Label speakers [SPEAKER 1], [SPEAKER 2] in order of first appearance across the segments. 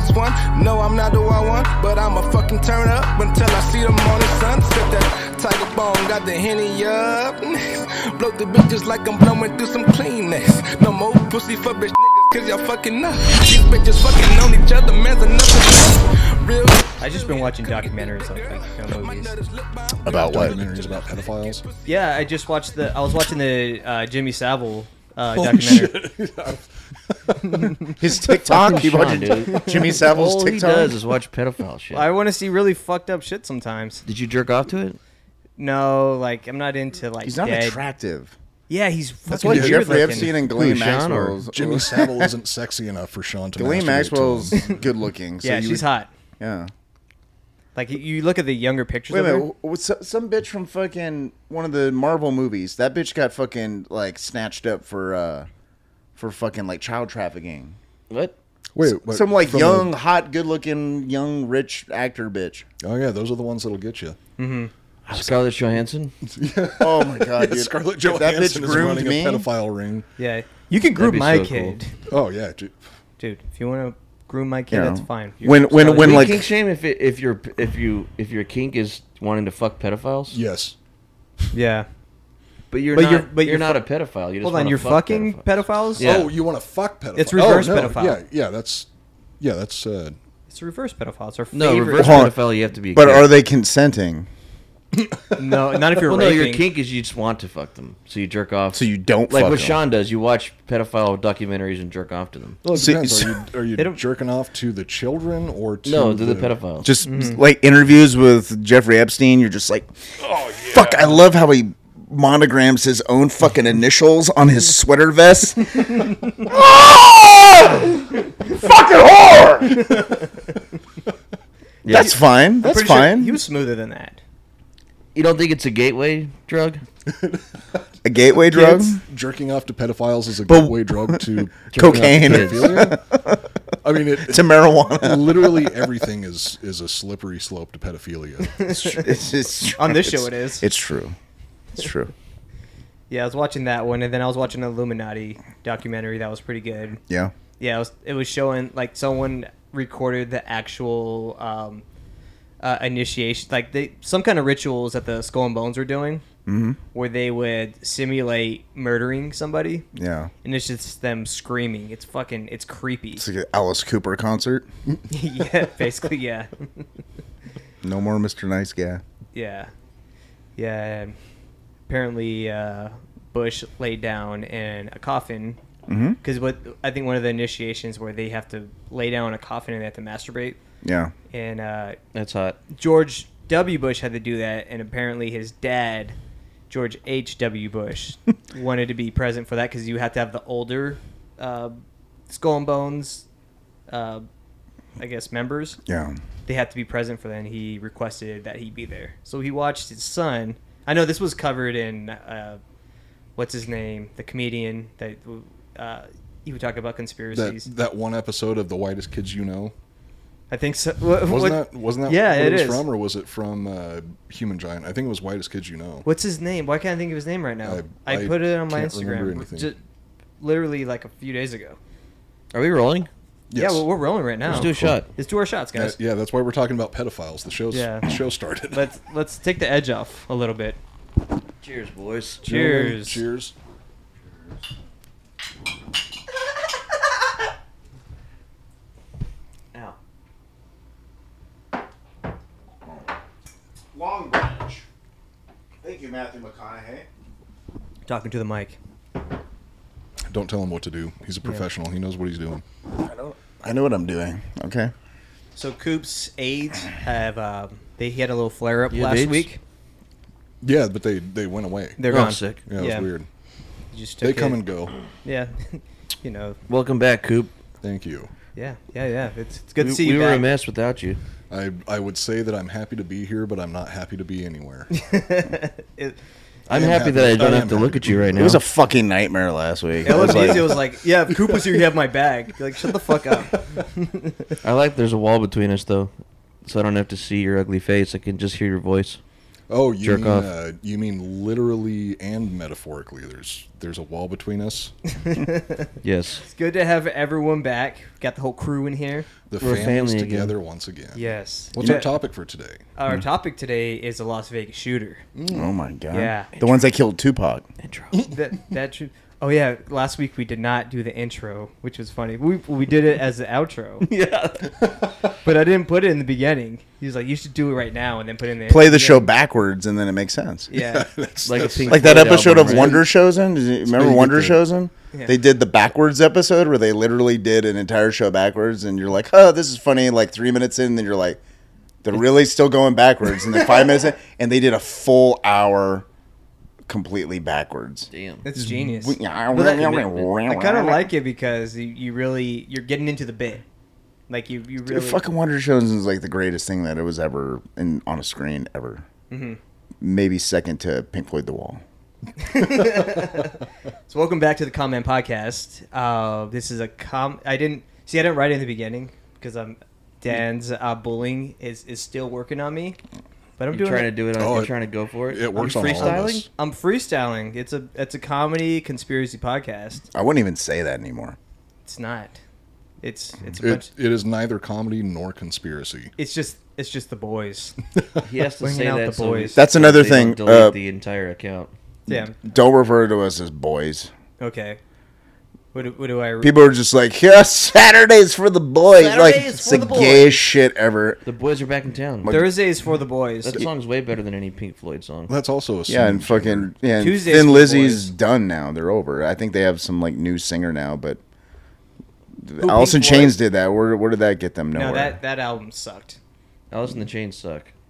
[SPEAKER 1] No, I'm not the wild one, but I'ma fucking turn up until I see the morning sun. Sip that tiger bone, got the henny up. Blow the bitches like I'm blowing through some Kleenex. No more pussy for bitch niggas, cause y'all fucking up. These bitches fucking on each other, man's enough. Real.
[SPEAKER 2] I've just been watching documentaries like that, no movies.
[SPEAKER 3] About what?
[SPEAKER 4] Documentaries about pedophiles.
[SPEAKER 2] Yeah, I just watched the. I was watching the uh, Jimmy Savile uh, documentary.
[SPEAKER 3] His TikTok.
[SPEAKER 5] Fucking
[SPEAKER 3] You watching
[SPEAKER 5] Sean, dude.
[SPEAKER 3] Jimmy Savile's
[SPEAKER 5] All he
[SPEAKER 3] TikTok.
[SPEAKER 5] does is watch pedophile shit.
[SPEAKER 2] I want to see really fucked up shit sometimes.
[SPEAKER 5] Did you jerk off to it?
[SPEAKER 2] No, like I'm not into like.
[SPEAKER 3] He's not
[SPEAKER 2] dead-
[SPEAKER 3] attractive.
[SPEAKER 2] Yeah, he's. That's
[SPEAKER 3] What Jeffrey Epstein and Ghislaine
[SPEAKER 5] Who, Sean or
[SPEAKER 3] Maxwell's.
[SPEAKER 4] Jimmy Savile isn't sexy enough for Sean to. masturbate
[SPEAKER 3] Ghislaine
[SPEAKER 4] to
[SPEAKER 3] Maxwell's
[SPEAKER 4] him.
[SPEAKER 3] good looking. So
[SPEAKER 2] Yeah,
[SPEAKER 3] you
[SPEAKER 2] she's
[SPEAKER 3] would-
[SPEAKER 2] hot.
[SPEAKER 3] Yeah.
[SPEAKER 2] Like you- you look at the younger pictures.
[SPEAKER 3] Wait a
[SPEAKER 2] of her.
[SPEAKER 3] minute. wh- what's- Some bitch from fucking one of the Marvel movies. That bitch got fucking like snatched up for uh for fucking like child trafficking.
[SPEAKER 5] What?
[SPEAKER 4] Wait, wait,
[SPEAKER 3] Some like
[SPEAKER 4] from
[SPEAKER 3] young,
[SPEAKER 4] the-
[SPEAKER 3] hot, good looking, young, rich actor bitch.
[SPEAKER 4] oh yeah, those are the ones that'll get you.
[SPEAKER 5] Scarlett Johansson?
[SPEAKER 3] Oh my god, dude.
[SPEAKER 4] Scarlett
[SPEAKER 3] If that bitch
[SPEAKER 4] Johansson is
[SPEAKER 3] groomed
[SPEAKER 4] running
[SPEAKER 3] me-
[SPEAKER 4] a pedophile ring.
[SPEAKER 2] Yeah, you can groom
[SPEAKER 5] be
[SPEAKER 2] my
[SPEAKER 5] so cool.
[SPEAKER 2] kid,
[SPEAKER 4] Oh yeah, dude.
[SPEAKER 2] dude. If you want to groom my kid,
[SPEAKER 3] Yeah.
[SPEAKER 2] that's fine. You're
[SPEAKER 3] When- when-
[SPEAKER 2] Scarlett
[SPEAKER 3] when,
[SPEAKER 5] Can you
[SPEAKER 3] like-
[SPEAKER 5] kink shame if it, if your if you if your kink is wanting to fuck pedophiles.
[SPEAKER 4] yes.
[SPEAKER 2] yeah.
[SPEAKER 5] But you're
[SPEAKER 2] But
[SPEAKER 5] not
[SPEAKER 2] you're-
[SPEAKER 5] you're,
[SPEAKER 2] but you're
[SPEAKER 5] not
[SPEAKER 2] fu-
[SPEAKER 5] a pedophile. You just
[SPEAKER 2] Hold on,
[SPEAKER 5] wanna
[SPEAKER 2] you're
[SPEAKER 5] fuck
[SPEAKER 2] fucking pedophiles.
[SPEAKER 5] Yeah.
[SPEAKER 4] Oh, you want to fuck pedophile?
[SPEAKER 2] It's reverse
[SPEAKER 4] oh, no,
[SPEAKER 2] pedophile.
[SPEAKER 4] Yeah, yeah, that's yeah, that's uh,
[SPEAKER 2] It's reverse pedophile. It's our
[SPEAKER 5] No,
[SPEAKER 2] favorite.
[SPEAKER 5] reverse
[SPEAKER 3] Hold on.
[SPEAKER 5] pedophile. You have to be. a
[SPEAKER 3] But
[SPEAKER 5] kid.
[SPEAKER 3] are they consenting?
[SPEAKER 2] No, not if you're
[SPEAKER 5] Well, no,
[SPEAKER 2] raping.
[SPEAKER 5] your kink is you just want to fuck them, so you jerk off.
[SPEAKER 3] So you don't
[SPEAKER 5] like
[SPEAKER 3] fuck
[SPEAKER 5] what
[SPEAKER 3] them.
[SPEAKER 5] Sean does. You watch pedophile documentaries and jerk off to them.
[SPEAKER 4] well, it
[SPEAKER 3] See,
[SPEAKER 4] depends.
[SPEAKER 3] so-
[SPEAKER 4] Are you, are you
[SPEAKER 2] They don't-
[SPEAKER 4] jerking off to the children or to
[SPEAKER 5] No, to the pedophiles.
[SPEAKER 3] Just
[SPEAKER 2] Mm-hmm.
[SPEAKER 3] like interviews with Jeffrey Epstein, you're just like,
[SPEAKER 2] Oh,
[SPEAKER 3] fuck. I love how he monograms his own fucking initials on his sweater vest. Ah! Fucking whore. That's fine. That's
[SPEAKER 2] Pretty sure
[SPEAKER 3] fine.
[SPEAKER 2] he was smoother than that.
[SPEAKER 5] you don't think it's a gateway drug?
[SPEAKER 3] a gateway drug,
[SPEAKER 4] Kids, jerking off to pedophiles is a
[SPEAKER 3] But-
[SPEAKER 4] gateway drug to
[SPEAKER 3] cocaine,
[SPEAKER 5] Kids.
[SPEAKER 4] pedophilia. I mean, it,
[SPEAKER 3] to marijuana.
[SPEAKER 4] literally everything is is a slippery slope to pedophilia.
[SPEAKER 3] It's, tr- it's, it's true.
[SPEAKER 2] On this show
[SPEAKER 3] It's-
[SPEAKER 2] it is.
[SPEAKER 3] It's true. It's true.
[SPEAKER 2] Yeah, I was watching that one, and then I was watching an Illuminati documentary that was pretty good.
[SPEAKER 3] Yeah.
[SPEAKER 2] Yeah, it was, it was showing like someone recorded the actual um, uh, initiation, like they some kind of rituals that the Skull and Bones were doing, where they would simulate murdering somebody,
[SPEAKER 3] Yeah.
[SPEAKER 2] and it's just them screaming. It's fucking, it's creepy.
[SPEAKER 3] It's like an Alice Cooper concert.
[SPEAKER 2] yeah, basically, yeah,
[SPEAKER 3] No more Mr. Nice Guy.
[SPEAKER 2] yeah, yeah. um, Apparently, uh, Bush laid down in a coffin
[SPEAKER 3] Mm-hmm.
[SPEAKER 2] Because what I think one of the initiations where they have to lay down in a coffin and they have to masturbate,
[SPEAKER 3] Yeah.
[SPEAKER 2] and uh,
[SPEAKER 5] That's hot.
[SPEAKER 2] George W. Bush had to do that, and apparently his dad, George H. W. Bush, wanted to be present for that because you have to have the older uh, Skull and Bones, uh, I guess members.
[SPEAKER 3] Yeah.
[SPEAKER 2] They had to be present for that, and he requested that he be there. So he watched his son. I know this was covered in uh, what's his name, the comedian that uh, he would talk about
[SPEAKER 4] that
[SPEAKER 2] conspiracies.
[SPEAKER 4] that one episode of the whitest kids you know
[SPEAKER 2] I think so.
[SPEAKER 4] wasn't that wasn't that
[SPEAKER 2] Yeah,
[SPEAKER 4] where
[SPEAKER 2] it
[SPEAKER 4] was
[SPEAKER 2] is.
[SPEAKER 4] from or was it from uh, Human Giant? I think it was whitest kids you know.
[SPEAKER 2] What's his name? Why can't I think of his name right now? I,
[SPEAKER 4] I- I
[SPEAKER 2] put it on my
[SPEAKER 4] can't remember
[SPEAKER 2] Instagram
[SPEAKER 4] anything.
[SPEAKER 2] just literally like a few days ago.
[SPEAKER 5] Are we rolling? Oh,
[SPEAKER 4] Yes.
[SPEAKER 2] Yeah, well, we're rolling right now.
[SPEAKER 5] Let's do a shot.
[SPEAKER 2] Let's do our shots,
[SPEAKER 4] Uh,
[SPEAKER 2] guys.
[SPEAKER 4] yeah, that's why we're talking about pedophiles. The show's
[SPEAKER 2] Yeah.
[SPEAKER 4] the show started.
[SPEAKER 2] Let's let's take the edge off a little bit.
[SPEAKER 5] Cheers, boys.
[SPEAKER 2] Cheers.
[SPEAKER 4] Cheers.
[SPEAKER 5] Ow.
[SPEAKER 3] Long Branch. Thank you, Matthew McConaughey.
[SPEAKER 2] Talking to the mic.
[SPEAKER 4] Don't tell him what to do. He's a professional. He knows what he's doing.
[SPEAKER 3] I know. I know what I'm doing. Okay.
[SPEAKER 2] So Coop's aides have um, they he had a little flare up
[SPEAKER 5] Yeah,
[SPEAKER 2] last
[SPEAKER 5] AIDS?
[SPEAKER 2] week.
[SPEAKER 4] Yeah, but they they went away.
[SPEAKER 2] They're
[SPEAKER 5] Oh,
[SPEAKER 2] gone.
[SPEAKER 5] sick.
[SPEAKER 4] yeah, it was
[SPEAKER 2] yeah.
[SPEAKER 4] weird.
[SPEAKER 2] You Just
[SPEAKER 4] They
[SPEAKER 2] took
[SPEAKER 4] come
[SPEAKER 2] it.
[SPEAKER 4] and go.
[SPEAKER 2] Yeah, you know.
[SPEAKER 5] Welcome back, Coop.
[SPEAKER 4] Thank you.
[SPEAKER 2] Yeah, yeah, yeah. It's, it's good
[SPEAKER 5] we
[SPEAKER 2] to see you
[SPEAKER 5] we were
[SPEAKER 2] back.
[SPEAKER 5] a mess without you.
[SPEAKER 4] I I would say that I'm happy to be here, but I'm not happy to be anywhere.
[SPEAKER 2] It,
[SPEAKER 5] I'm
[SPEAKER 4] am
[SPEAKER 5] happy,
[SPEAKER 4] happy.
[SPEAKER 5] that I don't
[SPEAKER 4] I
[SPEAKER 5] have
[SPEAKER 4] am
[SPEAKER 5] to look
[SPEAKER 4] happy.
[SPEAKER 5] at you right now.
[SPEAKER 3] It was a fucking nightmare last week. I
[SPEAKER 2] it was
[SPEAKER 3] was like,
[SPEAKER 2] easy. It was like, yeah, if Coop was here, you have my bag. You're like, shut the fuck up.
[SPEAKER 5] I like there's a wall between us though, so I don't have to see your ugly face. I can just hear your voice.
[SPEAKER 4] Oh, you
[SPEAKER 5] Jerk
[SPEAKER 4] mean
[SPEAKER 5] off.
[SPEAKER 4] Uh, you mean literally and metaphorically? There's there's a wall between us.
[SPEAKER 5] Yes.
[SPEAKER 2] It's good to have everyone back. Got the whole crew in here.
[SPEAKER 4] The
[SPEAKER 5] We're a
[SPEAKER 4] family's
[SPEAKER 5] family again.
[SPEAKER 4] together once again.
[SPEAKER 2] Yes.
[SPEAKER 4] What's our topic for today?
[SPEAKER 2] Our topic today is the Las Vegas shooter.
[SPEAKER 3] Oh my god.
[SPEAKER 2] Yeah.
[SPEAKER 3] The ones that killed Tupac.
[SPEAKER 5] Intro.
[SPEAKER 2] that that should. Oh yeah, last week we did not do the intro, which was funny. We we did it as the outro,
[SPEAKER 5] yeah.
[SPEAKER 2] but I didn't put it in the beginning. He was like, "You should do it right now," and then put it in the
[SPEAKER 3] Play the
[SPEAKER 2] Yeah.
[SPEAKER 3] show backwards and then it makes sense.
[SPEAKER 2] Yeah,
[SPEAKER 4] That's,
[SPEAKER 5] Like a
[SPEAKER 4] that's-
[SPEAKER 5] pink-
[SPEAKER 3] Like that
[SPEAKER 5] Floyd
[SPEAKER 3] episode
[SPEAKER 5] album,
[SPEAKER 3] of
[SPEAKER 5] right?
[SPEAKER 3] Wonder Chosen. Does you remember
[SPEAKER 4] pretty
[SPEAKER 3] Wonder
[SPEAKER 4] good.
[SPEAKER 3] Chosen?
[SPEAKER 2] Yeah.
[SPEAKER 3] They did the backwards episode where they literally did an entire show backwards, and you're like, "Oh, this is funny." Like three minutes in, and then you're like, "They're really still going backwards." And then five minutes in, and they did a full hour completely backwards.
[SPEAKER 5] Damn.
[SPEAKER 2] that's genius.
[SPEAKER 3] We-
[SPEAKER 2] But that- I kind of like it because you, you really you're getting into the bit, like you you
[SPEAKER 3] Dude,
[SPEAKER 2] really
[SPEAKER 3] fucking Wonder Chosen is like the greatest thing that it was ever in on a screen ever.
[SPEAKER 2] Mm-hmm.
[SPEAKER 3] Maybe second to Pink Floyd The Wall.
[SPEAKER 2] So welcome back to the Comment Podcast. Uh, this is a com. I didn't see. I didn't write it in the beginning because I'm Dan's uh, bullying is is still working on me, but I'm
[SPEAKER 5] You
[SPEAKER 2] doing
[SPEAKER 5] trying to
[SPEAKER 2] it.
[SPEAKER 5] do it? On,
[SPEAKER 4] Oh,
[SPEAKER 5] you're
[SPEAKER 4] it-
[SPEAKER 5] trying to go for it.
[SPEAKER 4] it works
[SPEAKER 5] I'm
[SPEAKER 4] on all of us.
[SPEAKER 2] I'm freestyling. It's a it's a comedy conspiracy podcast.
[SPEAKER 3] I wouldn't even say that anymore.
[SPEAKER 2] It's not. It's it's a bunch.
[SPEAKER 4] It, it is neither comedy nor conspiracy.
[SPEAKER 2] It's just it's just the boys.
[SPEAKER 5] He has to
[SPEAKER 2] Bringing
[SPEAKER 5] say
[SPEAKER 2] out
[SPEAKER 5] that.
[SPEAKER 2] the
[SPEAKER 5] so we-
[SPEAKER 2] boys.
[SPEAKER 3] That's
[SPEAKER 5] so
[SPEAKER 3] another
[SPEAKER 5] they don't
[SPEAKER 3] thing,
[SPEAKER 5] Delete
[SPEAKER 3] uh,
[SPEAKER 5] the entire account.
[SPEAKER 2] Yeah.
[SPEAKER 3] Don't refer to us as boys.
[SPEAKER 2] Okay. What do, what do I? re-
[SPEAKER 3] People are just like, yeah, Saturdays for the boys. like,
[SPEAKER 2] Saturdays
[SPEAKER 3] it's
[SPEAKER 2] for
[SPEAKER 3] the,
[SPEAKER 2] the
[SPEAKER 3] gayest shit ever.
[SPEAKER 5] The boys are back in town.
[SPEAKER 2] Thursdays for the boys.
[SPEAKER 5] that song's way better than any Pink Floyd song.
[SPEAKER 4] That's also a
[SPEAKER 3] Yeah, and
[SPEAKER 4] singing
[SPEAKER 3] fucking yeah, and
[SPEAKER 2] Tuesdays
[SPEAKER 3] Thin
[SPEAKER 2] for the
[SPEAKER 3] Lizzy's
[SPEAKER 2] boys.
[SPEAKER 3] done now. They're over. I think they have some like new singer now, but
[SPEAKER 2] Pink
[SPEAKER 3] Allison
[SPEAKER 2] Floyd?
[SPEAKER 3] Chains did that. Where where did that get them? Nowhere.
[SPEAKER 2] no, that that album sucked.
[SPEAKER 5] Alice in the Chains suck.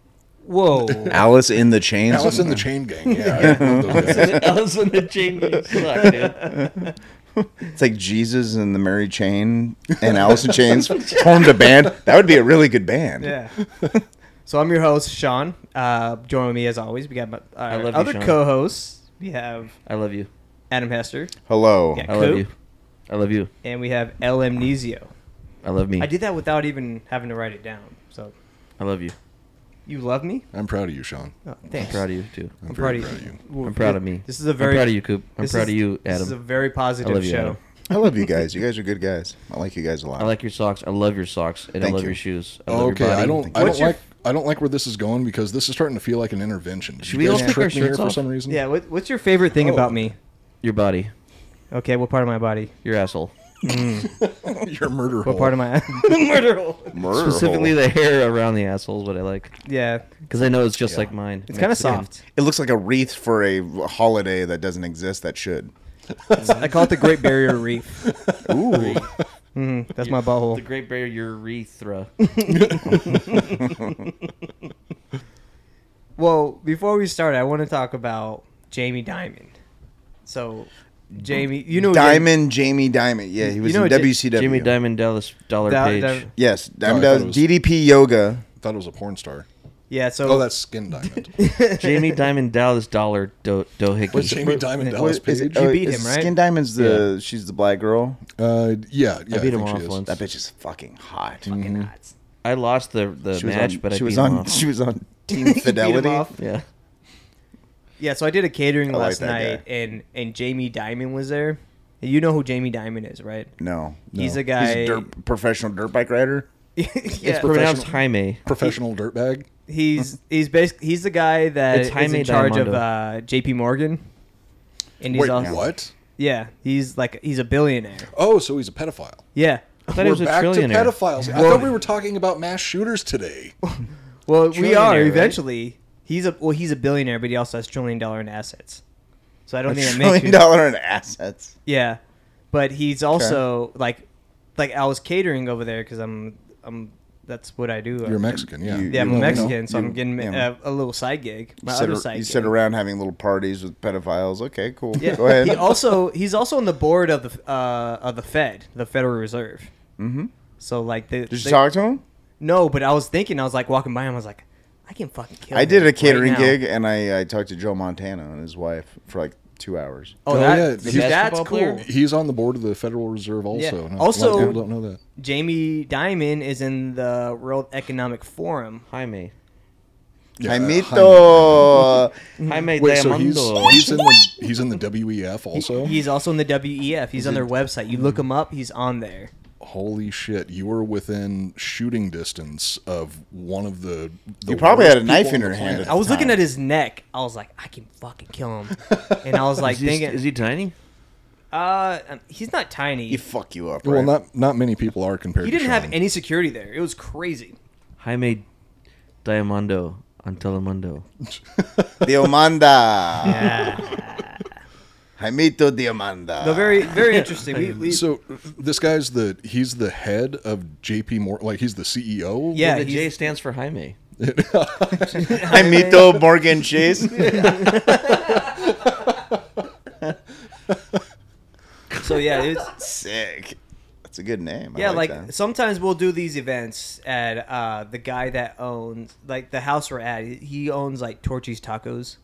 [SPEAKER 2] Whoa.
[SPEAKER 3] Alice in the Chains.
[SPEAKER 4] Alice in the Chain Gang. Yeah, I love those guys.
[SPEAKER 5] Alice in the Chains suck, dude.
[SPEAKER 3] It's like Jesus and the Mary Chain and Alice in Chains formed a band. That would be a really good band.
[SPEAKER 2] Yeah. so I'm your host, Sean. Uh, joining me as always, we got my, our
[SPEAKER 5] love you,
[SPEAKER 2] other
[SPEAKER 5] Sean.
[SPEAKER 2] co-hosts. We have
[SPEAKER 5] I love you.
[SPEAKER 2] Adam Hester,
[SPEAKER 3] Hello.
[SPEAKER 2] Yeah.
[SPEAKER 5] I love
[SPEAKER 2] Coop?
[SPEAKER 5] you. I love you.
[SPEAKER 2] and we have El Amnesio.
[SPEAKER 5] I love me.
[SPEAKER 2] I did that without even having to write it down. So
[SPEAKER 5] I love you.
[SPEAKER 2] you love me?
[SPEAKER 4] I'm proud of you, Sean.
[SPEAKER 2] Oh, thanks.
[SPEAKER 5] I'm proud of you too.
[SPEAKER 2] I'm
[SPEAKER 4] very
[SPEAKER 2] proud of you. Well,
[SPEAKER 5] I'm proud of me.
[SPEAKER 2] This is a very
[SPEAKER 5] I'm proud of you, Coop. I'm
[SPEAKER 2] this
[SPEAKER 5] proud
[SPEAKER 2] is-
[SPEAKER 5] of you,
[SPEAKER 2] This is a
[SPEAKER 5] Adam.
[SPEAKER 2] very positive
[SPEAKER 5] I love you,
[SPEAKER 2] show.
[SPEAKER 5] Adam.
[SPEAKER 3] I love you guys. You guys are good guys. I like you guys a lot.
[SPEAKER 5] I like your socks. I love your socks, and I
[SPEAKER 3] Thank
[SPEAKER 5] love
[SPEAKER 3] you.
[SPEAKER 5] your shoes. I love
[SPEAKER 4] Okay,
[SPEAKER 5] your body.
[SPEAKER 4] I don't. I
[SPEAKER 2] What's your-
[SPEAKER 4] don't like. I don't like where this is going because this is starting to feel like an intervention. Did
[SPEAKER 5] Should
[SPEAKER 4] you
[SPEAKER 5] we all
[SPEAKER 4] guys
[SPEAKER 5] take our
[SPEAKER 4] trick me here
[SPEAKER 5] shirts
[SPEAKER 4] for
[SPEAKER 5] off?
[SPEAKER 4] some reason?
[SPEAKER 2] Yeah. What, what's your favorite thing
[SPEAKER 4] Oh.
[SPEAKER 2] about me?
[SPEAKER 5] Your body.
[SPEAKER 2] Okay. What part of my body?
[SPEAKER 5] Your asshole.
[SPEAKER 4] You're a murderer.
[SPEAKER 2] What part of my
[SPEAKER 5] Oh.
[SPEAKER 2] murder hole?
[SPEAKER 3] Murder
[SPEAKER 5] Specifically,
[SPEAKER 3] hole.
[SPEAKER 5] the hair around the asshole is what I like
[SPEAKER 2] Yeah.
[SPEAKER 5] because I know it's just like mine.
[SPEAKER 2] It's kind of
[SPEAKER 5] Mexican.
[SPEAKER 2] soft.
[SPEAKER 3] It looks like a wreath for a holiday that doesn't exist. That should.
[SPEAKER 2] I call it the Great Barrier Reef. Mm-hmm,
[SPEAKER 3] Ooh.
[SPEAKER 2] That's my butthole.
[SPEAKER 5] The Great Barrier urethra.
[SPEAKER 2] Well, before we start, I want to talk about Jamie Diamond. So, Jamie, you know
[SPEAKER 3] Diamond Jamie Diamond. Yeah, he was
[SPEAKER 2] Oh, know
[SPEAKER 3] in
[SPEAKER 2] J-
[SPEAKER 3] WCW.
[SPEAKER 5] Jimmy Diamond Dallas Dollar
[SPEAKER 2] Dal-
[SPEAKER 5] Page.
[SPEAKER 2] Dal-
[SPEAKER 3] Yes, Diamond
[SPEAKER 4] Oh, I
[SPEAKER 3] does
[SPEAKER 4] thought it was-
[SPEAKER 3] DDP Yoga.
[SPEAKER 4] I thought it was a porn star.
[SPEAKER 2] Jamie- yeah. So
[SPEAKER 4] Oh, that's Skin Diamond.
[SPEAKER 5] Jamie Diamond Dallas Dollar Do-
[SPEAKER 4] Was
[SPEAKER 5] Dohickey.
[SPEAKER 4] Jamie Diamond Dallas
[SPEAKER 3] What is
[SPEAKER 4] Page?
[SPEAKER 3] it? Oh,
[SPEAKER 2] beat
[SPEAKER 3] is
[SPEAKER 2] him, right?
[SPEAKER 3] Skin Diamond's the she's the black girl.
[SPEAKER 4] Uh, yeah, yeah.
[SPEAKER 5] I beat him
[SPEAKER 4] think she
[SPEAKER 5] off
[SPEAKER 4] is.
[SPEAKER 5] once.
[SPEAKER 3] That bitch is fucking hot.
[SPEAKER 2] Mm.
[SPEAKER 5] I lost the the
[SPEAKER 3] She was
[SPEAKER 5] match,
[SPEAKER 3] on,
[SPEAKER 5] but I
[SPEAKER 3] she
[SPEAKER 5] beat
[SPEAKER 3] was
[SPEAKER 5] him
[SPEAKER 3] on
[SPEAKER 5] off.
[SPEAKER 3] she was on Team Fidelity.
[SPEAKER 2] off.
[SPEAKER 5] Yeah.
[SPEAKER 2] yeah. So I did a catering
[SPEAKER 3] I like
[SPEAKER 2] last
[SPEAKER 3] that
[SPEAKER 2] night, and and Jamie Diamond was there. And You know who Jamie Diamond is, right?
[SPEAKER 3] No,
[SPEAKER 2] He's
[SPEAKER 4] No.
[SPEAKER 2] a guy.
[SPEAKER 3] he's a dirt, professional dirt bike rider.
[SPEAKER 2] yeah,
[SPEAKER 5] Pronounced Jaime.
[SPEAKER 4] Professional dirtbag.
[SPEAKER 2] he's he's basically he's the guy that
[SPEAKER 5] It's
[SPEAKER 2] is
[SPEAKER 5] Jaime
[SPEAKER 2] in charge of
[SPEAKER 5] Diamondo.
[SPEAKER 2] uh, J.P. Morgan. And he's
[SPEAKER 4] Wait,
[SPEAKER 2] also,
[SPEAKER 4] what?
[SPEAKER 2] Yeah, he's like he's a billionaire.
[SPEAKER 4] Oh, so he's a pedophile.
[SPEAKER 2] Yeah.
[SPEAKER 5] I thought he
[SPEAKER 4] We're
[SPEAKER 5] was a
[SPEAKER 4] back to
[SPEAKER 5] trillionaire.
[SPEAKER 4] pedophiles. I thought we were talking about mass shooters today.
[SPEAKER 2] Well, we are
[SPEAKER 5] Trillionaire, right?
[SPEAKER 2] eventually. He's a well, he's a billionaire, but he also has trillion dollar in assets. So I don't think that makes
[SPEAKER 3] Trillion
[SPEAKER 2] you.
[SPEAKER 3] dollar in assets.
[SPEAKER 2] Yeah, but he's also like, like I was catering over there because I'm I'm that's what I do.
[SPEAKER 4] You're Mexican, yeah.
[SPEAKER 3] You-
[SPEAKER 2] Yeah, I'm
[SPEAKER 3] you
[SPEAKER 2] a
[SPEAKER 3] know,
[SPEAKER 2] Mexican, so
[SPEAKER 3] you-
[SPEAKER 2] I'm getting
[SPEAKER 3] yeah.
[SPEAKER 2] a, a little side gig. My
[SPEAKER 3] sit,
[SPEAKER 2] other
[SPEAKER 3] ar-
[SPEAKER 2] side.
[SPEAKER 3] you
[SPEAKER 2] gig.
[SPEAKER 3] sit around having little parties with pedophiles. Okay, cool.
[SPEAKER 2] Yeah.
[SPEAKER 3] Go ahead.
[SPEAKER 2] He also he's also on the board of the uh, of the Fed, the Federal Reserve. Mm-hmm. So like the
[SPEAKER 3] Did you
[SPEAKER 2] they-
[SPEAKER 3] talk to him?
[SPEAKER 2] No, but I was thinking. I was like walking by him. I was like, I can fucking kill.
[SPEAKER 3] I
[SPEAKER 2] him
[SPEAKER 3] did a
[SPEAKER 2] right
[SPEAKER 3] catering
[SPEAKER 2] now.
[SPEAKER 3] gig and I, I talked to Joe Montana and his wife for like two hours.
[SPEAKER 2] Oh,
[SPEAKER 4] Oh,
[SPEAKER 2] that,
[SPEAKER 4] yeah,
[SPEAKER 2] see,
[SPEAKER 4] he's a
[SPEAKER 2] that's
[SPEAKER 5] basketball player?
[SPEAKER 2] cool.
[SPEAKER 4] He's on the board of the Federal Reserve also.
[SPEAKER 2] Yeah.
[SPEAKER 4] No,
[SPEAKER 2] Also-
[SPEAKER 4] a lot of people don't know that.
[SPEAKER 2] Jamie Dimon is in the World Economic Forum.
[SPEAKER 5] Jaime.
[SPEAKER 4] Yeah,
[SPEAKER 3] Jaimito.
[SPEAKER 5] I made
[SPEAKER 4] Wait, so he's,
[SPEAKER 5] Diamondo.
[SPEAKER 4] he's in the he's in the WEF also.
[SPEAKER 2] He's also in the WEF. He's on their website. You look him up. He's on there.
[SPEAKER 4] Holy shit! You were within shooting distance of one of the. the
[SPEAKER 3] You probably had a
[SPEAKER 4] worst
[SPEAKER 3] knife
[SPEAKER 4] people
[SPEAKER 3] in
[SPEAKER 4] on
[SPEAKER 3] your
[SPEAKER 4] the
[SPEAKER 3] hand.
[SPEAKER 4] planet.
[SPEAKER 2] I was
[SPEAKER 3] Time.
[SPEAKER 2] looking at his neck. I was like, I can fucking kill him. And I was like,
[SPEAKER 5] Is he,
[SPEAKER 2] thinking,
[SPEAKER 5] is he tiny?
[SPEAKER 2] uh, um, he's not tiny.
[SPEAKER 3] he fuck you up.
[SPEAKER 4] Well,
[SPEAKER 3] right?
[SPEAKER 4] not not many people are compared.
[SPEAKER 2] He didn't
[SPEAKER 4] to
[SPEAKER 2] have
[SPEAKER 4] Sean.
[SPEAKER 2] any security there. It was crazy.
[SPEAKER 5] Jaime Diamondo on Telemundo.
[SPEAKER 3] Diomanda. Jaimito Diomanda.
[SPEAKER 2] No, very, very interesting. We, we,
[SPEAKER 4] So this guy's the he's the head of J.P. Morgan. Like he's the E CEO.
[SPEAKER 2] yeah,
[SPEAKER 5] the J
[SPEAKER 2] he's-
[SPEAKER 5] stands for Jaime.
[SPEAKER 3] Jaimito Morgan Chase.
[SPEAKER 2] so yeah, it's
[SPEAKER 3] Sick. That's a good name. I
[SPEAKER 2] Yeah, like,
[SPEAKER 3] that.
[SPEAKER 2] sometimes we'll do these events at uh, the guy that owns like the house we're at. He owns like Torchy's Tacos.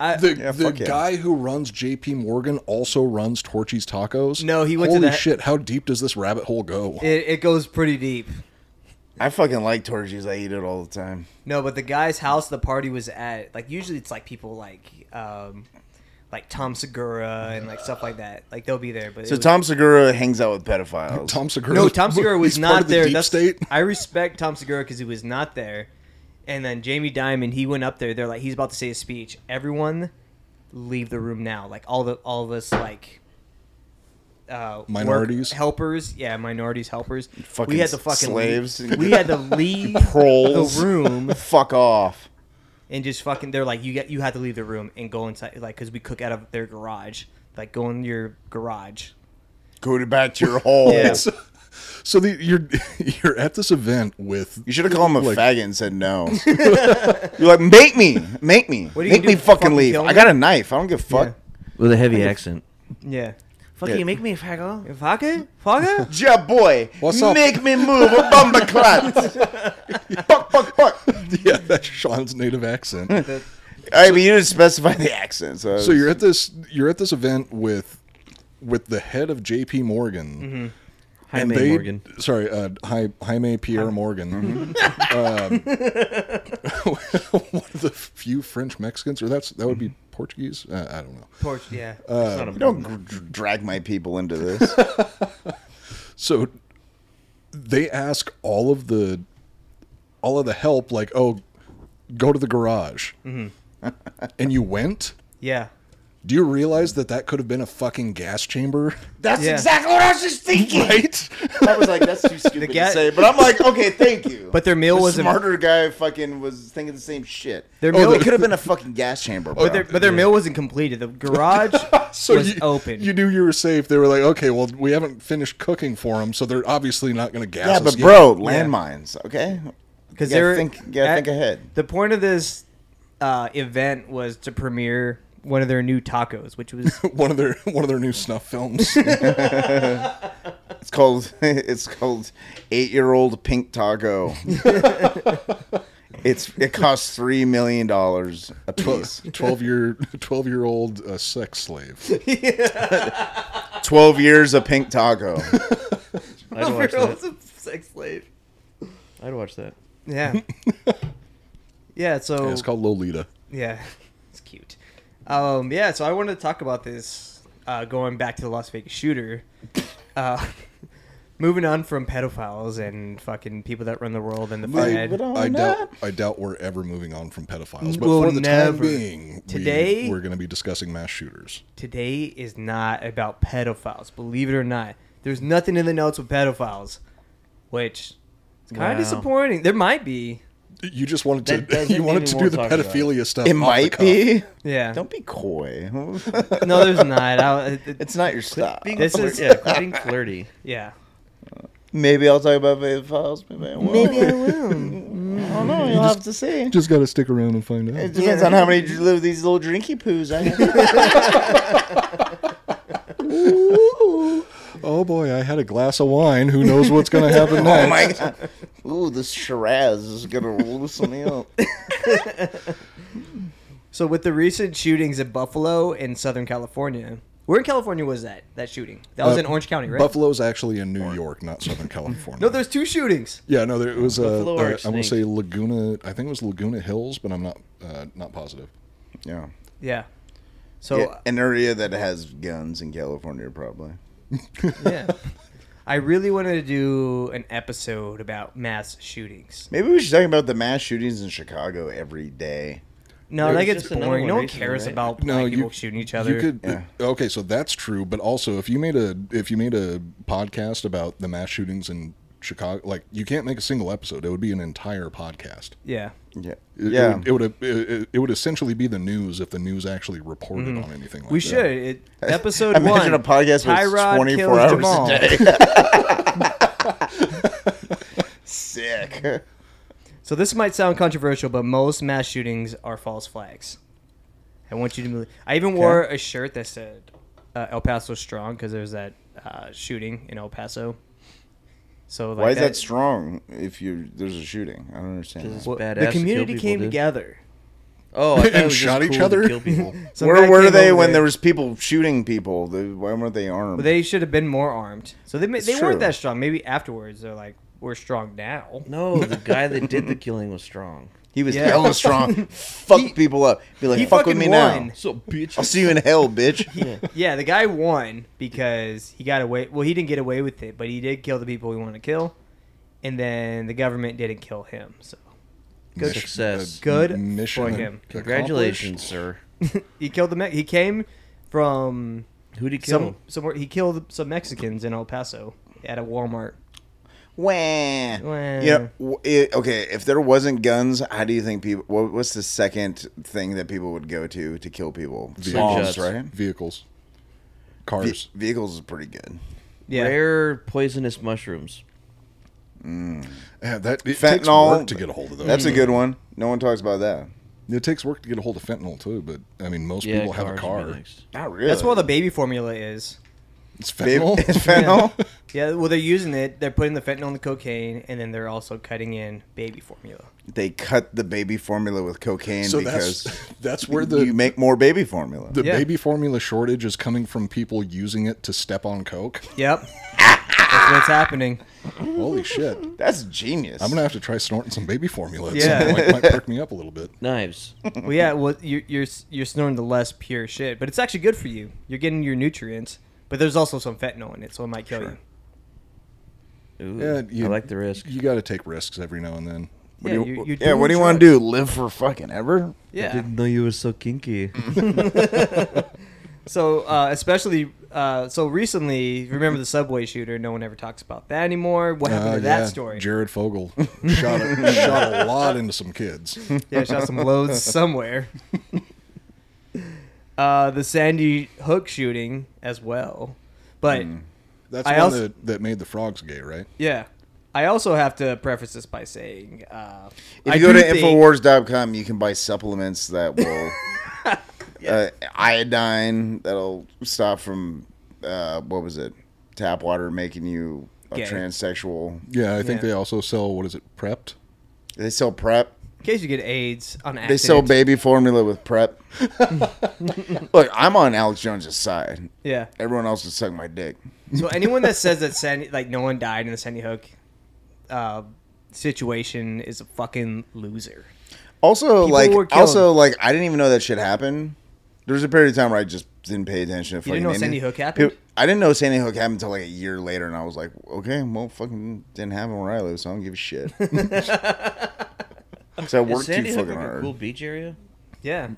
[SPEAKER 2] I,
[SPEAKER 4] The,
[SPEAKER 3] Yeah,
[SPEAKER 4] the
[SPEAKER 3] fuck yeah.
[SPEAKER 4] guy who runs J.P. Morgan also runs Torchy's Tacos.
[SPEAKER 2] No, he went to
[SPEAKER 4] Holy
[SPEAKER 2] the-
[SPEAKER 4] shit! How deep does this rabbit hole go?
[SPEAKER 2] it, it goes pretty deep.
[SPEAKER 3] I fucking like tortillas. I eat it all the time.
[SPEAKER 2] No, but the guy's house the party was at, like usually it's like people like um, like Tom Segura and like stuff like that. Like they'll be there. But it
[SPEAKER 3] So
[SPEAKER 2] was-
[SPEAKER 3] Tom Segura hangs out with pedophiles.
[SPEAKER 4] Tom Segura.
[SPEAKER 2] No, Tom Segura was
[SPEAKER 4] he's
[SPEAKER 2] not
[SPEAKER 4] part of the
[SPEAKER 2] there.
[SPEAKER 4] Deep
[SPEAKER 2] That's,
[SPEAKER 4] state.
[SPEAKER 2] I respect Tom Segura because he was not there. And then Jamie Dimon, he went up there. They're like, he's about to say a speech. Everyone, leave the room now. Like all the all of us like. Uh, work-
[SPEAKER 4] Minorities?
[SPEAKER 2] helpers, yeah, minorities, helpers.
[SPEAKER 3] Fucking
[SPEAKER 2] we had to fucking
[SPEAKER 3] slaves.
[SPEAKER 2] leave- We had to leave
[SPEAKER 3] Proles.
[SPEAKER 2] the room
[SPEAKER 3] Fuck off.
[SPEAKER 2] and just fucking. They're like, you get, you had to leave the room and go inside, like, because we cook out of their garage. Like, go in your garage.
[SPEAKER 3] Go to back to your hole.
[SPEAKER 4] So, so the, you're you're at this event with
[SPEAKER 3] You should have called him a
[SPEAKER 4] Like-
[SPEAKER 3] faggot and said no. You're like, make me, make me,
[SPEAKER 2] are you
[SPEAKER 3] make
[SPEAKER 2] gonna
[SPEAKER 3] me
[SPEAKER 2] do,
[SPEAKER 3] fucking,
[SPEAKER 2] fucking
[SPEAKER 3] leave.
[SPEAKER 2] kill
[SPEAKER 3] I
[SPEAKER 2] me?
[SPEAKER 3] got a knife. I don't give a fuck.
[SPEAKER 5] With a heavy accent.
[SPEAKER 2] Yeah,
[SPEAKER 5] Fuck
[SPEAKER 3] Yeah.
[SPEAKER 5] you, make me a faggot.
[SPEAKER 2] if I could, if I could,
[SPEAKER 3] Yeah, boy.
[SPEAKER 4] What's up?
[SPEAKER 3] Make me move a bumper clot. fuck, fuck, fuck.
[SPEAKER 4] yeah, that's Sean's native accent.
[SPEAKER 3] All right, but you didn't specify the accent. So,
[SPEAKER 4] so you're at this you're at this event with with the head of J.P. Morgan.
[SPEAKER 2] Mm-hmm.
[SPEAKER 5] Jaime Morgan.
[SPEAKER 4] Sorry, uh, Hi, Jaime Pierre Morgan. um, one of the few French Mexicans, or that's that would be Portuguese. Uh, I don't know.
[SPEAKER 2] torch. Yeah,
[SPEAKER 5] It's not a-
[SPEAKER 3] You don't gr- dr- drag my people into this.
[SPEAKER 4] So they ask all of the all of the help, like, oh, go to the garage, and you went.
[SPEAKER 2] yeah.
[SPEAKER 4] Do you realize that that could have been a fucking gas chamber?
[SPEAKER 3] That's
[SPEAKER 2] Yeah.
[SPEAKER 3] exactly what I was just thinking.
[SPEAKER 4] Right?
[SPEAKER 3] I was like, that's too stupid
[SPEAKER 2] guy-
[SPEAKER 3] to say. But I'm like, okay, thank you.
[SPEAKER 2] But their meal
[SPEAKER 3] the
[SPEAKER 2] wasn't-
[SPEAKER 3] smarter guy. Fucking was thinking the same shit.
[SPEAKER 2] Their
[SPEAKER 3] oh,
[SPEAKER 2] meal-
[SPEAKER 3] it could have been a fucking gas chamber. Bro.
[SPEAKER 2] But their, but their meal wasn't completed. The garage was
[SPEAKER 4] you,
[SPEAKER 2] open.
[SPEAKER 4] You knew you were safe. They were like, okay, well, we haven't finished cooking for them, so they're obviously not going to gas
[SPEAKER 3] yeah,
[SPEAKER 4] us
[SPEAKER 3] but
[SPEAKER 4] yet.
[SPEAKER 3] bro, landmines. Okay,
[SPEAKER 2] Because
[SPEAKER 3] You gotta
[SPEAKER 2] they're
[SPEAKER 3] think- you gotta
[SPEAKER 2] at-
[SPEAKER 3] think ahead.
[SPEAKER 2] The point of this uh, event was to premiere one of their new tacos, which was
[SPEAKER 4] one of their one of their new snuff films.
[SPEAKER 3] it's called it's called eight year old pink taco. it's it costs three million dollars a piece.
[SPEAKER 4] Twelve year twelve year old uh, sex slave.
[SPEAKER 3] Twelve years a pink taco.
[SPEAKER 5] I'd watch
[SPEAKER 2] Girls
[SPEAKER 5] that.
[SPEAKER 2] of sex slave.
[SPEAKER 5] I'd watch that.
[SPEAKER 2] Yeah. yeah. So
[SPEAKER 4] Yeah, it's called Lolita.
[SPEAKER 2] yeah, it's cute. Um, yeah. So I wanted to talk about this. Uh, going back to the Las Vegas shooter. Uh, moving on from pedophiles and fucking people that run the world and the
[SPEAKER 3] Moving
[SPEAKER 2] Fed.
[SPEAKER 3] on
[SPEAKER 4] I doubt
[SPEAKER 3] up.
[SPEAKER 4] I doubt we're ever moving on from pedophiles, but
[SPEAKER 2] We'll
[SPEAKER 4] for the
[SPEAKER 2] never.
[SPEAKER 4] time being,
[SPEAKER 2] Today-
[SPEAKER 4] we, we're going to be discussing mass shooters.
[SPEAKER 2] today is not about pedophiles. Believe it or not, there's nothing in the notes with pedophiles, which it's kind
[SPEAKER 5] Wow.
[SPEAKER 2] of disappointing. There might be,
[SPEAKER 4] You just wanted
[SPEAKER 5] That
[SPEAKER 4] to
[SPEAKER 5] doesn't
[SPEAKER 4] you wanted
[SPEAKER 5] mean
[SPEAKER 4] to
[SPEAKER 5] we
[SPEAKER 4] do the
[SPEAKER 5] won't talk about it.
[SPEAKER 4] pedophilia stuff.
[SPEAKER 3] It
[SPEAKER 4] off the
[SPEAKER 3] might
[SPEAKER 4] cuff.
[SPEAKER 3] be.
[SPEAKER 2] yeah.
[SPEAKER 3] Don't be coy.
[SPEAKER 2] No, there's not. I, it-
[SPEAKER 3] it's not your stuff.
[SPEAKER 5] Being
[SPEAKER 2] This
[SPEAKER 5] flir-
[SPEAKER 2] is-
[SPEAKER 5] yeah, quit being flirty.
[SPEAKER 2] yeah,
[SPEAKER 3] Maybe I'll talk about Vape Files. Maybe I won't. Maybe I will. I don't know. You'll have to see.
[SPEAKER 4] Just got to stick around and find out.
[SPEAKER 3] It depends on how many of these little drinky poos I have.
[SPEAKER 4] Oh boy, I had a glass of wine. Who knows what's going to happen next?
[SPEAKER 3] oh my god. Ooh, this Shiraz is gonna loosen me up.
[SPEAKER 2] So with the recent shootings in Buffalo and Southern California, Where in California was that that shooting? That was
[SPEAKER 4] Uh,
[SPEAKER 2] in Orange County, right?
[SPEAKER 4] Buffalo's actually in New York, not Southern California.
[SPEAKER 2] No, there's two shootings.
[SPEAKER 4] yeah, no, there, it was. Uh,
[SPEAKER 5] Buffalo or
[SPEAKER 4] uh, I want to
[SPEAKER 5] snake?
[SPEAKER 4] say Laguna. I think it was Laguna Hills, but I'm not uh, not positive.
[SPEAKER 3] Yeah.
[SPEAKER 2] Yeah. So uh,
[SPEAKER 3] Yeah, an area that has guns in California, probably.
[SPEAKER 2] yeah. I really wanted to do an episode about mass shootings.
[SPEAKER 3] Maybe we should talk about the mass shootings in Chicago every day.
[SPEAKER 2] No,
[SPEAKER 5] There's
[SPEAKER 2] that gets
[SPEAKER 5] just another
[SPEAKER 2] boring.
[SPEAKER 5] one
[SPEAKER 2] No one
[SPEAKER 5] recently,
[SPEAKER 2] cares
[SPEAKER 5] right?
[SPEAKER 2] about
[SPEAKER 4] No,
[SPEAKER 2] black
[SPEAKER 4] you-
[SPEAKER 2] people shooting each other.
[SPEAKER 4] You could uh,
[SPEAKER 3] Yeah.
[SPEAKER 4] okay, so that's true. But also, if you made a if you made a podcast about the mass shootings in Chicago, like you can't make a single episode. It would be an entire podcast.
[SPEAKER 2] yeah.
[SPEAKER 3] Yeah,
[SPEAKER 4] It,
[SPEAKER 3] yeah.
[SPEAKER 4] it would it would, it, it would essentially be the news if the news actually reported on anything.
[SPEAKER 2] Mm-hmm.
[SPEAKER 4] like
[SPEAKER 2] We
[SPEAKER 4] that.
[SPEAKER 2] should. It, episode
[SPEAKER 3] Imagine
[SPEAKER 2] one.
[SPEAKER 3] a podcast
[SPEAKER 2] Tyrod
[SPEAKER 3] with twenty
[SPEAKER 2] kills
[SPEAKER 3] four hours
[SPEAKER 2] Jamal.
[SPEAKER 3] a day. Sick.
[SPEAKER 2] So this might sound controversial, but most mass shootings are false flags. I want you to. believe- I even wore a shirt that said uh, "El Paso Strong" because there's that uh, shooting in El Paso. So like
[SPEAKER 3] Why is that strong? If you there's a shooting, I don't understand. that.
[SPEAKER 5] It's
[SPEAKER 2] well,
[SPEAKER 5] badass to
[SPEAKER 2] the
[SPEAKER 5] kill
[SPEAKER 2] community
[SPEAKER 5] people,
[SPEAKER 2] came
[SPEAKER 5] dude.
[SPEAKER 2] together.
[SPEAKER 5] Oh, I thought it
[SPEAKER 4] And
[SPEAKER 5] was just
[SPEAKER 4] shot each
[SPEAKER 5] cool to
[SPEAKER 4] other?
[SPEAKER 5] kill people.
[SPEAKER 2] Some
[SPEAKER 3] Where
[SPEAKER 2] guy
[SPEAKER 3] were
[SPEAKER 2] came
[SPEAKER 3] they
[SPEAKER 2] over
[SPEAKER 3] when there was people shooting people? They- Why weren't they armed?
[SPEAKER 2] Well, they should have been more armed. So they ma- they
[SPEAKER 3] true.
[SPEAKER 2] weren't that strong. Maybe afterwards they're like, "We're strong now."
[SPEAKER 5] No, the guy that did the killing was strong.
[SPEAKER 3] he was
[SPEAKER 2] Yeah.
[SPEAKER 3] hella strong. Fuck people up. Be like,
[SPEAKER 2] he
[SPEAKER 3] fuck with
[SPEAKER 2] fucking
[SPEAKER 3] me
[SPEAKER 2] won.
[SPEAKER 3] now.
[SPEAKER 5] So bitch.
[SPEAKER 3] I'll see you in hell, bitch.
[SPEAKER 2] Yeah, the guy won because he got away. Well, he didn't get away with it, but he did kill the people he wanted to kill, and then the government didn't kill him. So
[SPEAKER 4] Mission-
[SPEAKER 5] Success.
[SPEAKER 4] uh,
[SPEAKER 2] Good
[SPEAKER 4] mission
[SPEAKER 2] for him.
[SPEAKER 4] accomplished.
[SPEAKER 5] Congratulations, sir.
[SPEAKER 2] he killed the. Me- he came from
[SPEAKER 5] Who'd he kill?
[SPEAKER 2] some somewhere. He killed some Mexicans in El Paso at a Walmart.
[SPEAKER 3] Wah.
[SPEAKER 2] Wah.
[SPEAKER 3] You know, w- it, okay, if there wasn't guns, how do you think people? What, what's the second thing that people would go to to kill people?
[SPEAKER 5] Vehicles.
[SPEAKER 3] right?
[SPEAKER 4] Vehicles,
[SPEAKER 3] Ve-
[SPEAKER 4] cars.
[SPEAKER 3] vehicles is pretty good.
[SPEAKER 2] Yeah,
[SPEAKER 5] Rare poisonous mushrooms.
[SPEAKER 4] Yeah, that it takes
[SPEAKER 3] Fentanyl
[SPEAKER 4] work to get a hold of those.
[SPEAKER 3] That's a good one. No one talks about that.
[SPEAKER 4] It takes work to get a hold of fentanyl too, but I mean, most
[SPEAKER 5] Yeah,
[SPEAKER 4] people have a
[SPEAKER 5] cars would be
[SPEAKER 4] car.
[SPEAKER 5] next.
[SPEAKER 3] Not really.
[SPEAKER 2] that's where the baby formula is.
[SPEAKER 4] It's
[SPEAKER 3] Babe-
[SPEAKER 4] fentanyl.
[SPEAKER 3] it's fentanyl.
[SPEAKER 2] Yeah, well, they're using it. They're putting the fentanyl in the cocaine, and then they're also cutting in baby formula.
[SPEAKER 3] They cut the baby formula with cocaine
[SPEAKER 4] so
[SPEAKER 3] because
[SPEAKER 4] that's that's where the
[SPEAKER 3] you make more baby formula.
[SPEAKER 4] The
[SPEAKER 2] Yeah.
[SPEAKER 4] baby formula shortage is coming from people using it to step on coke.
[SPEAKER 2] Yep, that's what's happening.
[SPEAKER 4] Holy shit!
[SPEAKER 3] that's genius.
[SPEAKER 4] I'm gonna have to try snorting some baby formula. At
[SPEAKER 2] Yeah.
[SPEAKER 4] some point. It might perk me up a little bit.
[SPEAKER 5] Knives.
[SPEAKER 2] Well, yeah, well, you're, you're s- you're snorting the less pure shit, but it's actually good for you. You're getting your nutrients, but there's also some fentanyl in it, so it might kill you.
[SPEAKER 5] Ooh,
[SPEAKER 4] Yeah, you-
[SPEAKER 5] I like the risk.
[SPEAKER 4] You got to take risks every now and then.
[SPEAKER 2] Yeah,
[SPEAKER 3] yeah,
[SPEAKER 2] you-
[SPEAKER 3] what-
[SPEAKER 2] you're
[SPEAKER 3] yeah, what do you
[SPEAKER 2] doing
[SPEAKER 3] want
[SPEAKER 2] drugs.
[SPEAKER 3] to do? Live for fucking ever?
[SPEAKER 2] Yeah,
[SPEAKER 5] know you were so kinky.
[SPEAKER 2] So, uh, especially uh, so recently, remember the subway shooter? No one ever talks about that anymore. What happened
[SPEAKER 4] Uh,
[SPEAKER 2] to that
[SPEAKER 4] yeah,
[SPEAKER 2] story?
[SPEAKER 4] Jared Fogle shot a, shot a lot into some kids.
[SPEAKER 2] yeah, shot some loads somewhere. uh, the Sandy Hook shooting as well, but
[SPEAKER 4] Mm. That's
[SPEAKER 2] I
[SPEAKER 4] one
[SPEAKER 2] also-
[SPEAKER 4] that, that made the frogs gay, right?
[SPEAKER 2] yeah, I also have to preface this by saying, uh,
[SPEAKER 3] If
[SPEAKER 2] I
[SPEAKER 3] you go
[SPEAKER 2] do
[SPEAKER 3] to
[SPEAKER 2] think-
[SPEAKER 3] Infowars.com, you can buy supplements that will uh, iodine that'll stop from uh, what was it? Tap water making you a
[SPEAKER 2] Gay.
[SPEAKER 3] transsexual.
[SPEAKER 4] Yeah, I think
[SPEAKER 2] Yeah.
[SPEAKER 4] they also sell what is it, prepped?
[SPEAKER 3] They sell prep.
[SPEAKER 2] in case you get AIDS on accident,
[SPEAKER 3] They sell baby formula with prep. Look, I'm on Alex Jones' side.
[SPEAKER 2] Yeah.
[SPEAKER 3] Everyone else is sucking my dick.
[SPEAKER 2] So anyone that says that Sandy, like no one died in the Sandy Hook uh, situation, is a fucking loser.
[SPEAKER 3] Also,
[SPEAKER 2] were
[SPEAKER 3] like,
[SPEAKER 2] killed.
[SPEAKER 3] also, like, I didn't even know that shit happened. There was a period of time where I just didn't pay attention. To
[SPEAKER 2] You didn't know
[SPEAKER 3] fucking anything.
[SPEAKER 2] Sandy Hook happened?
[SPEAKER 3] Peop- I didn't know Sandy Hook happened until like a year later, and I was like, okay, well, fucking didn't happen where I live, so I don't give a shit. so I
[SPEAKER 5] Is
[SPEAKER 3] worked
[SPEAKER 5] Sandy
[SPEAKER 3] too
[SPEAKER 5] Hook
[SPEAKER 3] fucking
[SPEAKER 5] like a
[SPEAKER 3] hard.
[SPEAKER 5] cool beach area?
[SPEAKER 2] Yeah.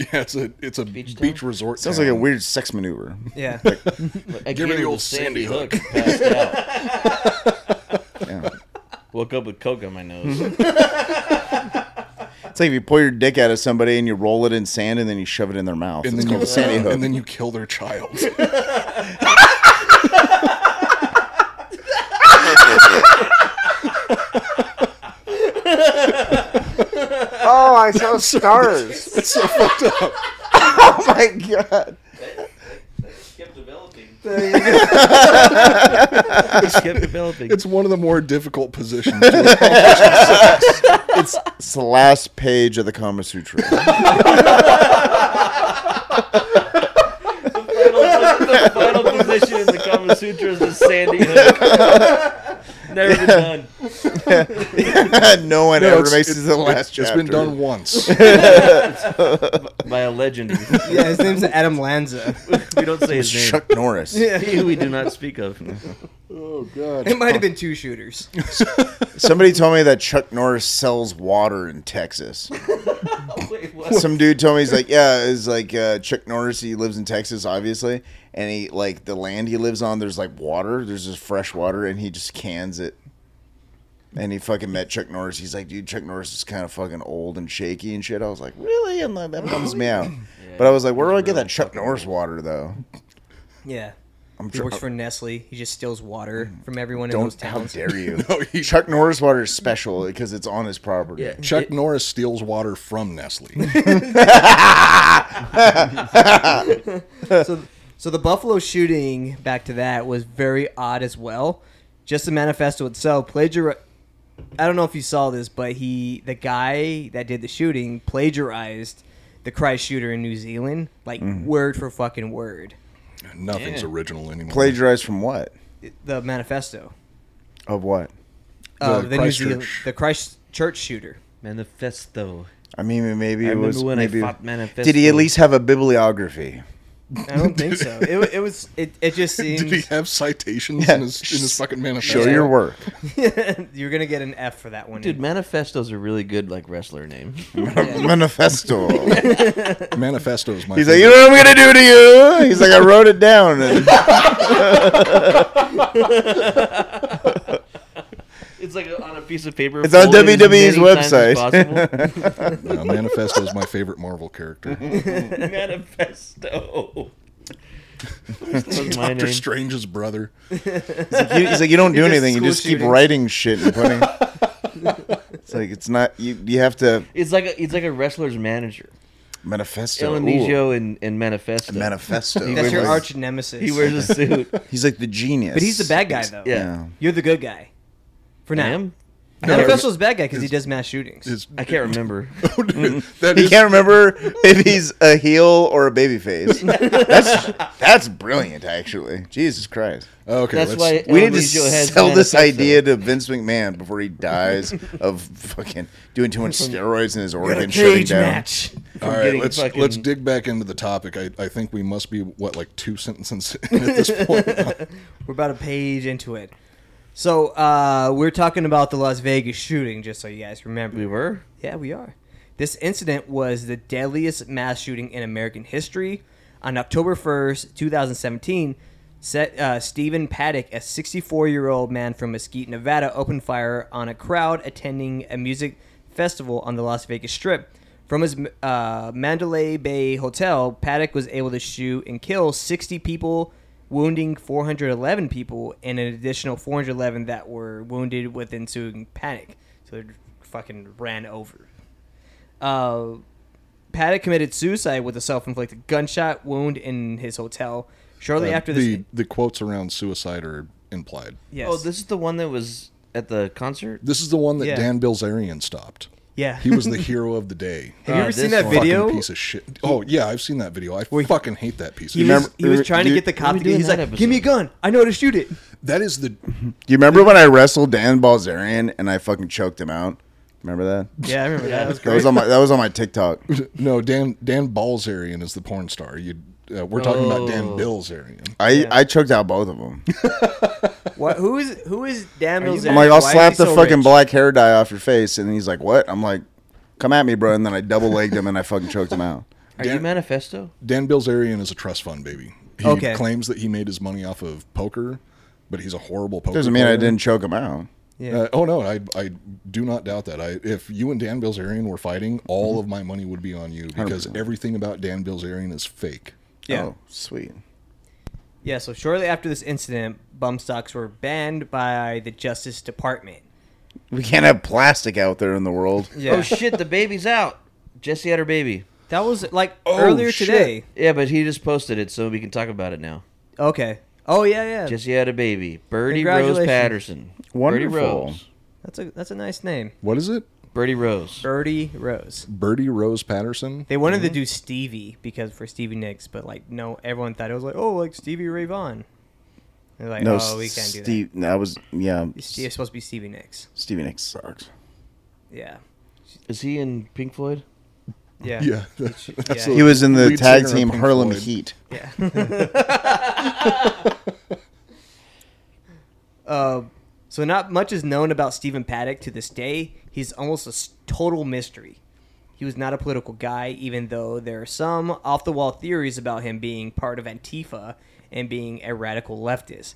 [SPEAKER 4] Yeah, it's a it's a
[SPEAKER 5] Beach
[SPEAKER 4] beach,
[SPEAKER 5] town?
[SPEAKER 4] resort.
[SPEAKER 3] Sounds
[SPEAKER 4] town.
[SPEAKER 3] like a weird sex maneuver.
[SPEAKER 2] Yeah.
[SPEAKER 5] Like, I
[SPEAKER 4] Give her the
[SPEAKER 5] came up
[SPEAKER 4] old
[SPEAKER 5] with
[SPEAKER 4] Sandy Hook.
[SPEAKER 5] passed out.
[SPEAKER 3] Yeah.
[SPEAKER 5] Woke up with coke on my nose.
[SPEAKER 3] It's like if you pull your dick out of somebody and you roll it in sand and then you shove it in their mouth.
[SPEAKER 4] And
[SPEAKER 3] it's
[SPEAKER 4] then,
[SPEAKER 3] called a
[SPEAKER 4] you,
[SPEAKER 3] Sandy Hook.
[SPEAKER 4] and then you kill their child.
[SPEAKER 3] oh, I saw stars.
[SPEAKER 4] That's so fucked up.
[SPEAKER 3] oh my god.
[SPEAKER 5] kept developing. kept developing.
[SPEAKER 4] It's one of the more difficult positions. to-
[SPEAKER 3] It's, it's the last page of the Kama Sutra.
[SPEAKER 5] Final position in the Kama Sutras is Sandy Hook. Never been done.
[SPEAKER 3] no one
[SPEAKER 4] No,
[SPEAKER 3] ever
[SPEAKER 4] it's-
[SPEAKER 3] makes it to the
[SPEAKER 4] it's-
[SPEAKER 3] last chapter.
[SPEAKER 4] It's been done once.
[SPEAKER 5] By a legend.
[SPEAKER 2] yeah, his name's Adam Lanza.
[SPEAKER 5] we don't say his name.
[SPEAKER 3] Chuck Norris.
[SPEAKER 5] He we do not speak of.
[SPEAKER 4] oh god.
[SPEAKER 2] It might have been two shooters.
[SPEAKER 3] Somebody told me that Chuck Norris sells water in Texas.
[SPEAKER 5] Wait, what?
[SPEAKER 3] Some dude told me he's like, yeah, it's like uh, Chuck Norris. He lives in Texas, obviously, and he like the land he lives on. There's like water. There's just fresh water, and he just cans it. And he fucking met Chuck Norris. He's like, dude, Chuck Norris is kind of fucking old and shaky and shit. I was like, really? And like, that bums me out. but I was like, where do I get that Chuck Norris water though?
[SPEAKER 2] Yeah.
[SPEAKER 3] I'm
[SPEAKER 2] He
[SPEAKER 3] tr- Mm.
[SPEAKER 2] works for Nestle. He just steals water from everyone in those
[SPEAKER 3] Don't how
[SPEAKER 2] towns.
[SPEAKER 3] dare you?
[SPEAKER 4] No, he-
[SPEAKER 3] Chuck Norris water is special because it's on his property.
[SPEAKER 5] Yeah.
[SPEAKER 4] Chuck
[SPEAKER 5] It-
[SPEAKER 4] Norris steals water from Nestle.
[SPEAKER 2] so, so the Buffalo shooting, back to that, was very odd as well. Just the manifesto itself plagiar. I don't know if you saw this, but he, the guy that did the shooting, plagiarized the Christ shooter in New Zealand, like word for fucking word.
[SPEAKER 4] Nothing's
[SPEAKER 5] Yeah.
[SPEAKER 4] original anymore.
[SPEAKER 3] Plagiarized from what?
[SPEAKER 2] The manifesto
[SPEAKER 3] of what?
[SPEAKER 2] of the New
[SPEAKER 4] Christchurch.
[SPEAKER 2] Zealand, the Christ Church shooter.
[SPEAKER 5] Manifesto.
[SPEAKER 3] I mean, maybe
[SPEAKER 5] I
[SPEAKER 3] it
[SPEAKER 5] remember
[SPEAKER 3] was.
[SPEAKER 5] when I
[SPEAKER 3] maybe,
[SPEAKER 5] fought Manifesto.
[SPEAKER 3] did he at least have a bibliography?
[SPEAKER 2] I don't think so. It, it was. It, it just seems
[SPEAKER 4] Did he have citations
[SPEAKER 3] Yeah.
[SPEAKER 4] in, his, in his fucking manifesto?
[SPEAKER 3] Show your work.
[SPEAKER 2] you're gonna get an F for that one.
[SPEAKER 5] Dude, Manifesto's a really good like wrestler name.
[SPEAKER 3] Manifesto. He's
[SPEAKER 4] Manifesto is my.
[SPEAKER 3] like, you know what I'm gonna do to you? He's like, I wrote it down. And
[SPEAKER 5] It's like on a piece of paper.
[SPEAKER 3] It's on
[SPEAKER 5] folded as
[SPEAKER 3] WWE's
[SPEAKER 5] many times as
[SPEAKER 3] website.
[SPEAKER 5] possible.
[SPEAKER 4] no, uh, manifesto is my favorite Marvel character.
[SPEAKER 5] Manifesto. That's my
[SPEAKER 4] Doctor
[SPEAKER 5] name.
[SPEAKER 4] Strange's brother.
[SPEAKER 3] he's, like, you, he's like, you don't do
[SPEAKER 2] He does
[SPEAKER 3] anything. You
[SPEAKER 2] school
[SPEAKER 3] just keep
[SPEAKER 2] shootings.
[SPEAKER 3] writing shit and putting. it's like it's not you. You have to
[SPEAKER 5] It's like a, it's like a wrestler's manager.
[SPEAKER 3] manifesto.
[SPEAKER 5] El
[SPEAKER 3] Ooh,
[SPEAKER 5] Nijo and, and Manifesto.
[SPEAKER 3] manifesto.
[SPEAKER 2] That's your
[SPEAKER 3] Like,
[SPEAKER 2] arch nemesis.
[SPEAKER 5] He wears a suit.
[SPEAKER 3] He's like the genius.
[SPEAKER 2] but he's the bad guy though.
[SPEAKER 5] Yeah.
[SPEAKER 2] You're the good guy. For now.
[SPEAKER 5] I am.
[SPEAKER 2] Manifesto's bad guy because he does mass shootings.
[SPEAKER 4] His,
[SPEAKER 5] I can't remember.
[SPEAKER 4] that
[SPEAKER 3] He
[SPEAKER 4] is-
[SPEAKER 3] can't remember if he's a heel or a baby face. that's that's brilliant, actually. Jesus Christ.
[SPEAKER 4] Okay,
[SPEAKER 5] That's
[SPEAKER 4] let's-
[SPEAKER 5] why
[SPEAKER 3] We
[SPEAKER 5] El
[SPEAKER 3] need to
[SPEAKER 5] Nijo has
[SPEAKER 3] sell this
[SPEAKER 5] Manifesto.
[SPEAKER 3] idea to Vince McMahon before he dies of fucking doing too much steroids in his organ shutting down.
[SPEAKER 4] All
[SPEAKER 5] from
[SPEAKER 4] right,
[SPEAKER 5] getting
[SPEAKER 4] let's
[SPEAKER 5] fucking-
[SPEAKER 4] let's dig back into the topic. I, I think we must be what like two sentences in at this point.
[SPEAKER 2] We're about a page into it. So uh, we're talking about the Las Vegas shooting, just so you guys remember.
[SPEAKER 5] We were.
[SPEAKER 2] Yeah, we are. This incident was the deadliest mass shooting in American history. On October 1st, 2017, set, uh, Stephen Paddock, a 64 year old man from Mesquite, Nevada, opened fire on a crowd attending a music festival on the Las Vegas Strip. From his uh, Mandalay Bay hotel, Paddock was able to shoot and kill 60 people, wounding 411 people, and an additional 411 that were wounded with ensuing panic. So they're fucking ran over. Uh, Paddock committed suicide with a self-inflicted gunshot wound in his hotel shortly
[SPEAKER 4] Uh,
[SPEAKER 2] after this.
[SPEAKER 4] the the quotes around suicide are implied.
[SPEAKER 2] yes.
[SPEAKER 5] Oh, this is the one that was at the concert.
[SPEAKER 4] This is the one that
[SPEAKER 2] Yeah.
[SPEAKER 4] Dan Bilzerian stopped.
[SPEAKER 2] Yeah.
[SPEAKER 4] He was the hero of the day.
[SPEAKER 2] Have you
[SPEAKER 5] Uh,
[SPEAKER 2] ever seen
[SPEAKER 5] this
[SPEAKER 2] that
[SPEAKER 5] one.
[SPEAKER 2] video?
[SPEAKER 4] Fucking piece of shit. Oh yeah, I've seen that video. I
[SPEAKER 2] Where he-
[SPEAKER 4] fucking hate that piece.
[SPEAKER 2] He was,
[SPEAKER 4] of shit.
[SPEAKER 3] remember-
[SPEAKER 2] he was trying to
[SPEAKER 3] you-
[SPEAKER 2] get the cop
[SPEAKER 5] we
[SPEAKER 2] to
[SPEAKER 5] doing
[SPEAKER 2] get. He's
[SPEAKER 5] that
[SPEAKER 2] like,
[SPEAKER 5] episode?
[SPEAKER 2] "Give me a gun. I know how to shoot it."
[SPEAKER 4] That is the
[SPEAKER 3] Do you remember when I wrestled Dan Balzerian and I fucking choked him out? Remember that?
[SPEAKER 2] Yeah, I remember that. That was
[SPEAKER 3] That
[SPEAKER 2] great.
[SPEAKER 3] was on my that was on my TikTok.
[SPEAKER 4] no Dan Dan Balzerian is the porn star. You uh, we're talking about Dan
[SPEAKER 5] Oh.
[SPEAKER 4] Bilzerian.
[SPEAKER 3] I I choked out both of them.
[SPEAKER 2] What, who is who is Dan Bilzerian?
[SPEAKER 3] I'm like, I'll
[SPEAKER 2] Why is
[SPEAKER 3] slap
[SPEAKER 2] he
[SPEAKER 3] the
[SPEAKER 2] so
[SPEAKER 3] fucking
[SPEAKER 2] rich?
[SPEAKER 3] black hair dye off your face, and he's like, "What?" I'm like, "Come at me, bro!" And then I double legged him and I fucking choked him out.
[SPEAKER 5] Are
[SPEAKER 4] Dan-
[SPEAKER 5] you Manifesto?
[SPEAKER 4] Dan Bilzerian is a trust fund baby. He
[SPEAKER 2] Okay.
[SPEAKER 4] claims that he made his money off of poker, but he's a horrible poker.
[SPEAKER 3] Doesn't mean I
[SPEAKER 4] player.
[SPEAKER 3] didn't choke him out.
[SPEAKER 2] Yeah.
[SPEAKER 4] Uh, oh no, I I do not doubt that. I if you and Dan Bilzerian were fighting,
[SPEAKER 3] Mm-hmm.
[SPEAKER 4] all of my money would be on you because
[SPEAKER 3] 100%.
[SPEAKER 4] everything about Dan Bilzerian is fake.
[SPEAKER 2] Yeah.
[SPEAKER 3] Oh, sweet.
[SPEAKER 2] Yeah, so shortly after this incident, bump stocks were banned by the Justice Department.
[SPEAKER 3] We can't have plastic out there in the world.
[SPEAKER 2] Yeah.
[SPEAKER 5] Oh shit, the baby's out. Jesse had her baby.
[SPEAKER 2] that was like earlier
[SPEAKER 3] shit.
[SPEAKER 2] today.
[SPEAKER 5] Yeah, but he just posted it, so we can talk about it now.
[SPEAKER 2] Okay. Oh yeah, yeah.
[SPEAKER 5] Jesse had a baby. Birdie Rose
[SPEAKER 2] Congratulations.
[SPEAKER 5] Patterson. Birdie
[SPEAKER 3] Wonderful.
[SPEAKER 5] Rose.
[SPEAKER 2] that's a that's a nice name.
[SPEAKER 4] What is it?
[SPEAKER 5] Birdie Rose.
[SPEAKER 2] Birdie Rose.
[SPEAKER 4] Birdie Rose Patterson.
[SPEAKER 2] They wanted to
[SPEAKER 3] Mm-hmm.
[SPEAKER 2] do Stevie because for Stevie Nicks, but like no, everyone thought it was like oh like Stevie Ray Vaughan. They're like
[SPEAKER 3] No,
[SPEAKER 2] oh we can't do that.
[SPEAKER 3] Steve. That. was yeah.
[SPEAKER 2] It's, it's supposed to be Stevie Nicks.
[SPEAKER 3] Stevie Nicks sucks.
[SPEAKER 2] Yeah.
[SPEAKER 5] Is he in Pink Floyd?
[SPEAKER 2] Yeah.
[SPEAKER 4] Yeah,
[SPEAKER 2] yeah.
[SPEAKER 3] He was in the
[SPEAKER 4] Lead
[SPEAKER 3] tag
[SPEAKER 4] singer of
[SPEAKER 3] team
[SPEAKER 4] Pink
[SPEAKER 3] Harlem
[SPEAKER 4] Floyd.
[SPEAKER 3] Heat.
[SPEAKER 2] Yeah. uh, so not much is known about Stephen Paddock to this day. He's almost a s- total mystery. He was not a political guy, even though there are some off the wall theories about him being part of Antifa and being a radical leftist.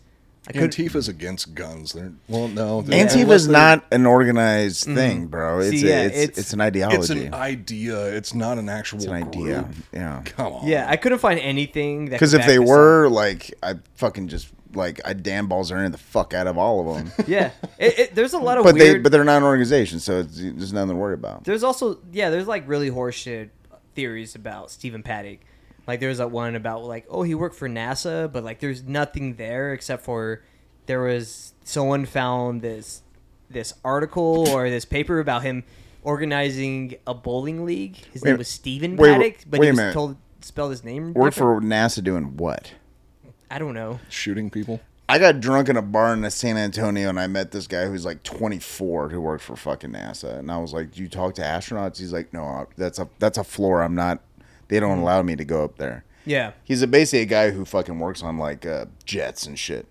[SPEAKER 2] I could
[SPEAKER 4] Antifa's against guns. They're well, no. they-
[SPEAKER 3] Antifa's not an organized thing, bro. It's
[SPEAKER 2] Mm-hmm. See,
[SPEAKER 3] a-
[SPEAKER 2] yeah,
[SPEAKER 3] it's,
[SPEAKER 2] it's- uh,
[SPEAKER 3] it's an ideology.
[SPEAKER 4] It's an idea. It's not an actual.
[SPEAKER 3] It's an idea. Yeah.
[SPEAKER 4] Come on.
[SPEAKER 2] yeah, I couldn't find anything that
[SPEAKER 3] Because
[SPEAKER 2] could
[SPEAKER 3] if
[SPEAKER 2] back
[SPEAKER 3] they
[SPEAKER 2] this
[SPEAKER 3] were, like, I fucking just like I damn balls earning the fuck out of all of them.
[SPEAKER 2] up. yeah, it, it, there's a lot of
[SPEAKER 3] but
[SPEAKER 2] weird.
[SPEAKER 3] they but they're not an organization, so it's, there's nothing to worry about.
[SPEAKER 2] There's also yeah, there's like really horseshit theories about Stephen Paddock. Like there's that one about like oh he worked for NASA, but like there's nothing there except for there was someone found this this article or this paper about him organizing a bowling league. His
[SPEAKER 3] Wait-
[SPEAKER 2] name was Stephen
[SPEAKER 3] wait-
[SPEAKER 2] Paddock, but
[SPEAKER 3] wait
[SPEAKER 2] he
[SPEAKER 3] a
[SPEAKER 2] was
[SPEAKER 3] minute.
[SPEAKER 2] told spelled his name.
[SPEAKER 3] Work
[SPEAKER 2] different.
[SPEAKER 3] for NASA doing what?
[SPEAKER 2] I don't know.
[SPEAKER 4] Shooting people.
[SPEAKER 3] I got drunk in a bar in San Antonio, and I met this guy who's like 24 who worked for fucking NASA, and I was like, "Do you talk to astronauts?" He's like, "No, that's a that's a floor. I'm not. They don't allow me to go up there."
[SPEAKER 2] Yeah,
[SPEAKER 3] He's a, basically a guy who fucking works on like uh, jets and shit.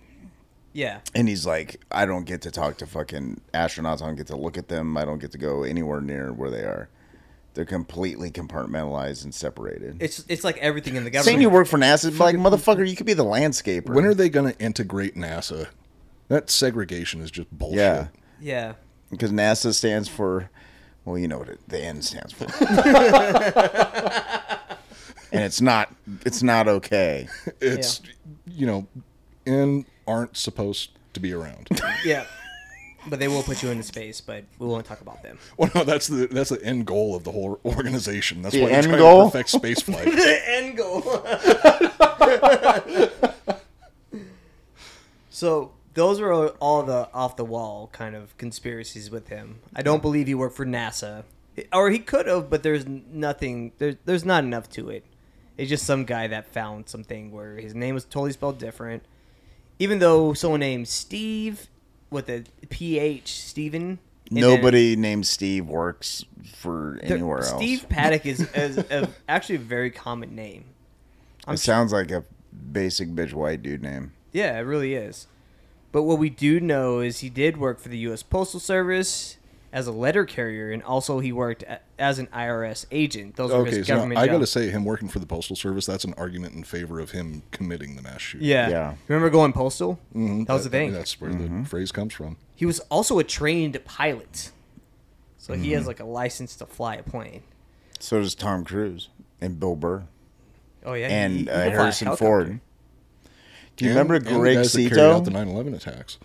[SPEAKER 2] yeah,
[SPEAKER 3] And he's like, I don't get to talk to fucking astronauts. I don't get to look at them. I don't get to go anywhere near where they are. They're completely compartmentalized and separated.
[SPEAKER 2] it's it's like everything in the government.
[SPEAKER 3] Saying you work for NASA, but like motherfucker, you could be the landscaper.
[SPEAKER 4] When are they going to integrate NASA? That segregation is just bullshit.
[SPEAKER 3] yeah,
[SPEAKER 2] yeah,
[SPEAKER 3] because NASA stands for, well, you know what it, the N stands for. and it's not, it's not okay.
[SPEAKER 4] It's you know, and aren't supposed to be around.
[SPEAKER 2] yeah. But they will put you into space, but we won't talk about them.
[SPEAKER 4] well, no, that's the that's the end goal of the whole organization. That's
[SPEAKER 3] The
[SPEAKER 4] why they're
[SPEAKER 3] end
[SPEAKER 4] trying
[SPEAKER 3] goal?
[SPEAKER 4] to perfect space flight.
[SPEAKER 2] the end goal. so those are all the off the wall kind of conspiracies with him. I don't believe he worked for NASA, or he could have, but there's nothing. There, there's not enough to it. It's just some guy that found something where his name was totally spelled different. Even though someone named Steve with a PH, Steven. and then-
[SPEAKER 3] Nobody named Steve works for
[SPEAKER 2] there-
[SPEAKER 3] anywhere else.
[SPEAKER 2] Steve Paddock is, is a, actually a very common name.
[SPEAKER 3] it sounds like a basic bitch white dude name.
[SPEAKER 2] Yeah, it really is. But what we do know is he did work for the U.S. Postal Service as a letter carrier, and also he worked a- as an IRS agent. Those were
[SPEAKER 4] okay,
[SPEAKER 2] his
[SPEAKER 4] so
[SPEAKER 2] government
[SPEAKER 4] now I got to
[SPEAKER 2] jobs.
[SPEAKER 4] say, him working for the postal service—that's an argument in favor of him committing the mass shooting.
[SPEAKER 2] yeah.
[SPEAKER 3] Yeah.
[SPEAKER 2] Remember going postal? That was the
[SPEAKER 4] I mean,
[SPEAKER 2] thing.
[SPEAKER 4] That's where
[SPEAKER 3] Mm-hmm.
[SPEAKER 4] the phrase comes from.
[SPEAKER 2] He was also a trained pilot, so he has like a license to fly a plane.
[SPEAKER 3] So does Tom Cruise and Bill Burr.
[SPEAKER 2] Oh yeah, he- he
[SPEAKER 3] and
[SPEAKER 2] can
[SPEAKER 3] uh,
[SPEAKER 2] fly a
[SPEAKER 3] Harrison
[SPEAKER 2] helicopter.
[SPEAKER 3] Ford. Do you
[SPEAKER 4] And-
[SPEAKER 3] remember
[SPEAKER 4] and the
[SPEAKER 3] Greg
[SPEAKER 4] guys that carried out
[SPEAKER 3] Sito?
[SPEAKER 4] the
[SPEAKER 3] Do
[SPEAKER 4] 9/11 attacks.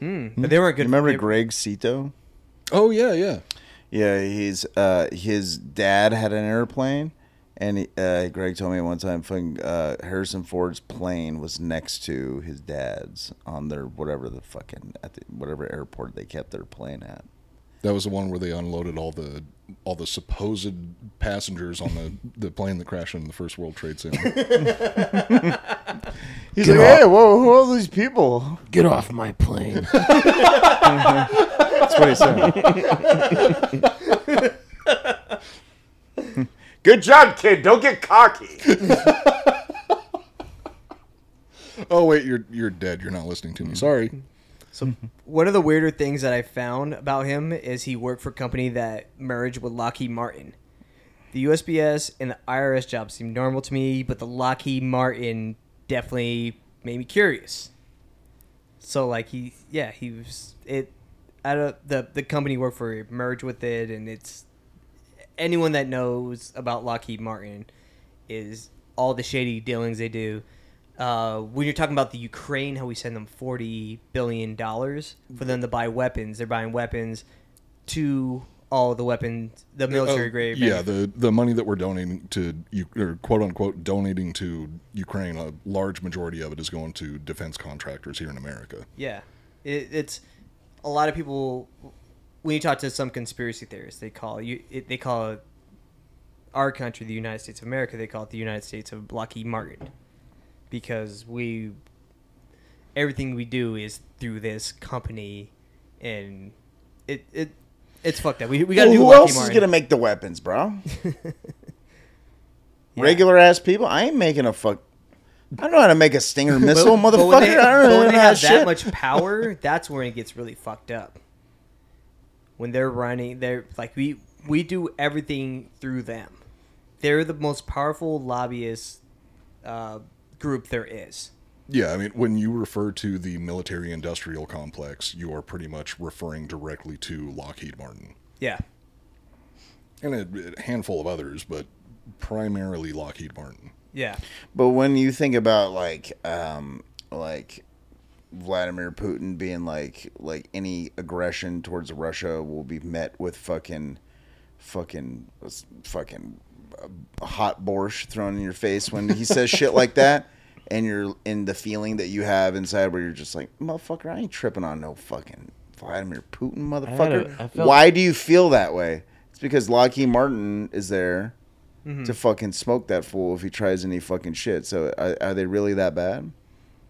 [SPEAKER 2] But they weren't good.
[SPEAKER 3] you remember
[SPEAKER 2] they-
[SPEAKER 3] Greg Sito?
[SPEAKER 4] Oh yeah, yeah.
[SPEAKER 3] Yeah, he's uh, his dad had an airplane, and he, uh, Greg told me one time, fucking, uh, Harrison Ford's plane was next to his dad's on their whatever the fucking at the, whatever airport they kept their plane at.
[SPEAKER 4] That was the one where they unloaded all the all the supposed passengers on the, the plane that crashed in the first World Trade Center.
[SPEAKER 3] He's
[SPEAKER 5] Get
[SPEAKER 3] like,
[SPEAKER 5] off.
[SPEAKER 3] hey, whoa, who are all these people?
[SPEAKER 5] Get off my plane.
[SPEAKER 3] That's what he said. Good job, kid. Don't get cocky.
[SPEAKER 4] oh wait, you're you're dead. You're not listening
[SPEAKER 3] Mm.
[SPEAKER 4] to me. Sorry.
[SPEAKER 2] So one of the weirder things that I found about him is he worked for a company that merged with Lockheed Martin. The USPS and the IRS job seemed normal to me, but the Lockheed Martin definitely made me curious. So like he, yeah, he was it. I don't the the company he worked for merged with it, and it's anyone that knows about Lockheed Martin is all the shady dealings they do. Uh, when you're talking about the Ukraine, how we send them forty billion dollars for them to buy weapons, they're buying weapons to all the weapons, the military
[SPEAKER 4] Oh,
[SPEAKER 2] grade.
[SPEAKER 4] yeah, the the money that we're donating to U- or quote unquote donating to Ukraine, a large majority of it is going to defense contractors here in America.
[SPEAKER 2] Yeah, it, it's a lot of people when you talk to some conspiracy theorists, they call you it, they call it our country the United States of America. They call it the United States of Lockheed Martin because we everything we do is through this company, and it it it's fucked up. We we got to
[SPEAKER 3] Well,
[SPEAKER 2] do
[SPEAKER 3] who
[SPEAKER 2] Lockheed
[SPEAKER 3] else
[SPEAKER 2] Martin.
[SPEAKER 3] is gonna make the weapons, bro? Regular ass people. I ain't making a fuck. I don't know how to make a Stinger missile,
[SPEAKER 2] But- but
[SPEAKER 3] motherfucker.
[SPEAKER 2] when they,
[SPEAKER 3] I don't
[SPEAKER 2] but when
[SPEAKER 3] know
[SPEAKER 2] they
[SPEAKER 3] how
[SPEAKER 2] have
[SPEAKER 3] shit.
[SPEAKER 2] that much power, that's when it gets really fucked up. When they're running, they're like we we do everything through them. They're the most powerful lobbyist uh, group there is.
[SPEAKER 4] Yeah, I mean, when you refer to the military industrial complex, you are pretty much referring directly to Lockheed Martin
[SPEAKER 2] Yeah,
[SPEAKER 4] and a, a handful of others, but primarily Lockheed Martin.
[SPEAKER 2] yeah,
[SPEAKER 3] But when you think about like um like Vladimir Putin being like like any aggression towards Russia will be met with fucking fucking fucking uh, hot borscht thrown in your face when he says shit like that and you're in the feeling that you have inside where you're just like motherfucker I ain't tripping on no fucking Vladimir Putin motherfucker
[SPEAKER 5] I felt-
[SPEAKER 3] why do you feel that way it's because Lockheed Martin is there
[SPEAKER 5] Mm-hmm.
[SPEAKER 3] to fucking smoke that fool if he tries any fucking shit. So are, are they really that bad?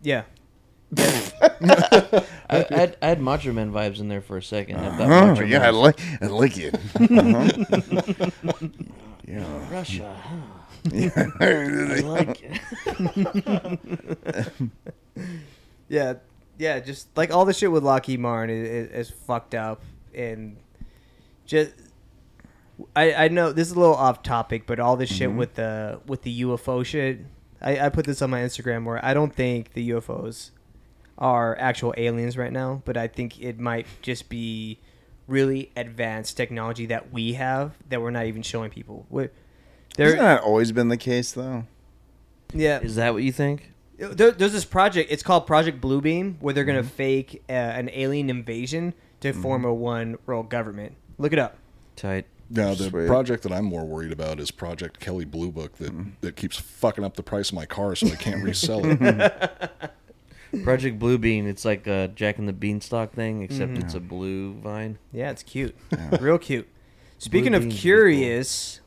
[SPEAKER 2] yeah.
[SPEAKER 5] I, I, had, I had Macho Man vibes in there for a second. I thought Macho Man was
[SPEAKER 3] like Uh-huh, Oh, I like it.
[SPEAKER 5] Russia. huh? I
[SPEAKER 3] Yeah.
[SPEAKER 5] like it.
[SPEAKER 2] Yeah, yeah, just like all the shit with Lockheed Martin is, is, is fucked up, and just I I know this is a little off topic, but all this shit with the with the UFO shit, I, I put this on my Instagram where I don't think the UFOs are actual aliens right now, but I think it might just be really advanced technology that we have that we're not even showing people. What
[SPEAKER 3] Hasn't
[SPEAKER 2] there,
[SPEAKER 3] that always been the case though?
[SPEAKER 2] yeah,
[SPEAKER 5] Is that what you think?
[SPEAKER 2] there, there's this project. It's called Project Bluebeam, where they're gonna fake uh, an alien invasion to form a one world government. Look it up.
[SPEAKER 5] Tight.
[SPEAKER 4] Now, the
[SPEAKER 3] Sweet.
[SPEAKER 4] project that I'm more worried about is Project Kelly Blue Book that, that keeps fucking up the price of my car so I can't resell it.
[SPEAKER 5] Project Blue Bean. It's like a Jack and the Beanstalk thing, except it's a blue vine.
[SPEAKER 2] Yeah, it's cute, real cute. Speaking
[SPEAKER 5] Bluebeam's
[SPEAKER 2] of
[SPEAKER 5] pretty cool.
[SPEAKER 2] curious,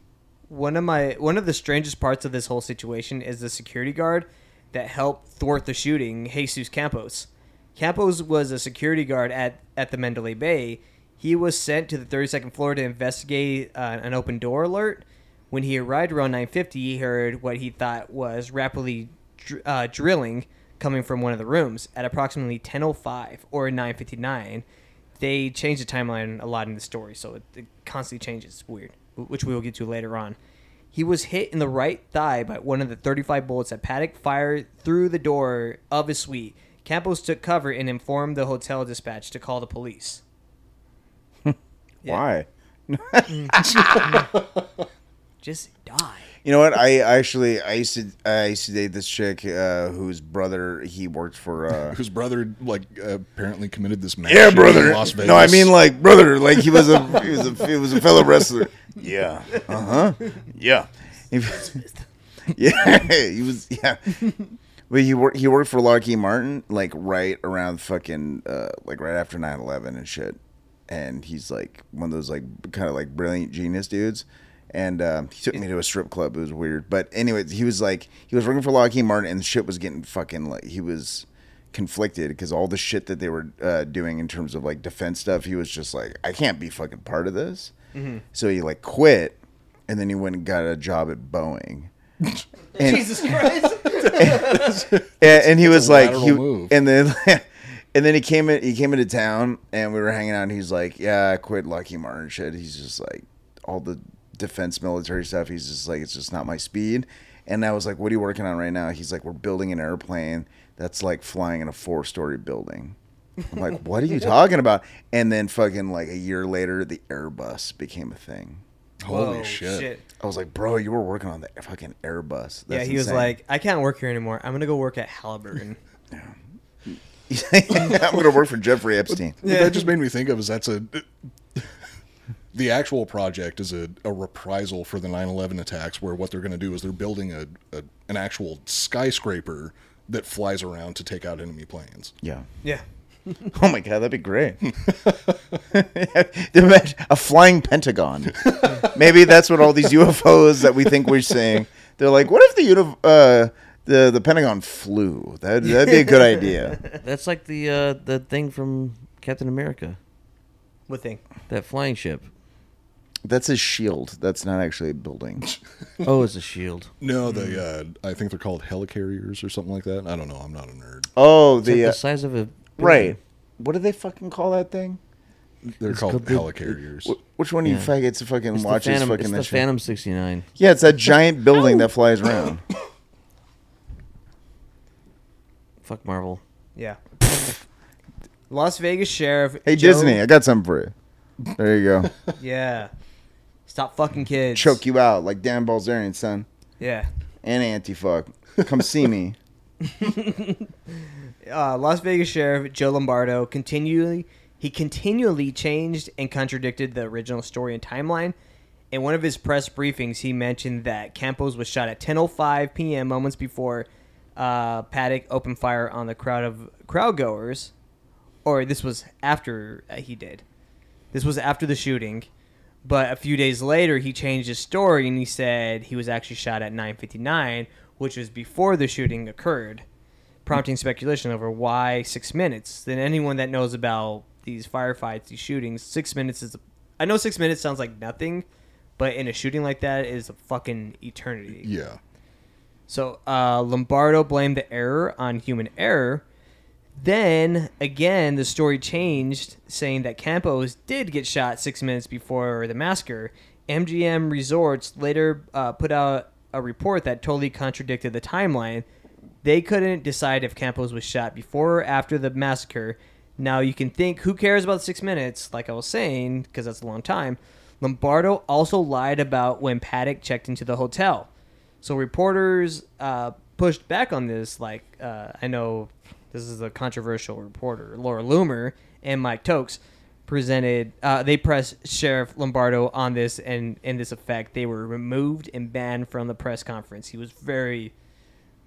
[SPEAKER 2] one of my one of the strangest parts of this whole situation is the security guard that helped thwart the shooting, Jesus Campos. Campos was a security guard at at the Mandalay Bay. He was sent to the 32nd floor to investigate uh, an open door alert. When he arrived around 9:50, he heard what he thought was rapidly dr- uh, drilling coming from one of the rooms at approximately 10:05 or 9:59. They change the timeline a lot in the story, so it, it constantly changes. It's weird, wh- which we will get to later on. He was hit in the right thigh by one of the 35 bullets that Paddock fired through the door of his suite. Campos took cover and informed the hotel dispatch to call the police.
[SPEAKER 3] Why?
[SPEAKER 2] Just die.
[SPEAKER 3] You know what? I actually I used to I used to date this chick uh, whose brother he worked for. Uh,
[SPEAKER 4] Whose brother, like, apparently committed this mass
[SPEAKER 3] yeah,
[SPEAKER 4] shooting in
[SPEAKER 3] brother.
[SPEAKER 4] Las Vegas.
[SPEAKER 3] No, I mean like brother. Like he was a he was a he was a fellow wrestler. Yeah. Uh huh. Yeah. He was- yeah. He was yeah. But he worked he worked for Lockheed Martin like right around fucking uh, like right after 9-11 and shit. And he's like one of those like kind of like brilliant genius dudes. And um, he took me to a strip club. It was weird, but anyways, he was like he was working for Lockheed Martin, and shit was getting fucking like he was conflicted because all the shit that they were uh, doing in terms of like defense stuff, he was just like, I can't be fucking part of this. So he like quit, and then he went and got a job at Boeing. and,
[SPEAKER 2] Jesus Christ.
[SPEAKER 3] and, and he was like,
[SPEAKER 4] lateral
[SPEAKER 3] he,
[SPEAKER 4] move.
[SPEAKER 3] and then, and then he came in, he came into town, and we were hanging out, and he's like, yeah, I quit Lucky Martin shit. He's just like, all the defense military stuff. He's just like, it's just not my speed. And I was like, what are you working on right now? He's like, we're building an airplane that's like flying in a four story building. I'm like, what are you talking about? And then fucking like a year later, the Airbus became a thing.
[SPEAKER 4] Holy
[SPEAKER 2] Whoa,
[SPEAKER 4] shit.
[SPEAKER 3] I was like, bro, you were working on the fucking Airbus.
[SPEAKER 2] Yeah,
[SPEAKER 3] That's
[SPEAKER 2] he was
[SPEAKER 3] insane."
[SPEAKER 2] like, I can't work here anymore. I'm going to go work at Halliburton.
[SPEAKER 3] I'm going to work for Jeffrey Epstein.
[SPEAKER 4] What that just made me think of is that's a. The actual project is a, a reprisal for the 9 11 attacks, where what they're going to do is they're building a, a an actual skyscraper that flies around to take out enemy planes.
[SPEAKER 3] Yeah.
[SPEAKER 2] yeah.
[SPEAKER 3] Oh my god, that'd be great. Imagine a flying pentagon. Maybe that's what all these UFOs that we think we're seeing. They're like, what if the uni- uh, the the Pentagon flew? That that'd be a good idea.
[SPEAKER 5] That's like the uh, the thing from Captain America,
[SPEAKER 2] What thing?
[SPEAKER 5] that flying ship.
[SPEAKER 3] That's a shield. That's not actually a building.
[SPEAKER 5] Oh, it's a shield.
[SPEAKER 4] No, they. Uh, I think they're called helicarriers or something like that. I don't know. I'm not a nerd.
[SPEAKER 3] Oh,
[SPEAKER 5] It's like
[SPEAKER 3] the uh,
[SPEAKER 5] the size of a
[SPEAKER 3] right. What do they fucking call that thing?
[SPEAKER 4] They're
[SPEAKER 5] It's
[SPEAKER 4] called
[SPEAKER 5] called the-
[SPEAKER 4] helicarriers.
[SPEAKER 3] Wh- Which one of you
[SPEAKER 5] Yeah.
[SPEAKER 3] faggots fucking
[SPEAKER 5] It's the
[SPEAKER 3] watches
[SPEAKER 5] Phantom.
[SPEAKER 3] fucking
[SPEAKER 5] It's the
[SPEAKER 3] that shit?
[SPEAKER 5] Phantom sixty nine.
[SPEAKER 3] Yeah, it's that giant building that flies around.
[SPEAKER 5] Fuck Marvel.
[SPEAKER 2] Yeah. Las Vegas sheriff.
[SPEAKER 3] Hey
[SPEAKER 2] Joe-
[SPEAKER 3] Disney, I got something for you. There you go.
[SPEAKER 2] Yeah. Stop fucking kids.
[SPEAKER 3] Choke you out like Dan Balzerian, son.
[SPEAKER 2] Yeah.
[SPEAKER 3] and anti fuck. Come see me.
[SPEAKER 2] uh, Las Vegas Sheriff Joe Lombardo continually he continually changed and contradicted the original story and timeline. In one of his press briefings, he mentioned that Campos was shot at 10:05 p.m. moments before uh, Paddock opened fire on the crowd of crowd goers, or this was after uh, he did. This was after the shooting, but a few days later he changed his story and he said he was actually shot at 9:59, which was before the shooting occurred prompting speculation over why six minutes. Then anyone that knows about these firefights, these shootings, six minutes is. I know six minutes sounds like nothing, but in a shooting like that is a fucking eternity.
[SPEAKER 4] Yeah.
[SPEAKER 2] So uh, Lombardo blamed the error on human error. Then again, the story changed, saying that Campos did get shot six minutes before the massacre. MGM Resorts later uh, put out a report that totally contradicted the timeline. They couldn't decide if Campos was shot before or after the massacre. Now you can think, who cares about six minutes? Like I was saying, because that's a long time. Lombardo also lied about when Paddock checked into the hotel. So reporters uh, pushed back on this. Like uh, I know this is a controversial reporter, Laura Loomer and Mike Tokes presented. Uh, they pressed Sheriff Lombardo on this, and in this effect, they were removed and banned from the press conference. He was very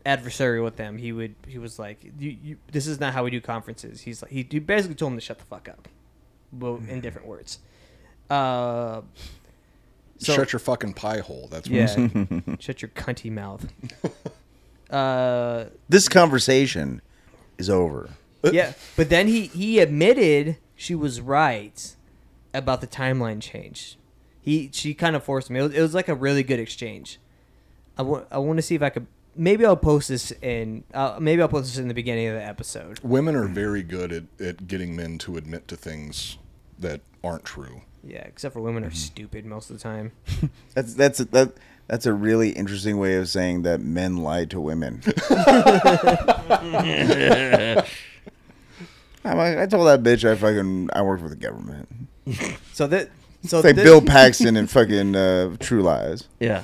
[SPEAKER 2] adversarial with them. He would he was like, you, you, "This is not how we do conferences." He's like, he, he basically told him to shut the fuck up, well, in different words. Uh, so-
[SPEAKER 4] Shut your fucking pie hole. That's what I'm
[SPEAKER 2] yeah.
[SPEAKER 4] saying.
[SPEAKER 2] Shut your cunty mouth. Uh,
[SPEAKER 3] This conversation is over.
[SPEAKER 2] yeah, but then he he admitted she was right about the timeline change. He she kind of forced me. It was, it was like a really good exchange. I want I want to see if I could. Maybe I'll post this in. Uh, maybe I'll post this in the beginning of the episode.
[SPEAKER 4] Women
[SPEAKER 3] Hmm.
[SPEAKER 4] are very good at, at getting men to admit to things that aren't true.
[SPEAKER 2] Yeah, except for women are stupid most of the time.
[SPEAKER 3] That's that's that that's a really interesting way of saying that men lie to women. I'm like, I told that bitch I fucking I work for the government.
[SPEAKER 2] So that so
[SPEAKER 3] It's like
[SPEAKER 2] thi-
[SPEAKER 3] Bill Paxton and fucking uh, True Lies.
[SPEAKER 5] Yeah.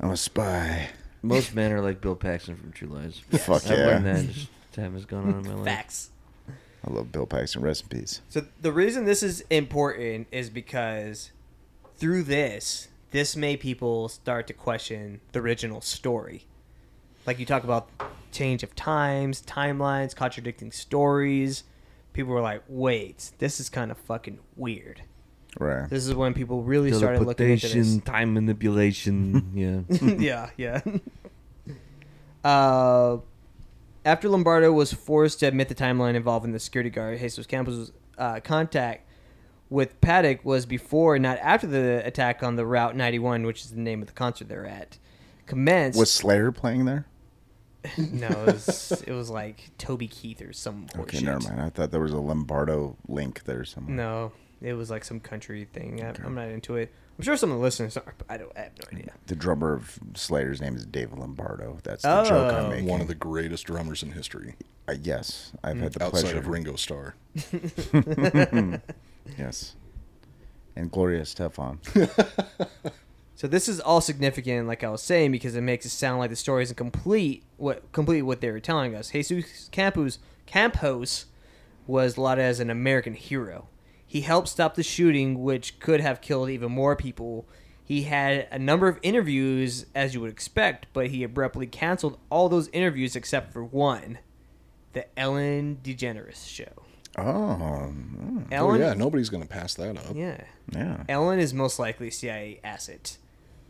[SPEAKER 3] I'm a spy.
[SPEAKER 5] Most men are like Bill Paxton from True Lies.
[SPEAKER 3] Fuck
[SPEAKER 5] I've learned
[SPEAKER 3] yeah.
[SPEAKER 5] that as time has gone on in my life.
[SPEAKER 2] facts.
[SPEAKER 3] I love Bill Paxton. Rest in peace.
[SPEAKER 2] So the reason this is important is because through this, this made people start to question the original story. Like you talk about change of times, timelines, contradicting stories. People were like, "Wait, this is kind of fucking weird."
[SPEAKER 3] Right.
[SPEAKER 2] This is when people really started looking into this.
[SPEAKER 5] Teleportation, time manipulation. Yeah.
[SPEAKER 2] yeah, yeah. uh, after Lombardo was forced to admit the timeline involving the security guard, Jesus Campos' uh, contact with Paddock was before, not after the attack on the Route 91, which is the name of the concert they're at, commenced.
[SPEAKER 3] Was Slayer playing there?
[SPEAKER 2] no, it was, it was like Toby Keith or some.
[SPEAKER 4] Oh,
[SPEAKER 3] Okay,
[SPEAKER 2] horseshit.
[SPEAKER 3] never mind. I thought there was a Lombardo link there somewhere.
[SPEAKER 2] No, it was like some country thing. I, I'm not into it. I'm sure some of the listeners are, but I don't. I have no idea.
[SPEAKER 3] The drummer of Slayer's name is Dave Lombardo. That's the joke
[SPEAKER 2] Oh.
[SPEAKER 3] I'm making.
[SPEAKER 4] One of the greatest drummers in history,
[SPEAKER 3] Uh, yes, I've had the
[SPEAKER 4] outside
[SPEAKER 3] pleasure.
[SPEAKER 4] of Ringo Starr.
[SPEAKER 3] Yes, and Gloria Stefan.
[SPEAKER 2] So this is all significant, like I was saying, because it makes it sound like the story isn't complete. What complete what they were telling us. Jesus Campos Campos was lauded as an American hero. He helped stop the shooting, which could have killed even more people. He had a number of interviews, as you would expect, but he abruptly canceled all those interviews except for one the Ellen DeGeneres show.
[SPEAKER 3] Oh,
[SPEAKER 2] Ellen,
[SPEAKER 4] Oh yeah, nobody's gonna pass that up.
[SPEAKER 2] yeah.
[SPEAKER 3] yeah.
[SPEAKER 2] Ellen is most likely CIA asset,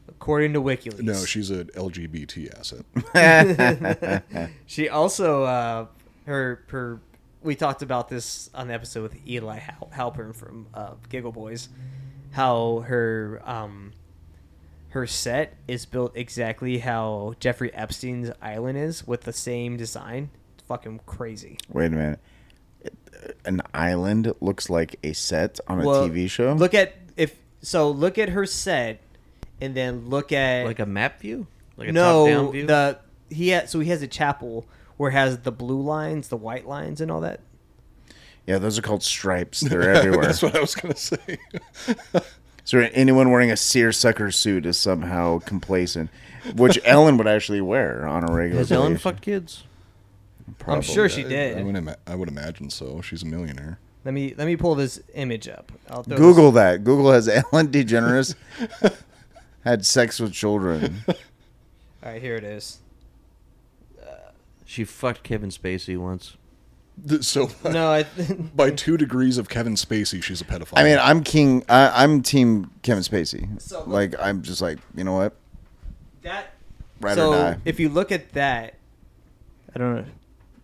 [SPEAKER 2] according to WikiLeaks.
[SPEAKER 4] No, she's an LGBT asset.
[SPEAKER 2] She also uh, her her. We talked about this on the episode with Eli Hal- Halpern from uh, Giggle Boys, how her um, her set is built exactly how Jeffrey Epstein's island is with the same design. It's fucking crazy.
[SPEAKER 3] Wait a minute. An island looks like a set on a
[SPEAKER 2] Well,
[SPEAKER 3] TV show.
[SPEAKER 2] Look at if so. Look at her set, and then look at
[SPEAKER 5] Like a map view? Like a
[SPEAKER 2] no
[SPEAKER 5] top-down view?
[SPEAKER 2] the he ha so he has a chapel where it has the blue lines, the white lines, and all that.
[SPEAKER 3] yeah, those are called stripes. They're everywhere.
[SPEAKER 4] That's what I was gonna say.
[SPEAKER 3] So anyone wearing a seersucker suit is somehow complacent, which Ellen would actually wear on a regular.
[SPEAKER 5] Does Ellen
[SPEAKER 3] basis.
[SPEAKER 5] fuck kids?
[SPEAKER 2] I'm sure she did.
[SPEAKER 4] I would, ima- I would imagine so. She's a millionaire.
[SPEAKER 2] Let me let me pull this image up. I'll throw
[SPEAKER 3] Google that. Google has Ellen DeGeneres had sex with children.
[SPEAKER 2] this- All right, here it is.
[SPEAKER 5] She fucked Kevin Spacey once.
[SPEAKER 4] Th- So
[SPEAKER 2] No, I,
[SPEAKER 4] by two degrees of Kevin Spacey, she's a pedophile.
[SPEAKER 3] I mean, I'm king. I, I'm team Kevin Spacey.
[SPEAKER 2] So-
[SPEAKER 3] like, I'm just like, you know what?
[SPEAKER 2] that.
[SPEAKER 3] Ride
[SPEAKER 2] so
[SPEAKER 3] or die.
[SPEAKER 2] if you look at that, I don't know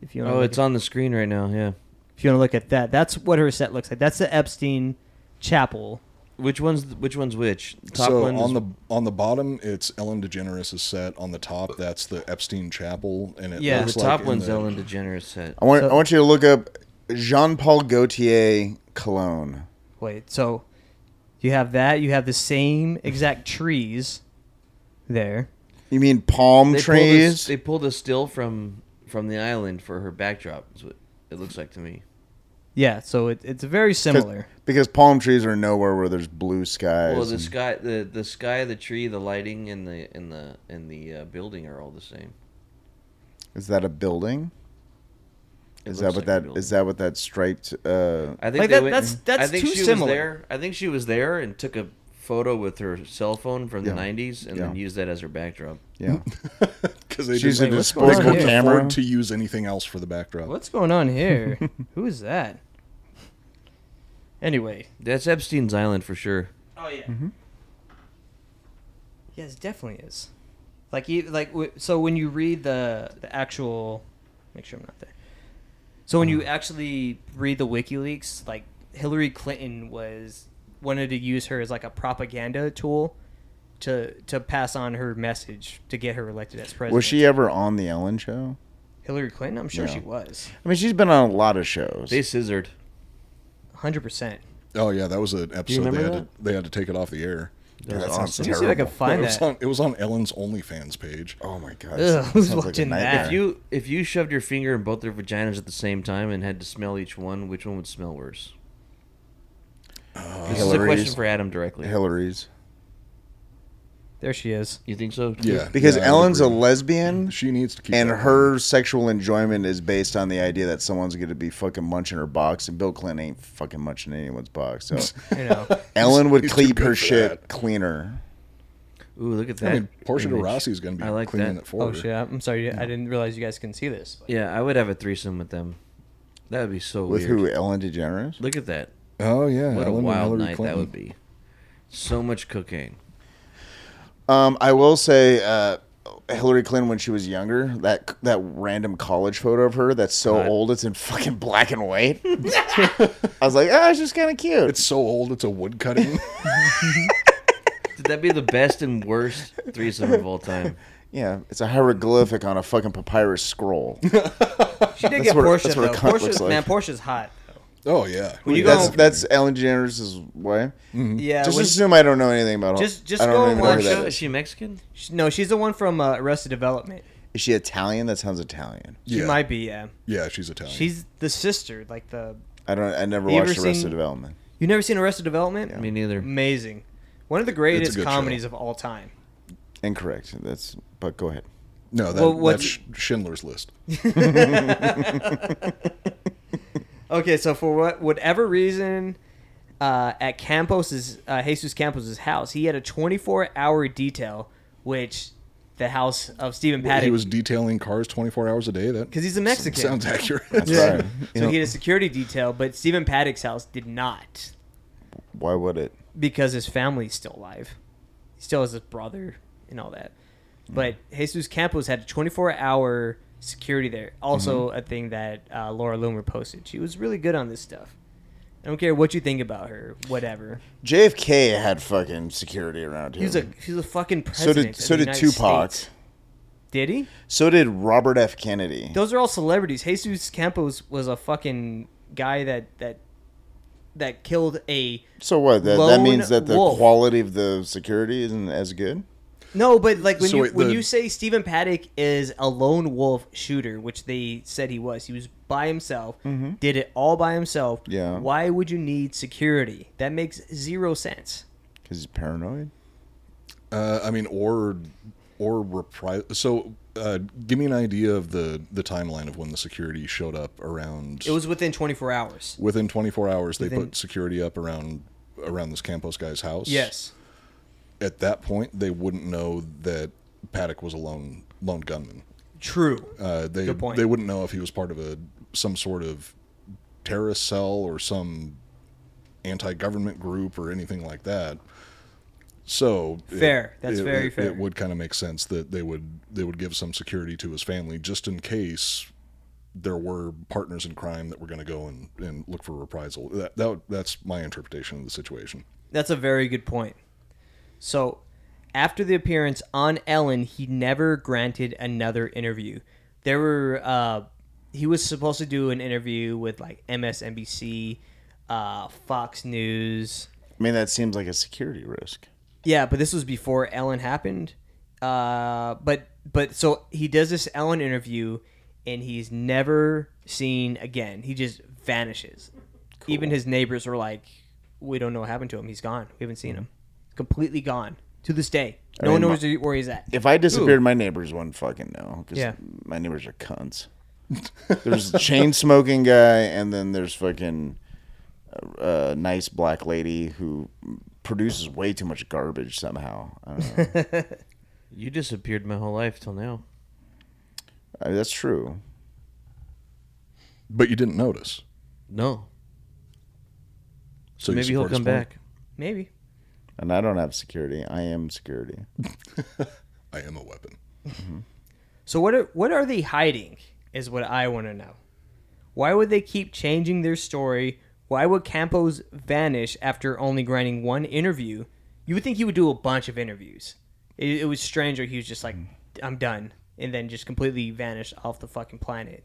[SPEAKER 2] if you want.
[SPEAKER 5] Oh,
[SPEAKER 2] to
[SPEAKER 5] it's on the screen right now, yeah.
[SPEAKER 2] If you want to look at that, that's what her set looks like. That's the Epstein chapel.
[SPEAKER 5] Which one's which one's which? Top
[SPEAKER 4] so
[SPEAKER 5] one
[SPEAKER 4] on
[SPEAKER 5] is,
[SPEAKER 4] the on the bottom, it's Ellen DeGeneres' set. On the top, that's the Epstein Chapel, and it
[SPEAKER 2] Yeah,
[SPEAKER 4] looks
[SPEAKER 5] the
[SPEAKER 4] like
[SPEAKER 5] top
[SPEAKER 4] in
[SPEAKER 5] one's
[SPEAKER 4] the-
[SPEAKER 5] Ellen DeGeneres set.
[SPEAKER 3] I want I want you to look up Jean Paul Gaultier cologne.
[SPEAKER 2] Wait, so you have that. You have the same exact trees there.
[SPEAKER 3] You mean palm
[SPEAKER 5] They pulled, a,
[SPEAKER 3] trees?
[SPEAKER 5] they pulled a still from from the island for her backdrop. Is what it looks like to me.
[SPEAKER 2] Yeah, so it, it's very
[SPEAKER 3] 'Cause-
[SPEAKER 2] similar.
[SPEAKER 3] Because palm trees are nowhere where there's blue skies.
[SPEAKER 5] Well, the
[SPEAKER 3] and-
[SPEAKER 5] sky, the the sky, the tree, the lighting, and the and the and the uh, building are all the same.
[SPEAKER 3] Is that a building?
[SPEAKER 5] It
[SPEAKER 3] Is
[SPEAKER 5] looks
[SPEAKER 3] that what
[SPEAKER 5] like a
[SPEAKER 3] that
[SPEAKER 5] building.
[SPEAKER 3] is that what that striped? Uh,
[SPEAKER 5] I
[SPEAKER 2] Like
[SPEAKER 5] think they
[SPEAKER 2] that-
[SPEAKER 5] went-
[SPEAKER 2] that's- that's
[SPEAKER 5] I think
[SPEAKER 2] too
[SPEAKER 5] she
[SPEAKER 2] similar.
[SPEAKER 5] Was there. I think she was there and took a photo with her cell phone from
[SPEAKER 3] Yeah.
[SPEAKER 5] the '90s and then
[SPEAKER 3] Yeah.
[SPEAKER 5] used that as her backdrop.
[SPEAKER 3] yeah.
[SPEAKER 4] 'Cause they
[SPEAKER 3] She's
[SPEAKER 4] didn't-
[SPEAKER 3] a
[SPEAKER 4] they
[SPEAKER 3] disposable
[SPEAKER 4] couldn't
[SPEAKER 3] camera.
[SPEAKER 4] afford to use anything else for the backdrop.
[SPEAKER 2] What's going on here? Who is that? Anyway.
[SPEAKER 5] That's Epstein's island for sure.
[SPEAKER 2] Oh yeah.
[SPEAKER 3] Mm-hmm.
[SPEAKER 2] Yes, definitely is. Like you like w- so when you read the the actual make sure I'm not there. So when
[SPEAKER 3] Mm-hmm.
[SPEAKER 2] you actually read the WikiLeaks, like Hillary Clinton was wanted to use her as like a propaganda tool to to pass on her message to get her elected as president.
[SPEAKER 3] Was she ever on the Ellen Show?
[SPEAKER 2] Hillary Clinton? I'm sure
[SPEAKER 3] No.
[SPEAKER 2] she was.
[SPEAKER 3] I mean, she's been on a lot of shows.
[SPEAKER 5] They scissored.
[SPEAKER 2] 100%.
[SPEAKER 4] Oh yeah, that was an episode. They
[SPEAKER 5] remember
[SPEAKER 4] had, to,
[SPEAKER 5] that?
[SPEAKER 4] they had to take it off the air.
[SPEAKER 3] Dude, that sounds
[SPEAKER 2] Let me see if I can
[SPEAKER 3] terrible.
[SPEAKER 2] find
[SPEAKER 4] it, was
[SPEAKER 2] that.
[SPEAKER 4] on, it was on Ellen's OnlyFans page.
[SPEAKER 3] Oh my god!
[SPEAKER 2] Ugh, who's
[SPEAKER 3] sounds like a
[SPEAKER 2] watching that?
[SPEAKER 3] nightmare.
[SPEAKER 5] If you if you shoved your finger in both their vaginas at the same time and had to smell each one, which one would smell worse? this is a question
[SPEAKER 3] Hillary's,
[SPEAKER 5] for Adam directly.
[SPEAKER 3] Hillary's,
[SPEAKER 2] There she is.
[SPEAKER 5] you think so?
[SPEAKER 4] Yeah,
[SPEAKER 3] because
[SPEAKER 4] yeah, I would
[SPEAKER 3] Ellen's a
[SPEAKER 4] agree.
[SPEAKER 3] lesbian,
[SPEAKER 4] She needs to keep
[SPEAKER 3] and
[SPEAKER 4] that
[SPEAKER 3] her sexual enjoyment is based on the idea that someone's going to be fucking munching her box, and Bill Clinton ain't fucking munching anyone's box. So
[SPEAKER 2] You know. Oh,
[SPEAKER 3] Ellen would
[SPEAKER 4] He's too
[SPEAKER 3] keep
[SPEAKER 4] good
[SPEAKER 3] her
[SPEAKER 4] for
[SPEAKER 3] shit
[SPEAKER 4] that.
[SPEAKER 3] cleaner.
[SPEAKER 5] Ooh, look at
[SPEAKER 4] I
[SPEAKER 5] that.
[SPEAKER 4] mean, Portia de
[SPEAKER 5] image.
[SPEAKER 4] Rossi's going to be
[SPEAKER 5] I like
[SPEAKER 4] cleaning
[SPEAKER 5] that.
[SPEAKER 4] it for
[SPEAKER 2] Oh
[SPEAKER 4] her.
[SPEAKER 2] shit! I'm sorry. I didn't realize you guys can see this.
[SPEAKER 5] Yeah, I would have a threesome with them. That would be so
[SPEAKER 3] With
[SPEAKER 5] weird.
[SPEAKER 3] who? Ellen DeGeneres.
[SPEAKER 5] Look at that.
[SPEAKER 4] Oh yeah,
[SPEAKER 5] What
[SPEAKER 4] Ellen
[SPEAKER 5] a
[SPEAKER 4] and
[SPEAKER 5] wild
[SPEAKER 4] Hillary
[SPEAKER 5] night
[SPEAKER 4] Clinton.
[SPEAKER 5] that would be. So much cocaine.
[SPEAKER 3] Um, I will say, uh, Hillary Clinton when she was younger, that that random college photo of her that's so
[SPEAKER 5] God.
[SPEAKER 3] old it's in fucking black and white. I was like, oh, she's kind of cute.
[SPEAKER 4] It's so old. It's a wood cutting.
[SPEAKER 5] Did that be the best and worst threesome of all time?
[SPEAKER 3] yeah, it's a hieroglyphic on a fucking papyrus scroll.
[SPEAKER 2] She did
[SPEAKER 3] That's
[SPEAKER 2] get
[SPEAKER 3] what-
[SPEAKER 2] Portia
[SPEAKER 3] that's what a
[SPEAKER 2] though.
[SPEAKER 3] cunt
[SPEAKER 2] Portia,
[SPEAKER 3] looks like.
[SPEAKER 2] man, Portia's hot. Though.
[SPEAKER 4] oh yeah,
[SPEAKER 2] When you
[SPEAKER 3] that's
[SPEAKER 2] go-
[SPEAKER 3] that's Ellen DeGeneres' wife.
[SPEAKER 2] Yeah,
[SPEAKER 3] Just
[SPEAKER 2] when-
[SPEAKER 3] assume I don't know anything about her.
[SPEAKER 2] Just- just
[SPEAKER 3] I don't
[SPEAKER 2] go
[SPEAKER 3] even
[SPEAKER 2] and
[SPEAKER 3] know who
[SPEAKER 2] watch
[SPEAKER 3] that
[SPEAKER 5] Is
[SPEAKER 3] is.
[SPEAKER 5] she Mexican?
[SPEAKER 2] she- no, she's the one from uh, Arrested Development.
[SPEAKER 3] Is she Italian? That sounds Italian.
[SPEAKER 2] She
[SPEAKER 4] yeah,
[SPEAKER 2] might be. Yeah,
[SPEAKER 4] yeah, she's Italian.
[SPEAKER 2] she's the sister. Like the
[SPEAKER 3] I don't. I never
[SPEAKER 2] You ever
[SPEAKER 3] watched the rest
[SPEAKER 2] seen-
[SPEAKER 3] of Development.
[SPEAKER 2] you never seen Arrested Development?
[SPEAKER 5] Me neither.
[SPEAKER 2] Amazing. One of the greatest
[SPEAKER 4] good show.
[SPEAKER 2] comedies of all time.
[SPEAKER 3] Incorrect. That's. But go ahead.
[SPEAKER 4] no, that,
[SPEAKER 2] Well, what-
[SPEAKER 4] that's Sch- Schindler's List.
[SPEAKER 2] Okay, so for what whatever reason, uh, at Campos's uh, Jesus Campos's house, he had a 24 hour detail, which the house of Stephen Paddock.
[SPEAKER 4] He was detailing cars 24 hours a day. That
[SPEAKER 2] because he's a Mexican.
[SPEAKER 4] sounds accurate.
[SPEAKER 3] That's right. You
[SPEAKER 2] so
[SPEAKER 3] know,
[SPEAKER 2] he had a security detail, but Stephen Paddock's house did not
[SPEAKER 3] why would it?
[SPEAKER 2] because his family's still alive. He still has his brother and all that.
[SPEAKER 3] Mm-hmm.
[SPEAKER 2] But Jesus Campos had a 24 hour security there. Also,
[SPEAKER 3] Mm-hmm.
[SPEAKER 2] a thing that uh, Laura Loomer posted. She was really good on this stuff. I don't care what you think about her, whatever.
[SPEAKER 3] JFK had fucking security around him.
[SPEAKER 2] He's a he's a fucking
[SPEAKER 3] Mm. so
[SPEAKER 2] president.
[SPEAKER 3] did
[SPEAKER 2] of
[SPEAKER 3] so
[SPEAKER 2] the
[SPEAKER 3] did
[SPEAKER 2] United
[SPEAKER 3] Tupac.
[SPEAKER 2] States. Did he?
[SPEAKER 3] So did Robert F. Kennedy.
[SPEAKER 2] Those are all celebrities. Jesus Campos was a fucking guy that that that killed a
[SPEAKER 3] So what? That, that
[SPEAKER 2] Lone
[SPEAKER 3] means that the
[SPEAKER 2] wolf.
[SPEAKER 3] quality of the security isn't as good.
[SPEAKER 2] No, but like when
[SPEAKER 4] So
[SPEAKER 2] you
[SPEAKER 4] wait,
[SPEAKER 2] when
[SPEAKER 4] the-
[SPEAKER 2] you say Stephen Paddock is a lone wolf shooter, which they said he was, he was by himself,
[SPEAKER 4] Mm-hmm.
[SPEAKER 2] did it all by himself.
[SPEAKER 3] Yeah.
[SPEAKER 2] Why would you need security? That makes zero sense.
[SPEAKER 3] Because he's paranoid.
[SPEAKER 4] Uh, I mean, or or reprise. So, uh, give me an idea of the the timeline of when the security showed up around.
[SPEAKER 2] It was within 24 hours.
[SPEAKER 4] within 24 hours. They
[SPEAKER 2] Within-
[SPEAKER 4] put security up around around this Campos guy's house.
[SPEAKER 2] Yes.
[SPEAKER 4] At that point, they wouldn't know that Paddock was a lone lone gunman.
[SPEAKER 2] True.
[SPEAKER 4] Uh, they
[SPEAKER 2] Good point.
[SPEAKER 4] they wouldn't know if he was part of a some sort of terrorist cell or some anti-government group or anything like that. So it-
[SPEAKER 2] Fair. That's
[SPEAKER 4] it-
[SPEAKER 2] very
[SPEAKER 4] it-
[SPEAKER 2] fair.
[SPEAKER 4] It would kind of make sense that they would they would give some security to his family just in case there were partners in crime that were going to go and, and look for reprisal. That, that would- that's my interpretation of the situation.
[SPEAKER 2] That's a very good point. So, after the appearance on Ellen, he never granted another interview. There were uh, he was supposed to do an interview with like MSNBC, uh, Fox News.
[SPEAKER 3] I mean, that seems like a security risk.
[SPEAKER 2] Yeah, but this was before Ellen happened. Uh, but but so he does this Ellen interview, and he's never seen again. He just vanishes. Even his neighbors were like, "We don't know what happened to him. He's gone. We haven't seen him. Completely gone to this day. No
[SPEAKER 3] mean,
[SPEAKER 2] one knows where he's at."
[SPEAKER 3] If I disappeared, my neighbors wouldn't fucking know. 'cause
[SPEAKER 2] Yeah.
[SPEAKER 3] my neighbors are cunts. there's the chain smoking guy, and then there's fucking a uh, nice black lady who produces way too much garbage somehow. I don't know.
[SPEAKER 5] You disappeared my whole life till now.
[SPEAKER 3] I mean, that's true.
[SPEAKER 4] But you didn't notice.
[SPEAKER 5] No.
[SPEAKER 4] So you
[SPEAKER 5] Maybe he'll
[SPEAKER 4] support his
[SPEAKER 5] come
[SPEAKER 4] plan?
[SPEAKER 5] back.
[SPEAKER 2] Maybe.
[SPEAKER 3] And I don't have security. I am security.
[SPEAKER 4] I am a weapon.
[SPEAKER 2] So what are, what are they hiding is what I want to know. Why would they keep changing their story? Why would Campos vanish after only grinding one interview? You would think he would do a bunch of interviews. It, it was strange or he was just like,
[SPEAKER 5] Hmm.
[SPEAKER 2] I'm done, and then just completely vanished off the fucking planet.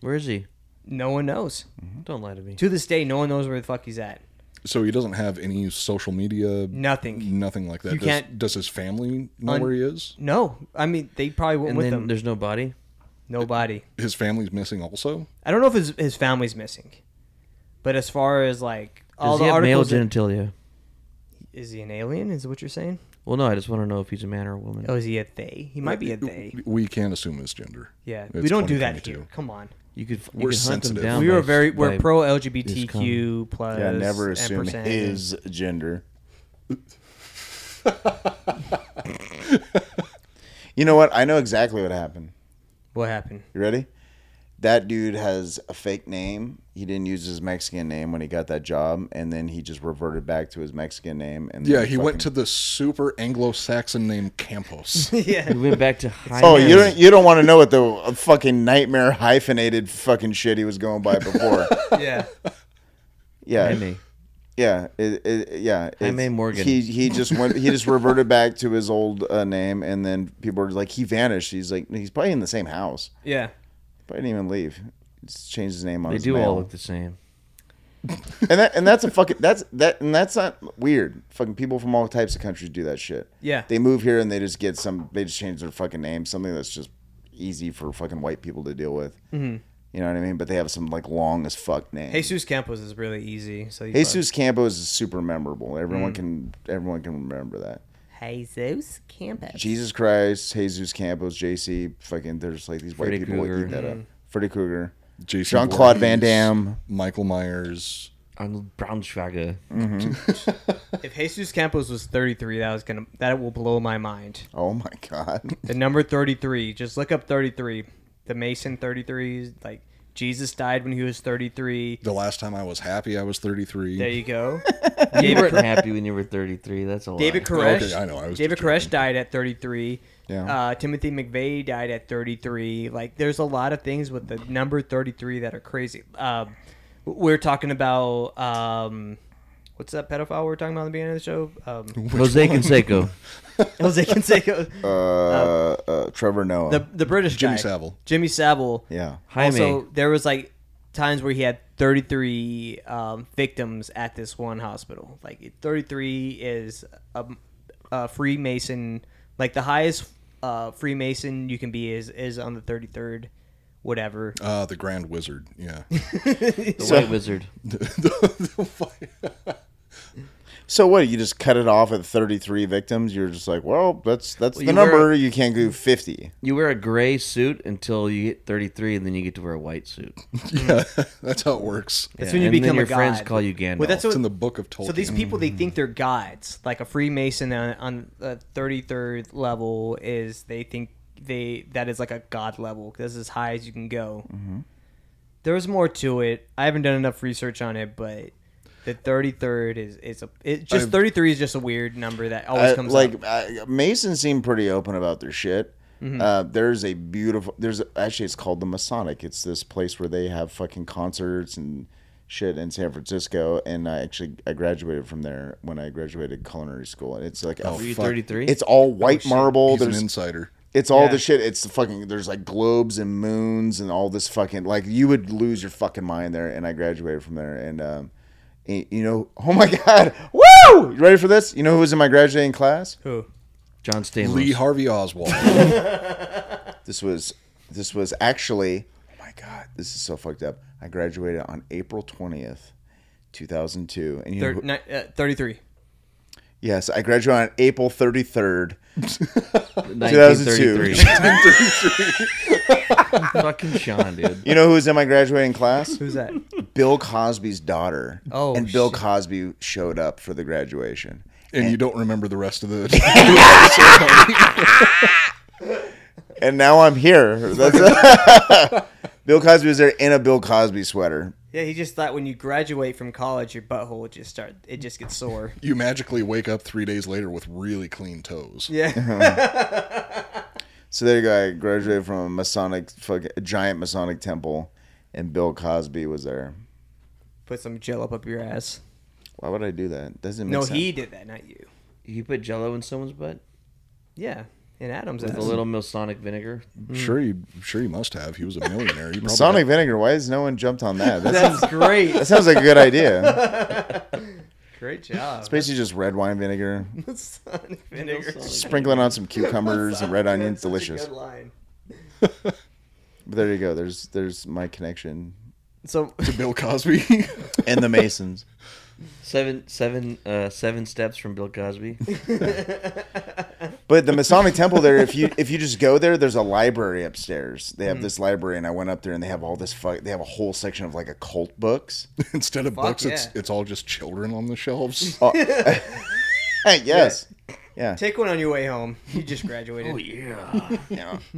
[SPEAKER 5] Where is he?
[SPEAKER 2] No one knows.
[SPEAKER 4] Hmm?
[SPEAKER 5] Don't lie to me.
[SPEAKER 2] To this day, no one knows where the fuck he's at.
[SPEAKER 4] So he doesn't have any social media,
[SPEAKER 2] Nothing.
[SPEAKER 4] nothing like that.
[SPEAKER 2] You
[SPEAKER 4] does,
[SPEAKER 2] can't-
[SPEAKER 4] does his family know
[SPEAKER 2] Un-
[SPEAKER 4] where he is?
[SPEAKER 2] No, I mean they probably went
[SPEAKER 5] And
[SPEAKER 2] with
[SPEAKER 5] then
[SPEAKER 2] him.
[SPEAKER 5] there's no body.
[SPEAKER 2] Nobody.
[SPEAKER 4] His family's missing also.
[SPEAKER 2] I don't know if his his family's missing, but as far as like all
[SPEAKER 5] Does
[SPEAKER 2] the
[SPEAKER 5] he have male
[SPEAKER 2] articles, that-
[SPEAKER 5] genitalia?
[SPEAKER 2] Is he an alien? Is what you're saying?
[SPEAKER 5] Well, no, I just want to know if he's a man or a woman.
[SPEAKER 2] Oh, is he a they? He might be a they.
[SPEAKER 4] We can't assume his gender.
[SPEAKER 2] Yeah,
[SPEAKER 4] It's
[SPEAKER 2] we don't do that
[SPEAKER 4] 2022.
[SPEAKER 2] here. Come on,
[SPEAKER 5] You could. You
[SPEAKER 4] We're
[SPEAKER 5] could hunt them
[SPEAKER 4] sensitive.
[SPEAKER 5] down
[SPEAKER 2] we
[SPEAKER 5] by-
[SPEAKER 2] are very we're
[SPEAKER 5] by-
[SPEAKER 2] pro
[SPEAKER 5] his
[SPEAKER 2] LGBTQ plus.
[SPEAKER 3] Yeah, never assume
[SPEAKER 2] ampersand.
[SPEAKER 3] his gender. you know what? I know exactly what happened.
[SPEAKER 2] What happened?
[SPEAKER 3] You ready? That dude has a fake name. He didn't use his Mexican name when he got that job, and then he just reverted back to his Mexican name. And then
[SPEAKER 4] Yeah, he went to
[SPEAKER 3] fucking-
[SPEAKER 4] the super Anglo-Saxon name Campos.
[SPEAKER 2] yeah,
[SPEAKER 5] We went back to high.
[SPEAKER 3] Oh, you don't you don't want to know what the uh, fucking nightmare hyphenated fucking shit he was going by before.
[SPEAKER 2] yeah.
[SPEAKER 3] yeah,
[SPEAKER 5] Jaime.
[SPEAKER 3] yeah, it, it, yeah. it's-
[SPEAKER 5] Jaime Morgan.
[SPEAKER 3] He he just went. He just reverted back to his old uh, name, and then people were like, he vanished. He's like, he's probably in the same house.
[SPEAKER 2] Yeah,
[SPEAKER 3] Probably didn't even leave. Just changed his name on.
[SPEAKER 5] They
[SPEAKER 3] his
[SPEAKER 5] do
[SPEAKER 3] mail.
[SPEAKER 5] all look the same.
[SPEAKER 3] and that and that's a fucking that's that and that's not weird. Fucking people from all types of countries do that shit.
[SPEAKER 2] Yeah.
[SPEAKER 3] they move here and they just get some. They just change their fucking name, something that's just easy for fucking white people to deal with. Mm-hmm. You know what I mean? But they have some like long as fuck name.
[SPEAKER 2] Jesus Campos is really easy. So you
[SPEAKER 3] Jesus Campos is super memorable. Everyone can everyone can remember that.
[SPEAKER 2] Jesus Campos.
[SPEAKER 3] Jesus Christ, Jesus Campos, JC, fucking. There's like these
[SPEAKER 5] Freddy
[SPEAKER 3] white people would
[SPEAKER 5] Krueger.
[SPEAKER 3] eat that up. Freddy Krueger,
[SPEAKER 4] Jason
[SPEAKER 3] Jean Claude Van
[SPEAKER 4] Voorhees,
[SPEAKER 3] Damme.
[SPEAKER 4] Michael Myers,
[SPEAKER 5] Arnold Braunschweiger.
[SPEAKER 2] If Jesus Campos was 33, that was gonna that will blow my mind.
[SPEAKER 3] Oh my god.
[SPEAKER 2] The number 33. Just look up 33. The Mason 33. Like Jesus died when he was 33.
[SPEAKER 4] The last time I was happy, I was 33.
[SPEAKER 2] There you go.
[SPEAKER 5] You
[SPEAKER 2] David
[SPEAKER 5] weren't happy when you were 33. That's a lie.
[SPEAKER 2] David
[SPEAKER 4] Oh, okay,
[SPEAKER 2] Koresh.
[SPEAKER 4] I know, I was
[SPEAKER 2] David
[SPEAKER 4] just
[SPEAKER 2] Koresh died at 33.
[SPEAKER 3] Yeah.
[SPEAKER 2] Uh, Timothy McVeigh died at 33. Like, there's a lot of things with the number 33 that are crazy. Um, we're talking about um, what's that pedophile we were talking about at the beginning of the show? Um,
[SPEAKER 5] Jose Canseco.
[SPEAKER 2] Jose Canseco,
[SPEAKER 3] Uh, uh, Trevor Noah.
[SPEAKER 2] the the British
[SPEAKER 4] Jimmy
[SPEAKER 2] guy.
[SPEAKER 4] Savile.
[SPEAKER 2] Jimmy Savile.
[SPEAKER 3] yeah.
[SPEAKER 5] Jaime.
[SPEAKER 2] Also, there was like times where he had 33 um, victims at this one hospital. Like 33 is a, a Freemason, like the highest uh, Freemason you can be is is on the 33rd, whatever.
[SPEAKER 4] Uh, the Grand Wizard. Yeah.
[SPEAKER 5] the White Wizard.
[SPEAKER 3] So what? You just cut it off at 33 victims. You're just like, well, that's that's the
[SPEAKER 5] you
[SPEAKER 3] number.
[SPEAKER 5] were-
[SPEAKER 3] You can't do 50.
[SPEAKER 5] You wear a gray suit until you hit 33, and then you get to wear a white suit.
[SPEAKER 4] yeah. That's how it works.
[SPEAKER 2] That's
[SPEAKER 5] Yeah,
[SPEAKER 2] when you
[SPEAKER 5] and then
[SPEAKER 2] become
[SPEAKER 5] your
[SPEAKER 2] a god.
[SPEAKER 5] friends call you Gandalf.
[SPEAKER 2] Well, that's
[SPEAKER 4] It's
[SPEAKER 2] what,
[SPEAKER 4] in the book of Tolkien.
[SPEAKER 2] so these people
[SPEAKER 3] Mm.
[SPEAKER 2] they think they're gods. Like a Freemason on, on the 33rd level is they think they that is like a god level. That's as high as you can go.
[SPEAKER 3] Mm-hmm.
[SPEAKER 2] There was more to it. I haven't done enough research on it, but the 33rd is is a it just
[SPEAKER 4] I've-
[SPEAKER 2] 33 is just a weird number that always
[SPEAKER 3] I-
[SPEAKER 2] comes
[SPEAKER 3] like
[SPEAKER 2] up.
[SPEAKER 3] I, Mason seemed pretty open about their shit. Uh, there's a beautiful. There's a- actually it's called the Masonic. It's this place where they have fucking concerts and shit in San Francisco. And I actually I graduated from there when I graduated culinary school. And it's like a
[SPEAKER 5] Were you
[SPEAKER 3] fuck-
[SPEAKER 5] 33?
[SPEAKER 3] It's all white marble.
[SPEAKER 4] He's an
[SPEAKER 3] there's
[SPEAKER 4] insider.
[SPEAKER 3] It's all
[SPEAKER 2] Yeah.
[SPEAKER 3] the shit. It's the fucking. There's like globes and moons and all this fucking. Like you would lose your fucking mind there. And I graduated from there. And um, y- you know, oh my god, woo! You ready for this? You know who was in my graduating class?
[SPEAKER 2] Who?
[SPEAKER 5] John Stamos.
[SPEAKER 4] Lee Harvey Oswald.
[SPEAKER 3] This was. This was actually. Oh my god, this is so fucked up. I graduated on April twentieth, two thousand two. And you know,
[SPEAKER 2] Thir-
[SPEAKER 3] who-
[SPEAKER 2] ni- uh, 33.
[SPEAKER 3] yes, I graduated on April thirty third,
[SPEAKER 5] 1933. Fucking Sean, dude.
[SPEAKER 3] You know who was in my graduating class?
[SPEAKER 2] Who's that?
[SPEAKER 3] Bill Cosby's daughter.
[SPEAKER 2] Oh,
[SPEAKER 3] and Bill
[SPEAKER 2] shit.
[SPEAKER 3] Cosby showed up for the graduation.
[SPEAKER 4] and you don't remember the rest of the.
[SPEAKER 3] and now I'm here. That's Bill Cosby was there in a Bill Cosby sweater.
[SPEAKER 2] yeah, he just thought when you graduate from college your butthole would just start it just gets sore.
[SPEAKER 4] you magically wake up three days later with really clean toes.
[SPEAKER 2] Yeah.
[SPEAKER 3] So there you go. I graduated from a Masonic, fucking, a giant Masonic temple, and Bill Cosby was there.
[SPEAKER 2] Put some gel up up your ass.
[SPEAKER 3] Why would I do that? Doesn't make
[SPEAKER 2] No,
[SPEAKER 3] sense.
[SPEAKER 2] he did that, not you.
[SPEAKER 5] You put Jello in someone's butt
[SPEAKER 2] Yeah. And Adams
[SPEAKER 5] with a little Milsonic vinegar.
[SPEAKER 4] Mm. Sure, you sure you must have. He was a millionaire. You probably
[SPEAKER 3] Masonic vinegar. Why has no one jumped on that? That sounds,
[SPEAKER 2] That's great.
[SPEAKER 3] that sounds like a good idea.
[SPEAKER 2] Great job.
[SPEAKER 3] Basically, just red wine vinegar,
[SPEAKER 2] Sonic vinegar.
[SPEAKER 3] sprinkling on some cucumbers and red onions.
[SPEAKER 2] Such a
[SPEAKER 3] Delicious.
[SPEAKER 2] good line.
[SPEAKER 3] But there you go. There's there's my connection
[SPEAKER 2] So
[SPEAKER 4] got Bill Cosby.
[SPEAKER 3] and the Masons.
[SPEAKER 5] Seven, seven, uh, seven steps from Bill Cosby.
[SPEAKER 3] But the Masonic temple there, if you if you just go there, there's a library upstairs. They have this library, and I went up there, and they have all this. Fu- they have a whole section of like occult books.
[SPEAKER 4] Instead of
[SPEAKER 2] Fuck
[SPEAKER 4] books, it's
[SPEAKER 2] yeah.
[SPEAKER 4] it's all just children on the shelves. Uh,
[SPEAKER 3] Hey, yes, yeah.
[SPEAKER 2] take one on your way home. You
[SPEAKER 5] Oh,
[SPEAKER 2] just graduated.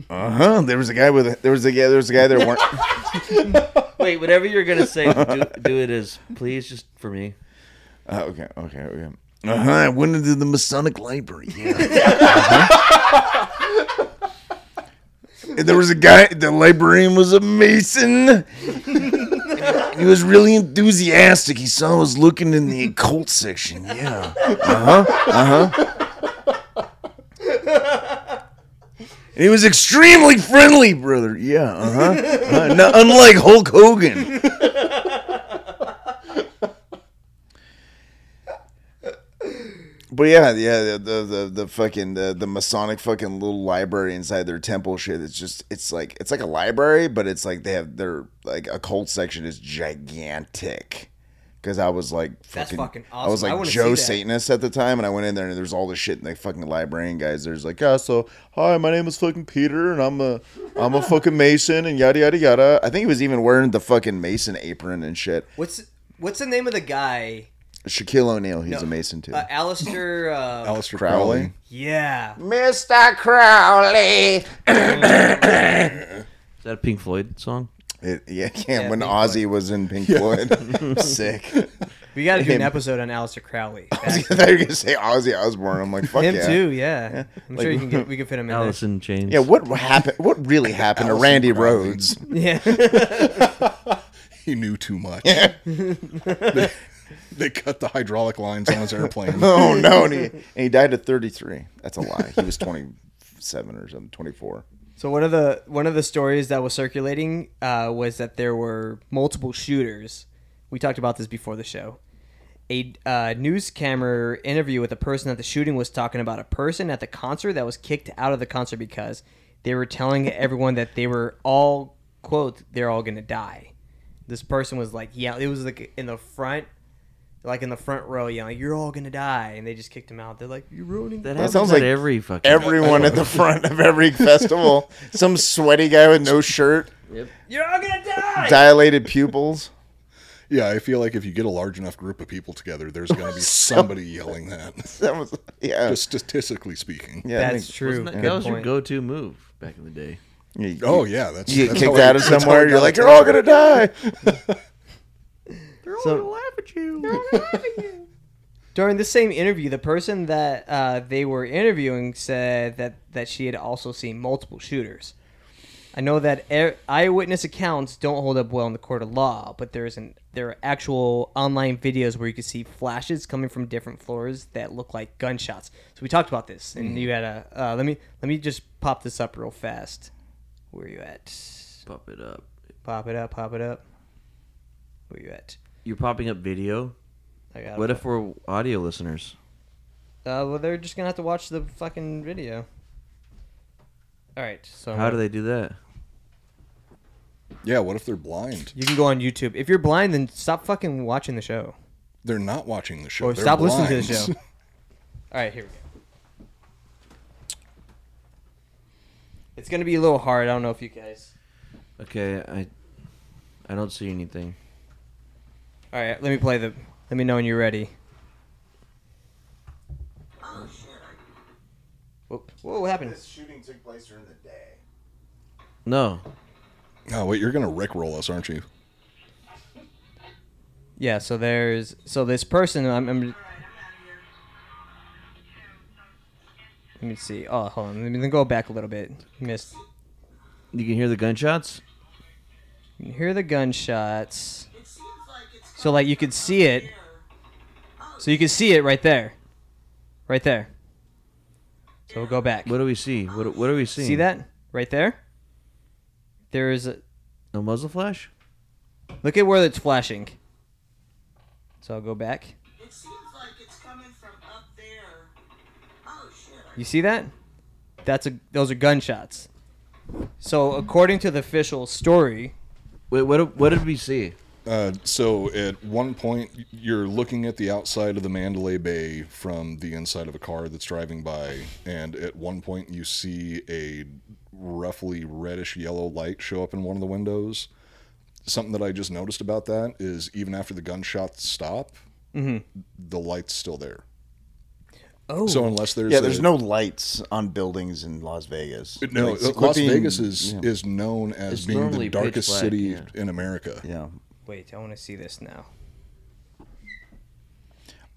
[SPEAKER 3] Uh huh. There was a guy with a, there was a guy there was a guy there. War-
[SPEAKER 5] Wait, whatever you're gonna say, do, do it as please, just for me.
[SPEAKER 3] uh, okay, okay, okay. Uh huh. I went into the Masonic library. Yeah. And there was a guy. The librarian was a Mason. he was really enthusiastic. He saw I was looking in the occult section. Yeah. Uh-huh, uh-huh. And he was extremely friendly, brother. Yeah, uh-huh. uh No, unlike Hulk Hogan. But yeah, yeah, the the the, the fucking the, the Masonic fucking little library inside their temple shit. It's just it's like it's like a library, but it's like they have their like occult section is gigantic. Because I was like
[SPEAKER 2] That's
[SPEAKER 3] fucking,
[SPEAKER 2] fucking
[SPEAKER 3] I was
[SPEAKER 2] awesome. I
[SPEAKER 3] like
[SPEAKER 2] wanna see
[SPEAKER 3] Joe
[SPEAKER 2] that.
[SPEAKER 3] Satanist at the time, and I went in there and there's all this shit, and the fucking librarian guys, there's like, yeah, so hi, my name is fucking Peter, and I'm a I'm a fucking Mason, and yada yada yada. I think he was even wearing the fucking Mason apron and shit.
[SPEAKER 2] What's What's the name of the guy?
[SPEAKER 3] Shaquille O'Neal, he's
[SPEAKER 2] No.
[SPEAKER 3] a Mason too.
[SPEAKER 2] Uh, Alistair. Uh,
[SPEAKER 4] Aleister
[SPEAKER 3] Crowley.
[SPEAKER 2] yeah.
[SPEAKER 3] Mr. Crowley.
[SPEAKER 5] Is that a Pink Floyd song?
[SPEAKER 3] It, yeah, yeah,
[SPEAKER 2] Yeah,
[SPEAKER 3] when
[SPEAKER 2] Pink
[SPEAKER 3] Ozzy was in Pink Floyd, sick.
[SPEAKER 2] We got to do an
[SPEAKER 3] Him.
[SPEAKER 2] episode on Alistair Crowley.
[SPEAKER 3] I thought you were gonna say Ozzy Osbourne. I'm like, fuck
[SPEAKER 2] him
[SPEAKER 3] yeah.
[SPEAKER 2] too. Yeah. I'm sure
[SPEAKER 3] Like-
[SPEAKER 2] you can get, we can fit him in. there.
[SPEAKER 5] Alice in Chains.
[SPEAKER 3] Yeah, what happened? What really happened to
[SPEAKER 4] Allison
[SPEAKER 3] Randy
[SPEAKER 4] Crowley.
[SPEAKER 3] Rhodes?
[SPEAKER 2] Yeah.
[SPEAKER 4] He knew too much. they, they cut the hydraulic lines on his airplane.
[SPEAKER 3] Oh no, and he, and he died at 33. That's a lie. He was 27 or something, 24.
[SPEAKER 2] So one of the one of the stories that was circulating uh, was that there were multiple shooters. We talked about this before the show. A uh, news camera interview with a person at the shooting was talking about a person at the concert that was kicked out of the concert because they were telling everyone that they were all quote they're all gonna die. This person was like, yeah, it was like in the front, like in the front row yelling, "You're all gonna die," and they just kicked him out. They're like, "You're ruining
[SPEAKER 5] that,
[SPEAKER 2] that."
[SPEAKER 5] happens
[SPEAKER 3] sounds
[SPEAKER 5] at
[SPEAKER 3] like
[SPEAKER 5] every fucking.
[SPEAKER 3] Everyone at the front of every festival, some sweaty guy with no shirt,
[SPEAKER 2] You're all gonna die.
[SPEAKER 3] dilated pupils.
[SPEAKER 4] Yeah, I feel like if you get a large enough group of people together, there's going to be somebody yelling that.
[SPEAKER 3] That was yeah,
[SPEAKER 4] Just statistically speaking.
[SPEAKER 3] yeah. I
[SPEAKER 2] That's
[SPEAKER 3] think-
[SPEAKER 2] true.
[SPEAKER 5] Wasn't That,
[SPEAKER 2] Good
[SPEAKER 5] that was your
[SPEAKER 2] point.
[SPEAKER 5] go-to move back in the day.
[SPEAKER 3] you-
[SPEAKER 4] Oh yeah, that's
[SPEAKER 3] you get
[SPEAKER 4] that's
[SPEAKER 3] kicked
[SPEAKER 4] how I-
[SPEAKER 3] out of
[SPEAKER 4] that's how I
[SPEAKER 3] somewhere, you're
[SPEAKER 4] got
[SPEAKER 3] like,
[SPEAKER 4] it.
[SPEAKER 3] you're all gonna die.
[SPEAKER 5] They're all
[SPEAKER 2] So-
[SPEAKER 5] gonna laugh at you.
[SPEAKER 2] During the same interview, the person that uh, they were interviewing said that, that she had also seen multiple shooters. I know that e- eyewitness accounts don't hold up well in the court of law, but there's an there are actual online videos where you can see flashes coming from different floors that look like gunshots. So we talked about this, and you had a uh, let me let me just pop this up real fast. Where you at?
[SPEAKER 5] Pop it up.
[SPEAKER 2] Pop it up, pop it up. Where you at?
[SPEAKER 5] You're popping up video.
[SPEAKER 2] I got it.
[SPEAKER 5] What if we're audio listeners?
[SPEAKER 2] Uh, well, they're just gonna have to watch the fucking video. All right. So
[SPEAKER 5] How do they do that?
[SPEAKER 3] "Oh!"
[SPEAKER 4] Yeah, what if they're blind?
[SPEAKER 2] You can go on YouTube. If you're blind, then stop fucking watching the show.
[SPEAKER 4] They're not watching the show.
[SPEAKER 2] Or
[SPEAKER 4] They're
[SPEAKER 2] stop listening to the
[SPEAKER 4] blind.
[SPEAKER 2] show. All right, here we go. It's gonna be a little hard. I don't know if you guys.
[SPEAKER 5] Okay, I, I don't see anything.
[SPEAKER 2] All right, let me play the. Let me know when you're ready. Whoa, whoa, what happened?
[SPEAKER 3] shooting took place during the day.
[SPEAKER 5] No,
[SPEAKER 4] Oh wait, you're gonna rickroll us, aren't you?
[SPEAKER 2] Yeah, so there's so this person. I'm, I'm Let me see. Oh, hold on. Let me go back a little bit. Miss.
[SPEAKER 5] you can hear the gunshots.
[SPEAKER 2] You can hear the gunshots.
[SPEAKER 6] It seems like it's
[SPEAKER 2] So, like, you could see it. So you can see it right there. Right there. So we'll go back.
[SPEAKER 5] What do we see? What What are we seeing?
[SPEAKER 2] See that? Right there? There is a.
[SPEAKER 5] A muzzle flash?
[SPEAKER 2] Look at where it's flashing. So I'll go back.
[SPEAKER 6] it seems like it's coming from up there. Oh shit.
[SPEAKER 2] You see that? That's a. Those are gunshots. So according to the official story,
[SPEAKER 5] Wait, what? What did we see?
[SPEAKER 4] Uh, so at one point, you're looking at the outside of the Mandalay Bay from the inside of a car that's driving by, and at one point you see a roughly reddish yellow light show up in one of the windows. Something that I just noticed about that is even after the gunshots stop, the light's still there.
[SPEAKER 2] Mm-hmm. Oh.
[SPEAKER 4] so unless there's
[SPEAKER 3] Yeah, there's
[SPEAKER 4] a-
[SPEAKER 3] no lights on buildings in Las Vegas.
[SPEAKER 4] no
[SPEAKER 3] Like,
[SPEAKER 4] Las
[SPEAKER 3] Sequiping-
[SPEAKER 4] Vegas is is known as
[SPEAKER 5] It's
[SPEAKER 4] being
[SPEAKER 5] normally
[SPEAKER 4] the
[SPEAKER 5] pitch
[SPEAKER 4] darkest
[SPEAKER 5] black,
[SPEAKER 4] city
[SPEAKER 5] yeah.
[SPEAKER 4] in America.
[SPEAKER 3] yeah.
[SPEAKER 2] Wait, I want to see this now.
[SPEAKER 4] I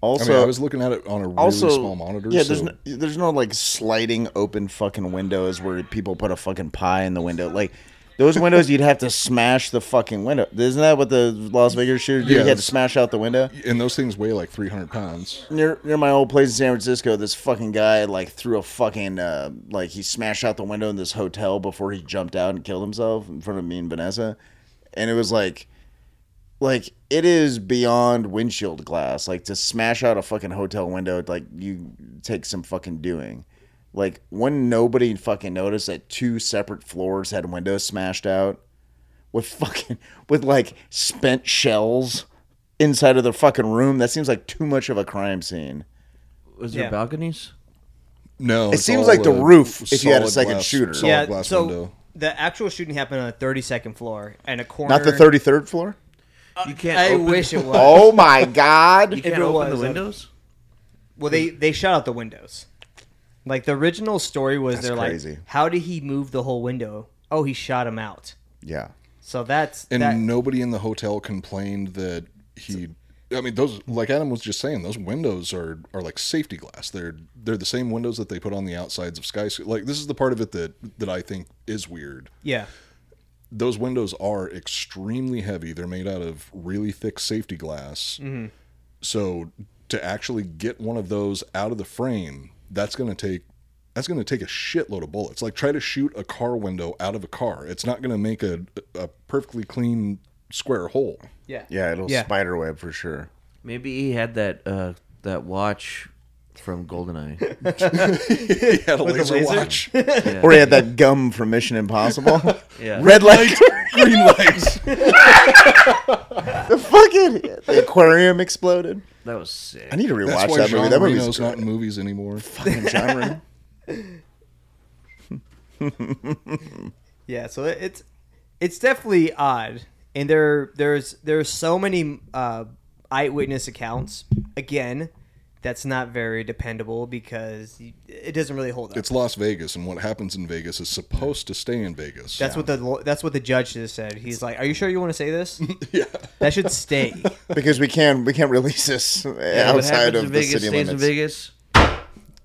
[SPEAKER 3] Also,
[SPEAKER 4] mean, I was looking at it on a really
[SPEAKER 3] also
[SPEAKER 4] small monitor.
[SPEAKER 3] Yeah, there's
[SPEAKER 4] so-
[SPEAKER 3] no, there's no like sliding open fucking windows where people put a fucking pie in the window. Like those windows, you'd have to smash the fucking window. Isn't that what the Las Vegas shooter did?
[SPEAKER 4] Yeah,
[SPEAKER 3] he had to
[SPEAKER 4] that's-
[SPEAKER 3] smash out the window.
[SPEAKER 4] and those things weigh like 300 pounds.
[SPEAKER 3] Near near my old place in San Francisco, this fucking guy like threw a fucking uh, like he smashed out the window in this hotel before he jumped out and killed himself in front of me and Vanessa, and it was like. Like it is beyond windshield glass. Like to smash out a fucking hotel window, like you take some fucking doing. Like when nobody fucking noticed that two separate floors had windows smashed out with fucking with like spent shells inside of their fucking room. That seems like too much of a crime scene.
[SPEAKER 5] Was there
[SPEAKER 2] Yeah.
[SPEAKER 5] balconies?
[SPEAKER 4] No,
[SPEAKER 3] It
[SPEAKER 4] it's
[SPEAKER 3] seems
[SPEAKER 4] all,
[SPEAKER 3] like the
[SPEAKER 4] uh,
[SPEAKER 3] roof if you had a
[SPEAKER 4] solid
[SPEAKER 3] second
[SPEAKER 4] glass-
[SPEAKER 3] shooter.
[SPEAKER 4] solid glass window.
[SPEAKER 2] the actual shooting happened on the 32nd floor and a corner.
[SPEAKER 3] Not the thirty third floor.
[SPEAKER 5] You can't.
[SPEAKER 2] I
[SPEAKER 5] open,
[SPEAKER 2] wish it was.
[SPEAKER 3] Oh my god.
[SPEAKER 5] You can't
[SPEAKER 2] If it
[SPEAKER 5] open
[SPEAKER 2] was,
[SPEAKER 5] the
[SPEAKER 2] uh,
[SPEAKER 5] windows.
[SPEAKER 2] Well, they they shot out the windows. Like the original story was,
[SPEAKER 3] That's
[SPEAKER 2] they're
[SPEAKER 3] crazy.
[SPEAKER 2] like, "How did he move the whole window? Oh, he shot him out."
[SPEAKER 3] Yeah.
[SPEAKER 2] So that's
[SPEAKER 4] And
[SPEAKER 2] that.
[SPEAKER 4] nobody in the hotel complained that he. I mean, those like Adam was just saying, those windows are are like safety glass. They're they're the same windows that they put on the outsides of skyscrapers. Like this is the part of it that that I think is weird.
[SPEAKER 2] yeah,
[SPEAKER 4] Those windows are extremely heavy. They're made out of really thick safety glass. So to actually get one of those out of the frame, that's going to take that's going to take a shitload of bullets. Like try to shoot a car window out of a car. It's not going to make a a perfectly clean square hole.
[SPEAKER 2] yeah,
[SPEAKER 3] Yeah, it'll
[SPEAKER 2] Yeah.
[SPEAKER 3] spider web for sure.
[SPEAKER 5] Maybe he had that uh, that watch from Goldeneye.
[SPEAKER 4] he had a laser,
[SPEAKER 2] laser?
[SPEAKER 4] watch.
[SPEAKER 5] Yeah.
[SPEAKER 3] Or he had that gum from Mission Impossible.
[SPEAKER 5] Yeah.
[SPEAKER 3] Red light,
[SPEAKER 4] Green lights.
[SPEAKER 3] the fucking the aquarium exploded.
[SPEAKER 5] That was sick.
[SPEAKER 3] I need to
[SPEAKER 4] That's
[SPEAKER 3] rewatch
[SPEAKER 4] why
[SPEAKER 3] that
[SPEAKER 4] Jean
[SPEAKER 3] movie. That
[SPEAKER 4] Reno's
[SPEAKER 3] movie's
[SPEAKER 4] not in movies anymore.
[SPEAKER 3] fucking genre.
[SPEAKER 2] yeah. So it- it's it's definitely odd, and there there's there's so many uh, eyewitness accounts. Again, that's not very dependable because you- it doesn't really hold up.
[SPEAKER 4] It's Las Vegas, and what happens in Vegas is supposed to stay in Vegas.
[SPEAKER 2] that's what the lo- that's what the judge just said. He's like, "Are you sure you want to say this?
[SPEAKER 4] yeah.
[SPEAKER 2] That should stay."
[SPEAKER 3] because we can we can't release this
[SPEAKER 5] Yeah, what
[SPEAKER 3] outside
[SPEAKER 5] happens
[SPEAKER 3] of
[SPEAKER 5] in
[SPEAKER 3] the
[SPEAKER 5] Vegas
[SPEAKER 3] city
[SPEAKER 5] stays in
[SPEAKER 3] limits.
[SPEAKER 5] Vegas.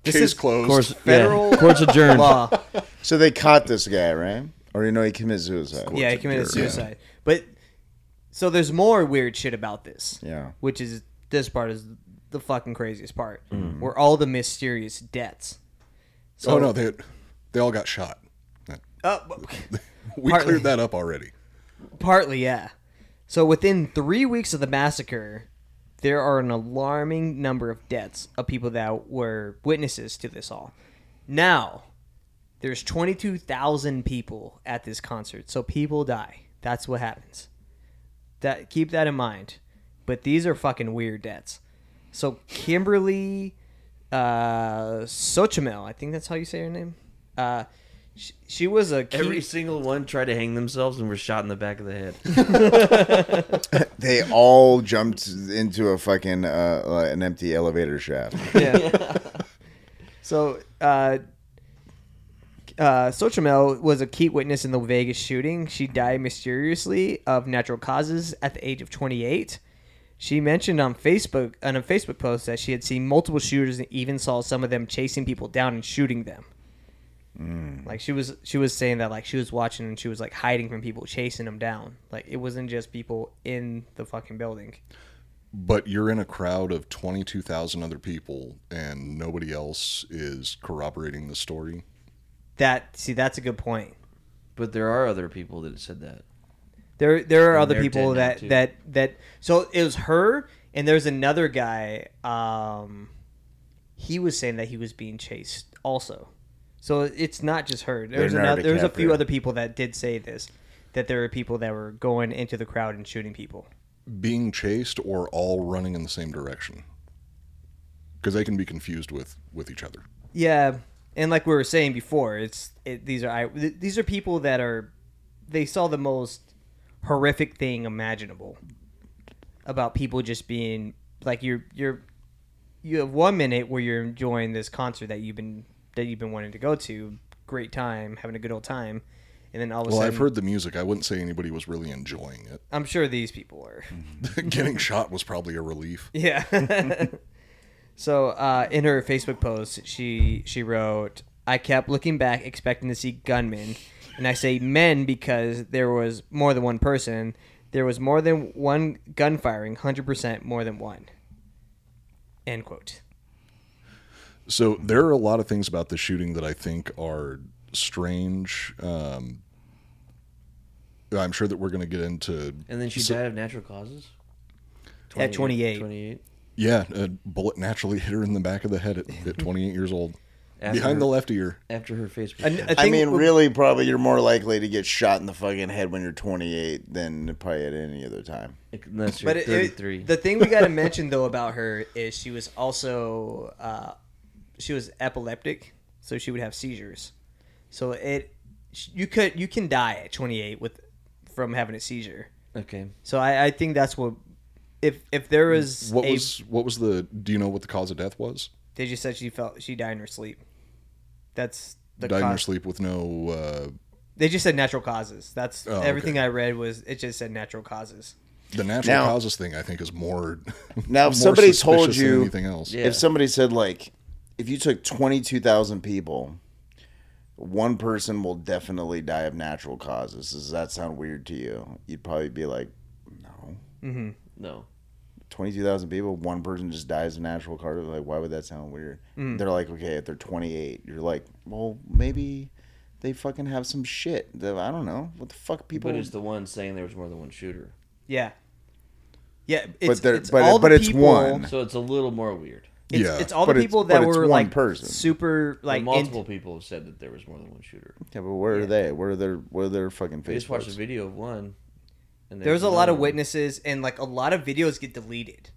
[SPEAKER 2] This
[SPEAKER 4] Case
[SPEAKER 2] is
[SPEAKER 4] closed.
[SPEAKER 5] Course,
[SPEAKER 2] federal
[SPEAKER 5] yeah. courts adjourned.
[SPEAKER 2] law.
[SPEAKER 3] So they caught this guy, right? Or you know he committed suicide.
[SPEAKER 2] yeah, he committed
[SPEAKER 4] Yeah.
[SPEAKER 2] suicide. But so there's more weird shit about this.
[SPEAKER 3] Yeah.
[SPEAKER 2] Which is this part is the fucking craziest part. Where all the mysterious deaths. So,
[SPEAKER 4] Mm. oh no, they they all got shot. That-
[SPEAKER 2] uh,
[SPEAKER 4] We
[SPEAKER 2] Partly.
[SPEAKER 4] cleared that up already.
[SPEAKER 2] partly, yeah. So within three weeks of the massacre, there are an alarming number of deaths of people that were witnesses to this all. Now, there's 22,000 people at this concert. So people die. That's what happens. That keep that in mind. But these are fucking weird deaths. So Kimberly uh Sochimel, I think that's how you say her name. Uh she, she was a key-
[SPEAKER 5] Every single one tried to hang themselves and were shot in the back of the head.
[SPEAKER 3] They all jumped into a fucking uh, uh, an empty elevator shaft.
[SPEAKER 2] yeah. so, uh, uh, Sochimel was a key witness in the Vegas shooting. She died mysteriously of natural causes at the age of 28. She mentioned on Facebook on a Facebook post that she had seen multiple shooters and even saw some of them chasing people down and shooting them. Like she was, she was saying that like she was watching and she was like hiding from people, chasing them down. Like it wasn't just people in the fucking building.
[SPEAKER 4] But you're in a crowd of twenty two thousand other people, and nobody else is corroborating the story.
[SPEAKER 2] That see, that's a good point.
[SPEAKER 5] But there are other people that said that.
[SPEAKER 2] There, there are
[SPEAKER 5] And
[SPEAKER 2] other
[SPEAKER 5] they're
[SPEAKER 2] people
[SPEAKER 5] dead now,
[SPEAKER 2] that
[SPEAKER 5] too.
[SPEAKER 2] that that. So it was her, and there's another guy. Um, he was saying that he was being chased also. So it's not just her. There's
[SPEAKER 3] Leonardo
[SPEAKER 2] another. There's a few
[SPEAKER 3] DiCaprio.
[SPEAKER 2] other people that did say this, that there were people that were going into the crowd and shooting people.
[SPEAKER 4] Being chased or all running in the same direction, because they can be confused with with each other.
[SPEAKER 2] Yeah, and like we were saying before, it's it, these are eye- th- these are people that are they saw the most horrific thing imaginable about people just being like you're you're you have one minute where you're enjoying this concert that you've been that you've been wanting to go to, great time, having a good old time, and then all of a
[SPEAKER 4] Well,
[SPEAKER 2] sudden,
[SPEAKER 4] I've heard the music. I wouldn't say anybody was really enjoying it.
[SPEAKER 2] I'm sure these people are.
[SPEAKER 4] Getting shot was probably a relief.
[SPEAKER 2] Yeah. so uh, in her Facebook post, she she wrote, "I kept looking back, expecting to see gunmen, and I say men because there was more than one person. There was more than one gun firing, hundred percent more than one." End quote.
[SPEAKER 4] So there are a lot of things about the shooting that I think are strange. Um, I'm sure that we're going to get into
[SPEAKER 5] And then she died of natural causes.
[SPEAKER 2] At 28.
[SPEAKER 5] 28.
[SPEAKER 4] yeah, a bullet naturally hit her in the back of the head at, at 28 years old,
[SPEAKER 5] After
[SPEAKER 4] behind
[SPEAKER 5] her,
[SPEAKER 4] the left ear.
[SPEAKER 5] After her Facebook.
[SPEAKER 2] An-
[SPEAKER 5] post.
[SPEAKER 3] I
[SPEAKER 2] think-
[SPEAKER 3] mean, really, probably you're more likely to get shot in the fucking head when you're 28 than probably at any other time.
[SPEAKER 5] Unless you're
[SPEAKER 2] But it, it-
[SPEAKER 5] 33.
[SPEAKER 2] the thing we got to mention though about her is she was also uh, she was epileptic, so she would have seizures. So it you could you can die at 28 with from having a seizure.
[SPEAKER 5] Okay.
[SPEAKER 2] So I, I think that's what. If if there was
[SPEAKER 4] What
[SPEAKER 2] a,
[SPEAKER 4] was what was the? Do you know what the cause of death was?
[SPEAKER 2] they just said she felt she died in her sleep. That's the
[SPEAKER 4] Died in her
[SPEAKER 2] cause.
[SPEAKER 4] sleep with no. Uh,
[SPEAKER 2] They just said natural causes. That's
[SPEAKER 4] Oh,
[SPEAKER 2] everything
[SPEAKER 4] okay.
[SPEAKER 2] I read was it just said natural causes.
[SPEAKER 4] the natural
[SPEAKER 3] Now-
[SPEAKER 4] causes thing, I think, is more.
[SPEAKER 3] Now, if
[SPEAKER 4] more
[SPEAKER 3] somebody told
[SPEAKER 4] suspicious than
[SPEAKER 3] you-
[SPEAKER 4] anything else,
[SPEAKER 5] Yeah.
[SPEAKER 3] If somebody said like, if you took twenty two thousand people, one person will definitely die of natural causes. Does that sound weird to you? You'd probably be like, no.
[SPEAKER 5] No.
[SPEAKER 3] Twenty two thousand people, one person just dies of natural causes. Like, why would that sound weird?
[SPEAKER 5] Mm.
[SPEAKER 3] They're like, okay, if they're twenty eight, you're like, well, maybe they fucking have some shit. that- I don't know what the fuck people.
[SPEAKER 5] But it's the one saying there was more than one shooter.
[SPEAKER 2] Yeah. Yeah, it's,
[SPEAKER 3] there-
[SPEAKER 2] it's
[SPEAKER 3] but-
[SPEAKER 2] all
[SPEAKER 3] but
[SPEAKER 2] the
[SPEAKER 3] it's
[SPEAKER 2] people-
[SPEAKER 3] one.
[SPEAKER 5] So it's a little more weird.
[SPEAKER 2] It's,
[SPEAKER 4] Yeah.
[SPEAKER 2] it's all the
[SPEAKER 3] But it's-
[SPEAKER 2] people
[SPEAKER 3] but
[SPEAKER 2] that
[SPEAKER 3] it's
[SPEAKER 2] were
[SPEAKER 3] one
[SPEAKER 2] like
[SPEAKER 3] person.
[SPEAKER 2] super
[SPEAKER 5] But
[SPEAKER 2] like
[SPEAKER 5] multiple
[SPEAKER 2] int-
[SPEAKER 5] people have said that there was more than one shooter.
[SPEAKER 3] yeah, but where are they? Where are their where are their fucking
[SPEAKER 5] I just watched a
[SPEAKER 3] Facebook?
[SPEAKER 5] video of one. And
[SPEAKER 2] there's a
[SPEAKER 5] another
[SPEAKER 2] lot of
[SPEAKER 5] one.
[SPEAKER 2] witnesses and like a lot of videos get deleted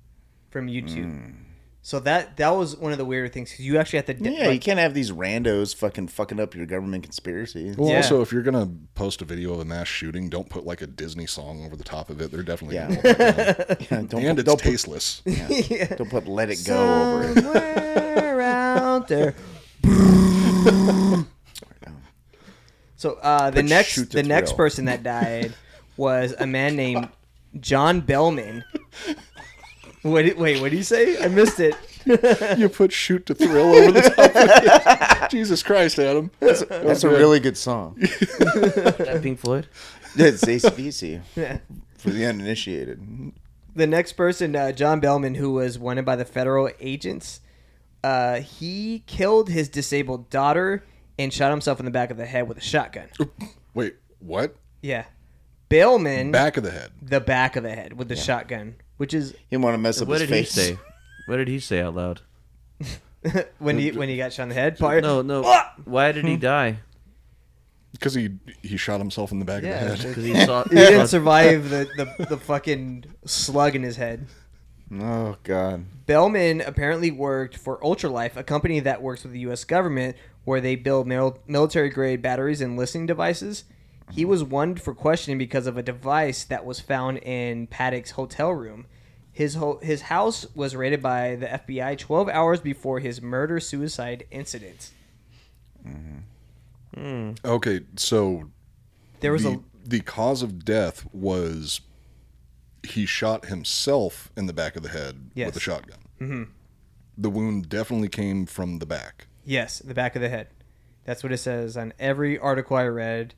[SPEAKER 2] from YouTube.
[SPEAKER 3] Hmm.
[SPEAKER 2] So that that was one of the weirder things because you actually have to de-
[SPEAKER 3] Yeah, you
[SPEAKER 2] like,
[SPEAKER 3] can't have these randos fucking fucking up your government conspiracy.
[SPEAKER 4] Well,
[SPEAKER 2] Yeah.
[SPEAKER 4] also, if you're gonna post a video of a mass shooting, don't put like a Disney song over the top of it. They're definitely
[SPEAKER 3] Yeah.
[SPEAKER 4] gonna roll that down.
[SPEAKER 3] Yeah, don't,
[SPEAKER 4] and
[SPEAKER 3] put,
[SPEAKER 4] it's
[SPEAKER 3] don't, put,
[SPEAKER 4] tasteless.
[SPEAKER 3] don't put let it go over it.
[SPEAKER 2] somewhere out there. so uh, the
[SPEAKER 3] Put
[SPEAKER 2] next
[SPEAKER 3] shoot to
[SPEAKER 2] the next
[SPEAKER 3] thrill.
[SPEAKER 2] person that died was a man named John Bellman. What? did- Wait, what do you say? I missed it.
[SPEAKER 4] you put "Shoot to Thrill" over the top. of it. Jesus Christ, Adam. That's,
[SPEAKER 3] That's a really good song.
[SPEAKER 5] That Pink Floyd.
[SPEAKER 3] it's ACDC for the uninitiated.
[SPEAKER 2] the next person, uh, John Bellman, who was wanted by the federal agents, uh, he killed his disabled daughter and shot himself in the back of the head with a shotgun.
[SPEAKER 4] Wait, what?
[SPEAKER 2] Yeah, Bellman,
[SPEAKER 4] Back of the head.
[SPEAKER 2] the back of the head with the shotgun, which is
[SPEAKER 3] He want to mess up
[SPEAKER 5] What
[SPEAKER 3] his
[SPEAKER 5] did
[SPEAKER 3] face.
[SPEAKER 5] he say? What did he say out loud?
[SPEAKER 2] when he when he got shot in the head. Part,
[SPEAKER 5] No, no. Why did he die?
[SPEAKER 4] Because he he shot himself in the back
[SPEAKER 2] Yeah,
[SPEAKER 4] of the head.
[SPEAKER 5] Because he saw.
[SPEAKER 2] he didn't survive the, the the fucking slug in his head.
[SPEAKER 3] Oh God!
[SPEAKER 2] Bellman apparently worked for Ultralife, a company that works with the U.S. government where they build mil- military grade batteries and listening devices. He was wanted for questioning because of a device that was found in Paddock's hotel room. His, ho- his house was raided by the FBI 12 hours before his murder suicide incident.
[SPEAKER 4] Okay, so
[SPEAKER 2] There was
[SPEAKER 4] the,
[SPEAKER 2] a.
[SPEAKER 4] the cause of death was he shot himself in the back of the head
[SPEAKER 2] Yes.
[SPEAKER 4] with a shotgun. Mm-hmm. The wound definitely came from the back.
[SPEAKER 2] Yes, the back of the head. That's what it says on every article I read.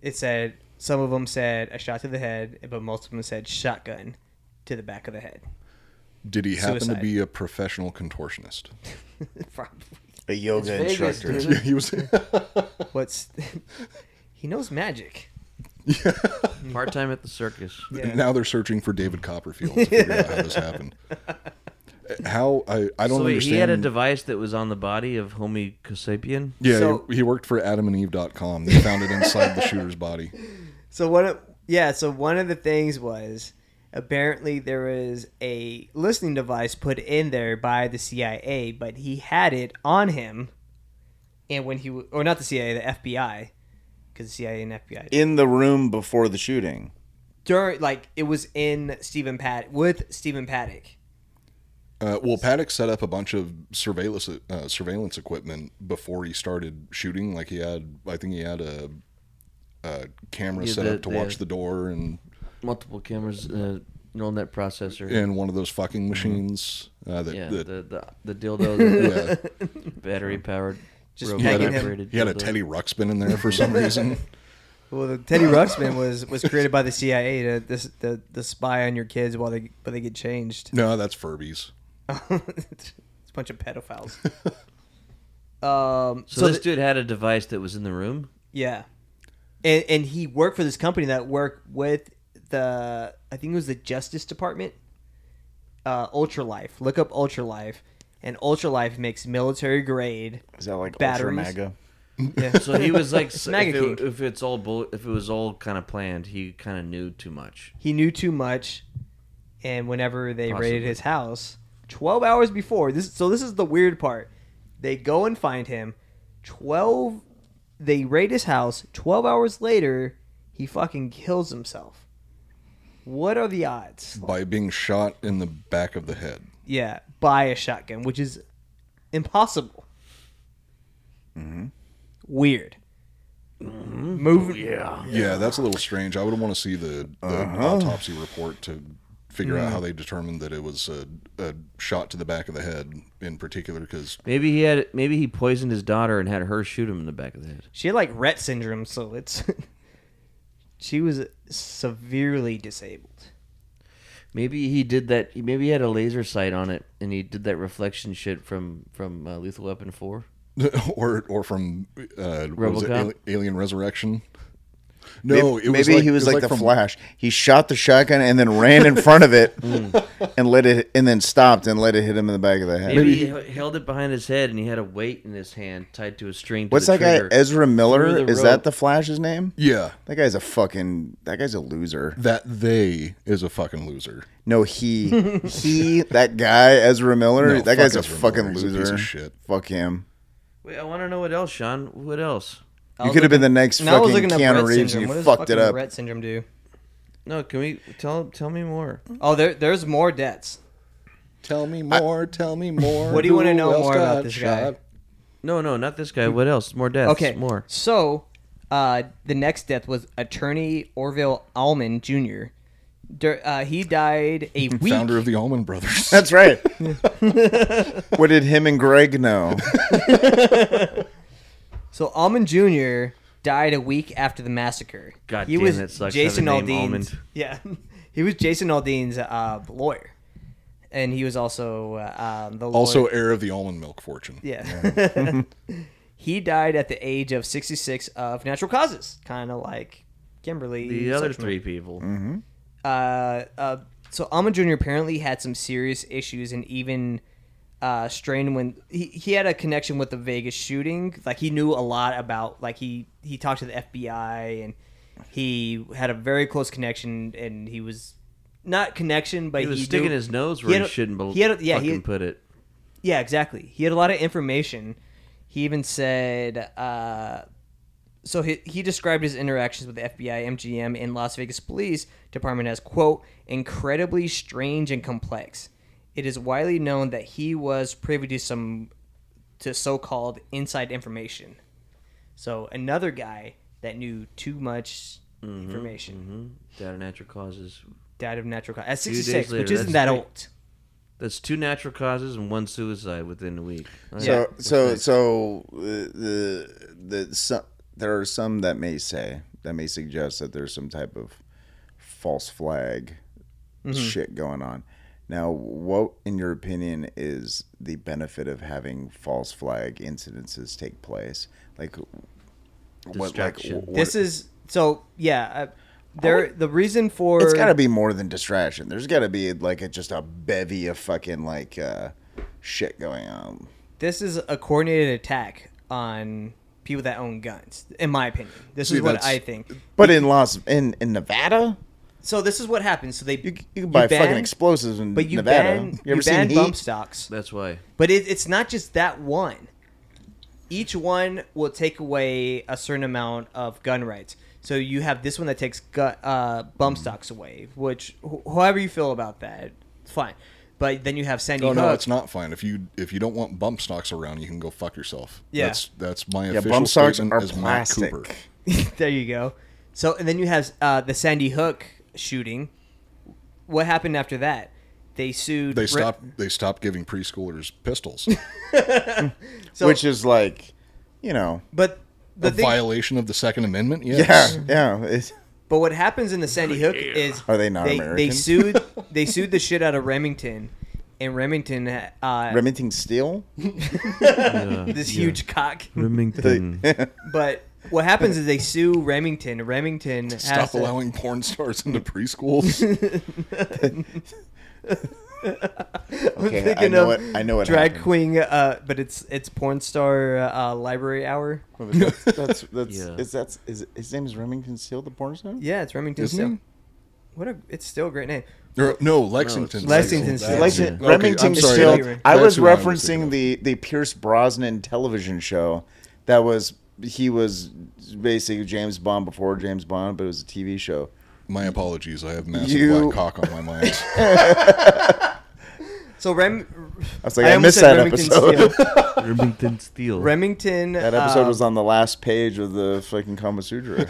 [SPEAKER 2] It said some of them said a shot to the head, but most of them said shotgun to the back of the head.
[SPEAKER 4] Did he happen
[SPEAKER 2] Suicide.
[SPEAKER 4] to be a professional contortionist?
[SPEAKER 2] Probably.
[SPEAKER 3] A yoga
[SPEAKER 5] Vegas,
[SPEAKER 3] instructor.
[SPEAKER 5] dude.
[SPEAKER 4] Yeah, he was.
[SPEAKER 2] What's he knows magic.
[SPEAKER 5] Part time at the circus.
[SPEAKER 2] Yeah.
[SPEAKER 4] Now they're searching for David Copperfield to figure out how this happened. How I I don't
[SPEAKER 5] So wait,
[SPEAKER 4] understand.
[SPEAKER 5] he had a device that was on the body of Homi Kasapian.
[SPEAKER 4] Yeah,
[SPEAKER 2] So-
[SPEAKER 4] he, he worked for adamandeve.com. They found it inside the shooter's body.
[SPEAKER 2] So one of yeah, so one of the things was apparently there was a listening device put in there by the CIA, but he had it on him, and when he w- or not the CIA, the FBI, because the CIA and FBI
[SPEAKER 3] in the room before the shooting.
[SPEAKER 2] during like it was in Stephen Pat with Stephen Paddock.
[SPEAKER 4] Uh, well, Paddock set up a bunch of surveillance uh, surveillance equipment before he started shooting. Like he had, I think he had a, a camera
[SPEAKER 5] Yeah,
[SPEAKER 4] set
[SPEAKER 5] the-
[SPEAKER 4] up to
[SPEAKER 5] the-
[SPEAKER 4] watch the door and
[SPEAKER 5] Multiple cameras, uh, neural net processor.
[SPEAKER 4] and one of those fucking machines. Uh, that,
[SPEAKER 5] Mm-hmm. Yeah,
[SPEAKER 4] that-
[SPEAKER 5] the, the the dildo, the
[SPEAKER 4] yeah.
[SPEAKER 5] battery powered,
[SPEAKER 2] Just
[SPEAKER 4] he had,
[SPEAKER 2] Hacking him.
[SPEAKER 4] a, he had a Teddy Ruxpin in there for some reason.
[SPEAKER 2] Well, the Teddy Ruxpin was was created by the CIA to this the the spy on your kids while they but they get changed.
[SPEAKER 4] no, that's Furby's.
[SPEAKER 2] it's a bunch of pedophiles. um,
[SPEAKER 5] So,
[SPEAKER 2] so,
[SPEAKER 5] this
[SPEAKER 2] th-
[SPEAKER 5] dude had a device that was in the room.
[SPEAKER 2] yeah, and and he worked for this company that worked with the I think it was the Justice Department. Uh, Ultralife, look up Ultralife, and Ultralife makes military grade.
[SPEAKER 3] Is that like
[SPEAKER 2] Batteries?
[SPEAKER 3] ultra mega?
[SPEAKER 2] Yeah.
[SPEAKER 5] So he was like, if,
[SPEAKER 2] Snag a
[SPEAKER 5] it,
[SPEAKER 2] kink.
[SPEAKER 5] if it's all bull, if it was all kind of planned, he kind of knew too much.
[SPEAKER 2] he knew too much, and whenever they raided
[SPEAKER 5] Possibly.
[SPEAKER 2] his house, twelve hours before this, so this is the weird part. They go and find him. Twelve, they raid his house. Twelve hours later, he fucking kills himself. What are the odds?
[SPEAKER 4] by being shot in the back of the head.
[SPEAKER 2] Yeah, by a shotgun, which is impossible. Mm-hmm. Weird. Moving. Mm-hmm. Oh, yeah.
[SPEAKER 4] Yeah, that's a little strange. I would want to see the, the autopsy report to figure
[SPEAKER 5] Mm.
[SPEAKER 4] out how they determined that it was a, a shot to the back of the head in particular because
[SPEAKER 5] Maybe he had. Maybe he poisoned his daughter and had her shoot him in the back of the head.
[SPEAKER 2] She had like Rett syndrome, so it's. she was severely disabled.
[SPEAKER 5] Maybe he did that. Maybe he had a laser sight on it, and he did that reflection shit from from uh, Lethal Weapon Four.
[SPEAKER 4] or or from uh, what was it,
[SPEAKER 5] RoboCop?
[SPEAKER 4] Ali- Alien Resurrection.
[SPEAKER 3] Maybe,
[SPEAKER 4] No, it was
[SPEAKER 3] maybe
[SPEAKER 4] like,
[SPEAKER 3] he was,
[SPEAKER 4] it
[SPEAKER 3] like, the
[SPEAKER 4] from-
[SPEAKER 3] Flash. He shot the shotgun and then ran in front of it and let it, and then stopped and let it hit him in the back of the head.
[SPEAKER 5] Maybe, he h- held it behind his head, and he had a weight in his hand tied to a string. To
[SPEAKER 3] What's
[SPEAKER 5] the
[SPEAKER 3] that guy?
[SPEAKER 5] trigger.
[SPEAKER 3] Ezra Miller?
[SPEAKER 5] Through the
[SPEAKER 3] Is
[SPEAKER 5] rope.
[SPEAKER 3] that the Flash's name?
[SPEAKER 4] Yeah,
[SPEAKER 3] That guy's a fucking. That guy's a loser.
[SPEAKER 4] that they is a fucking loser.
[SPEAKER 3] No, he, he, that guy, Ezra Miller.
[SPEAKER 4] No,
[SPEAKER 3] that guy's
[SPEAKER 4] fuck
[SPEAKER 3] a
[SPEAKER 4] Ezra
[SPEAKER 3] fucking
[SPEAKER 4] Miller. He's a
[SPEAKER 3] loser.
[SPEAKER 4] piece of shit.
[SPEAKER 3] Fuck him.
[SPEAKER 5] Wait, I want to know what else, Sean. What else?
[SPEAKER 2] I
[SPEAKER 3] You
[SPEAKER 2] was
[SPEAKER 3] could have been the
[SPEAKER 2] looking-
[SPEAKER 3] next
[SPEAKER 2] and I was
[SPEAKER 3] fucking
[SPEAKER 2] looking up
[SPEAKER 3] Keanu
[SPEAKER 2] Rett
[SPEAKER 3] Reeves,
[SPEAKER 2] syndrome.
[SPEAKER 3] and
[SPEAKER 2] What
[SPEAKER 3] you
[SPEAKER 2] does
[SPEAKER 3] fucked it
[SPEAKER 2] fucking
[SPEAKER 3] up.
[SPEAKER 2] Rett syndrome do?
[SPEAKER 5] No, can we tell tell me more?
[SPEAKER 2] Oh, there, there's more deaths.
[SPEAKER 4] Tell me more. tell me more.
[SPEAKER 2] What do you wanna
[SPEAKER 4] Who
[SPEAKER 2] know
[SPEAKER 4] else
[SPEAKER 2] more about
[SPEAKER 4] got
[SPEAKER 2] this guy?
[SPEAKER 4] shot?
[SPEAKER 5] No, no, not this guy. What else? More deaths.
[SPEAKER 2] Okay,
[SPEAKER 5] more.
[SPEAKER 2] So, uh, the next death was attorney Orville Allman Jr. Dur- uh, he died a week.
[SPEAKER 4] Founder of the Allman Brothers.
[SPEAKER 3] That's right. what did him and Greg know?
[SPEAKER 2] So Almond Jr. died a week after the massacre.
[SPEAKER 5] God
[SPEAKER 2] he
[SPEAKER 5] damn,
[SPEAKER 2] was
[SPEAKER 5] that sucks
[SPEAKER 2] Jason
[SPEAKER 5] having the
[SPEAKER 2] Aldean's.
[SPEAKER 5] name Almond.
[SPEAKER 2] Yeah, he was Jason Aldean's uh, lawyer, and he was also uh, um, the
[SPEAKER 4] also
[SPEAKER 2] lawyer-
[SPEAKER 4] heir of the Almond Milk fortune.
[SPEAKER 2] yeah. he died at the age of 66 of natural causes, kind of like Kimberly.
[SPEAKER 5] The other
[SPEAKER 2] Sutchman.
[SPEAKER 5] three people.
[SPEAKER 2] Uh, uh, so Almond Jr. apparently had some serious issues and even uh, strained when he, he had a connection with the Vegas shooting. Like he knew a lot about like he he talked to the FBI and he had a very close connection and he was not connection, but
[SPEAKER 5] He
[SPEAKER 2] he
[SPEAKER 5] was sticking
[SPEAKER 2] knew-
[SPEAKER 5] his nose
[SPEAKER 2] he
[SPEAKER 5] where
[SPEAKER 2] had
[SPEAKER 5] he,
[SPEAKER 2] a-
[SPEAKER 5] shouldn't be-
[SPEAKER 2] he had a- yeah, he
[SPEAKER 5] fucking
[SPEAKER 2] had-
[SPEAKER 5] put it.
[SPEAKER 2] yeah, exactly. He had a lot of information. He even said, uh, so he, he described his interactions with the FBI, MGM, and Las Vegas Police Department as, quote, incredibly strange and complex. It is widely known that he was privy to some, to so called inside information. So another guy that knew too much
[SPEAKER 5] Mm-hmm,
[SPEAKER 2] information
[SPEAKER 5] Down to natural causes.
[SPEAKER 2] died of natural cause at
[SPEAKER 5] days
[SPEAKER 2] 66,
[SPEAKER 5] later,
[SPEAKER 2] which isn't that
[SPEAKER 5] that's
[SPEAKER 2] old.
[SPEAKER 5] That's two natural causes and one suicide within a week.
[SPEAKER 3] So,
[SPEAKER 5] Okay.
[SPEAKER 3] so, so uh, the the some, there are some that may say that may suggest that there's some type of false flag
[SPEAKER 2] Mm-hmm.
[SPEAKER 3] shit going on. Now, what, in your opinion, is the benefit of having false flag incidences take place? Like, what, like
[SPEAKER 5] Distraction.
[SPEAKER 3] wh- what-
[SPEAKER 2] This is, so, yeah. Uh, there, the reason for
[SPEAKER 3] it's got to be more than distraction. There's got to be like a, just a bevy of fucking like uh, shit going on.
[SPEAKER 2] this is a coordinated attack on people that own guns in my opinion this
[SPEAKER 4] See,
[SPEAKER 2] is what
[SPEAKER 4] that's-
[SPEAKER 2] i think
[SPEAKER 3] But in Las in in Nevada,
[SPEAKER 2] so this is what happens so they
[SPEAKER 3] You, c- you can buy fucking
[SPEAKER 2] ban-
[SPEAKER 3] explosives in
[SPEAKER 2] but you
[SPEAKER 3] Nevada.
[SPEAKER 2] ban
[SPEAKER 3] you ever
[SPEAKER 2] you ban
[SPEAKER 3] seen
[SPEAKER 2] bump
[SPEAKER 3] Heat?
[SPEAKER 2] stocks
[SPEAKER 5] that's why.
[SPEAKER 2] but it, it's not just that one each one will take away a certain amount of gun rights so you have this one that takes gu- uh, bump
[SPEAKER 3] Mm.
[SPEAKER 2] stocks away which wh- however you feel about that it's fine but then you have Sandy
[SPEAKER 4] Oh no,
[SPEAKER 2] Hook.
[SPEAKER 4] it's not fine. If you if you don't want bump stocks around, you can go fuck yourself.
[SPEAKER 2] Yeah.
[SPEAKER 4] that's that's my
[SPEAKER 3] Yeah,
[SPEAKER 4] official
[SPEAKER 3] bump stocks
[SPEAKER 4] statement
[SPEAKER 3] are
[SPEAKER 4] as Matt Cooper.
[SPEAKER 3] plastic.
[SPEAKER 2] there you go. So, and then you have uh, the Sandy Hook shooting. What happened after that? They sued.
[SPEAKER 4] They
[SPEAKER 2] Re-
[SPEAKER 4] stopped they stopped giving preschoolers pistols.
[SPEAKER 2] so-
[SPEAKER 3] which is like, you know,
[SPEAKER 2] but the
[SPEAKER 4] a
[SPEAKER 2] thing,
[SPEAKER 4] violation of the Second Amendment.
[SPEAKER 3] yeah,
[SPEAKER 4] Yes.
[SPEAKER 3] yeah. It's,
[SPEAKER 2] But what happens in the Sandy Hook is
[SPEAKER 3] Are they not
[SPEAKER 2] they, They
[SPEAKER 3] American?
[SPEAKER 2] sued. they sued the shit out of Remington, and Remington, uh,
[SPEAKER 3] Remington Steel.
[SPEAKER 4] Hmm.
[SPEAKER 2] this huge cock.
[SPEAKER 5] Remington.
[SPEAKER 2] But what happens is they sue Remington. Remington has
[SPEAKER 4] Stop
[SPEAKER 2] to-
[SPEAKER 4] allowing porn stars into preschools.
[SPEAKER 3] Okay, I
[SPEAKER 2] thinking
[SPEAKER 3] know
[SPEAKER 2] of
[SPEAKER 3] it. I know it.
[SPEAKER 2] drag
[SPEAKER 3] happened.
[SPEAKER 2] queen, uh, but it's it's porn star uh, library hour.
[SPEAKER 3] That's that's, that's
[SPEAKER 5] Yeah.
[SPEAKER 3] is that's is his name is Remington Steel, the porn star.
[SPEAKER 2] Yeah, it's Remington
[SPEAKER 4] Isn't
[SPEAKER 2] Steel.
[SPEAKER 4] he?
[SPEAKER 2] What a it's still a great name.
[SPEAKER 4] Or- no, Lexington.
[SPEAKER 2] Lexington
[SPEAKER 4] Steel.
[SPEAKER 2] Steel.
[SPEAKER 3] Like
[SPEAKER 5] Yeah.
[SPEAKER 4] Okay,
[SPEAKER 3] Remington
[SPEAKER 4] I'm sorry,
[SPEAKER 3] Steel.
[SPEAKER 4] that's-
[SPEAKER 3] I
[SPEAKER 4] that's
[SPEAKER 3] was
[SPEAKER 4] who was thinking
[SPEAKER 3] referencing
[SPEAKER 4] of.
[SPEAKER 3] the the Pierce Brosnan television show that was he was basically James Bond before James Bond, but it was a TV show
[SPEAKER 4] My apologies. I have massive
[SPEAKER 3] You-
[SPEAKER 4] black cock on my mind.
[SPEAKER 2] So Rem,
[SPEAKER 3] I was like, I,
[SPEAKER 2] almost
[SPEAKER 3] missed
[SPEAKER 2] said
[SPEAKER 3] that episode.
[SPEAKER 2] Steel.
[SPEAKER 5] Remington Steel.
[SPEAKER 2] Remington.
[SPEAKER 3] That episode
[SPEAKER 2] uh,
[SPEAKER 3] was on the last page of the fucking Kama Sutra.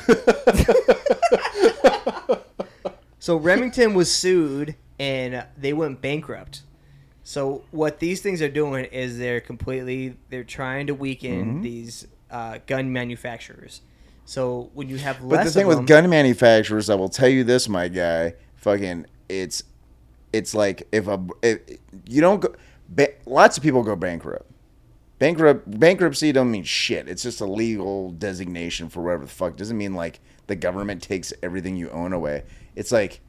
[SPEAKER 2] So Remington was sued and they went bankrupt. So what these things are doing is they're completely they're trying to weaken
[SPEAKER 3] Mm-hmm.
[SPEAKER 2] these uh, gun manufacturers. So when you have less
[SPEAKER 3] But the thing
[SPEAKER 2] of
[SPEAKER 3] with
[SPEAKER 2] them-
[SPEAKER 3] gun manufacturers, I will tell you this, my guy, fucking, it's, it's like if a if, you don't go, ba- lots of people go bankrupt. Bankrupt bankruptcy don't mean shit. It's just a legal designation for whatever the fuck. Doesn't mean like the government takes everything you own away. It's like,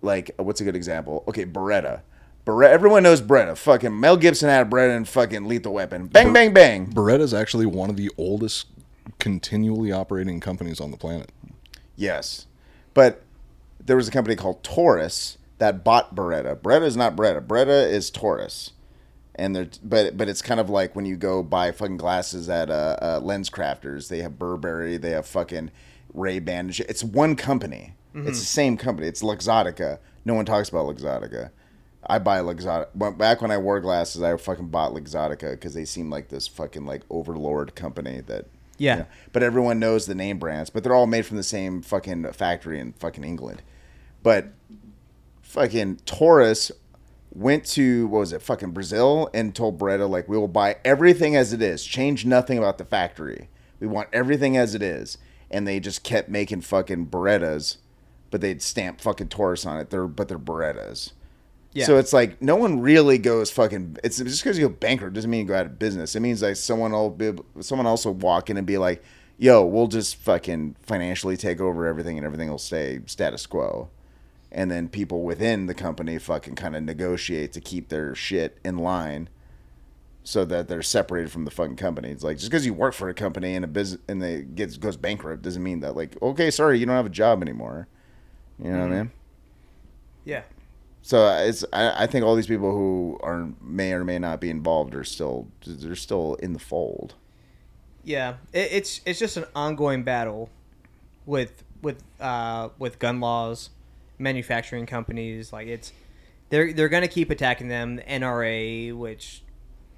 [SPEAKER 3] like uh, what's a good example? Okay, Beretta. Beretta. Everyone knows Beretta. Fucking Mel Gibson had a Beretta and fucking Lethal Weapon. Bang, bang, bang.
[SPEAKER 4] Beretta is actually one of the oldest continually operating companies on the planet.
[SPEAKER 3] Yes. But there was a company called Taurus that bought Beretta. Beretta is not Beretta. Beretta is Taurus. And they're, but but it's kind of like when you go buy fucking glasses at uh, uh, Lens Crafters. They have Burberry. They have fucking Ray Ban. It's one company. It's the same company. It's Luxottica. No one talks about Luxottica. I buy Luxottica. But back when I wore glasses, I fucking bought Luxottica because they seemed like this fucking like overlord company that
[SPEAKER 2] Yeah.
[SPEAKER 3] but everyone knows the name brands, but they're all made from the same fucking factory in fucking England. But fucking Taurus went to what was it, fucking Brazil and told Beretta, like, we will buy everything as it is. Change nothing about the factory. We want everything as it is. And they just kept making fucking Berettas, but they'd stamp fucking Taurus on it. They're but they're Berettas.
[SPEAKER 2] Yeah.
[SPEAKER 3] So it's like no one really goes fucking. It's just because you go bankrupt doesn't mean you go out of business. It means like someone will be, someone else will walk in and be like, "Yo, we'll just fucking financially take over everything, and everything will stay status quo." And then people within the company fucking kind of negotiate to keep their shit in line, so that they're separated from the fucking company. It's like just because you work for a company and a business and they gets goes bankrupt doesn't mean that like okay, sorry, you don't have a job anymore. You know what I mean?
[SPEAKER 2] yeah.
[SPEAKER 3] So it's I, I think all these people who are may or may not be involved are still they're still in the fold.
[SPEAKER 2] Yeah, it, it's it's just an ongoing battle with with uh, with gun laws, manufacturing companies. Like it's they're they're gonna keep attacking them. The NRA, which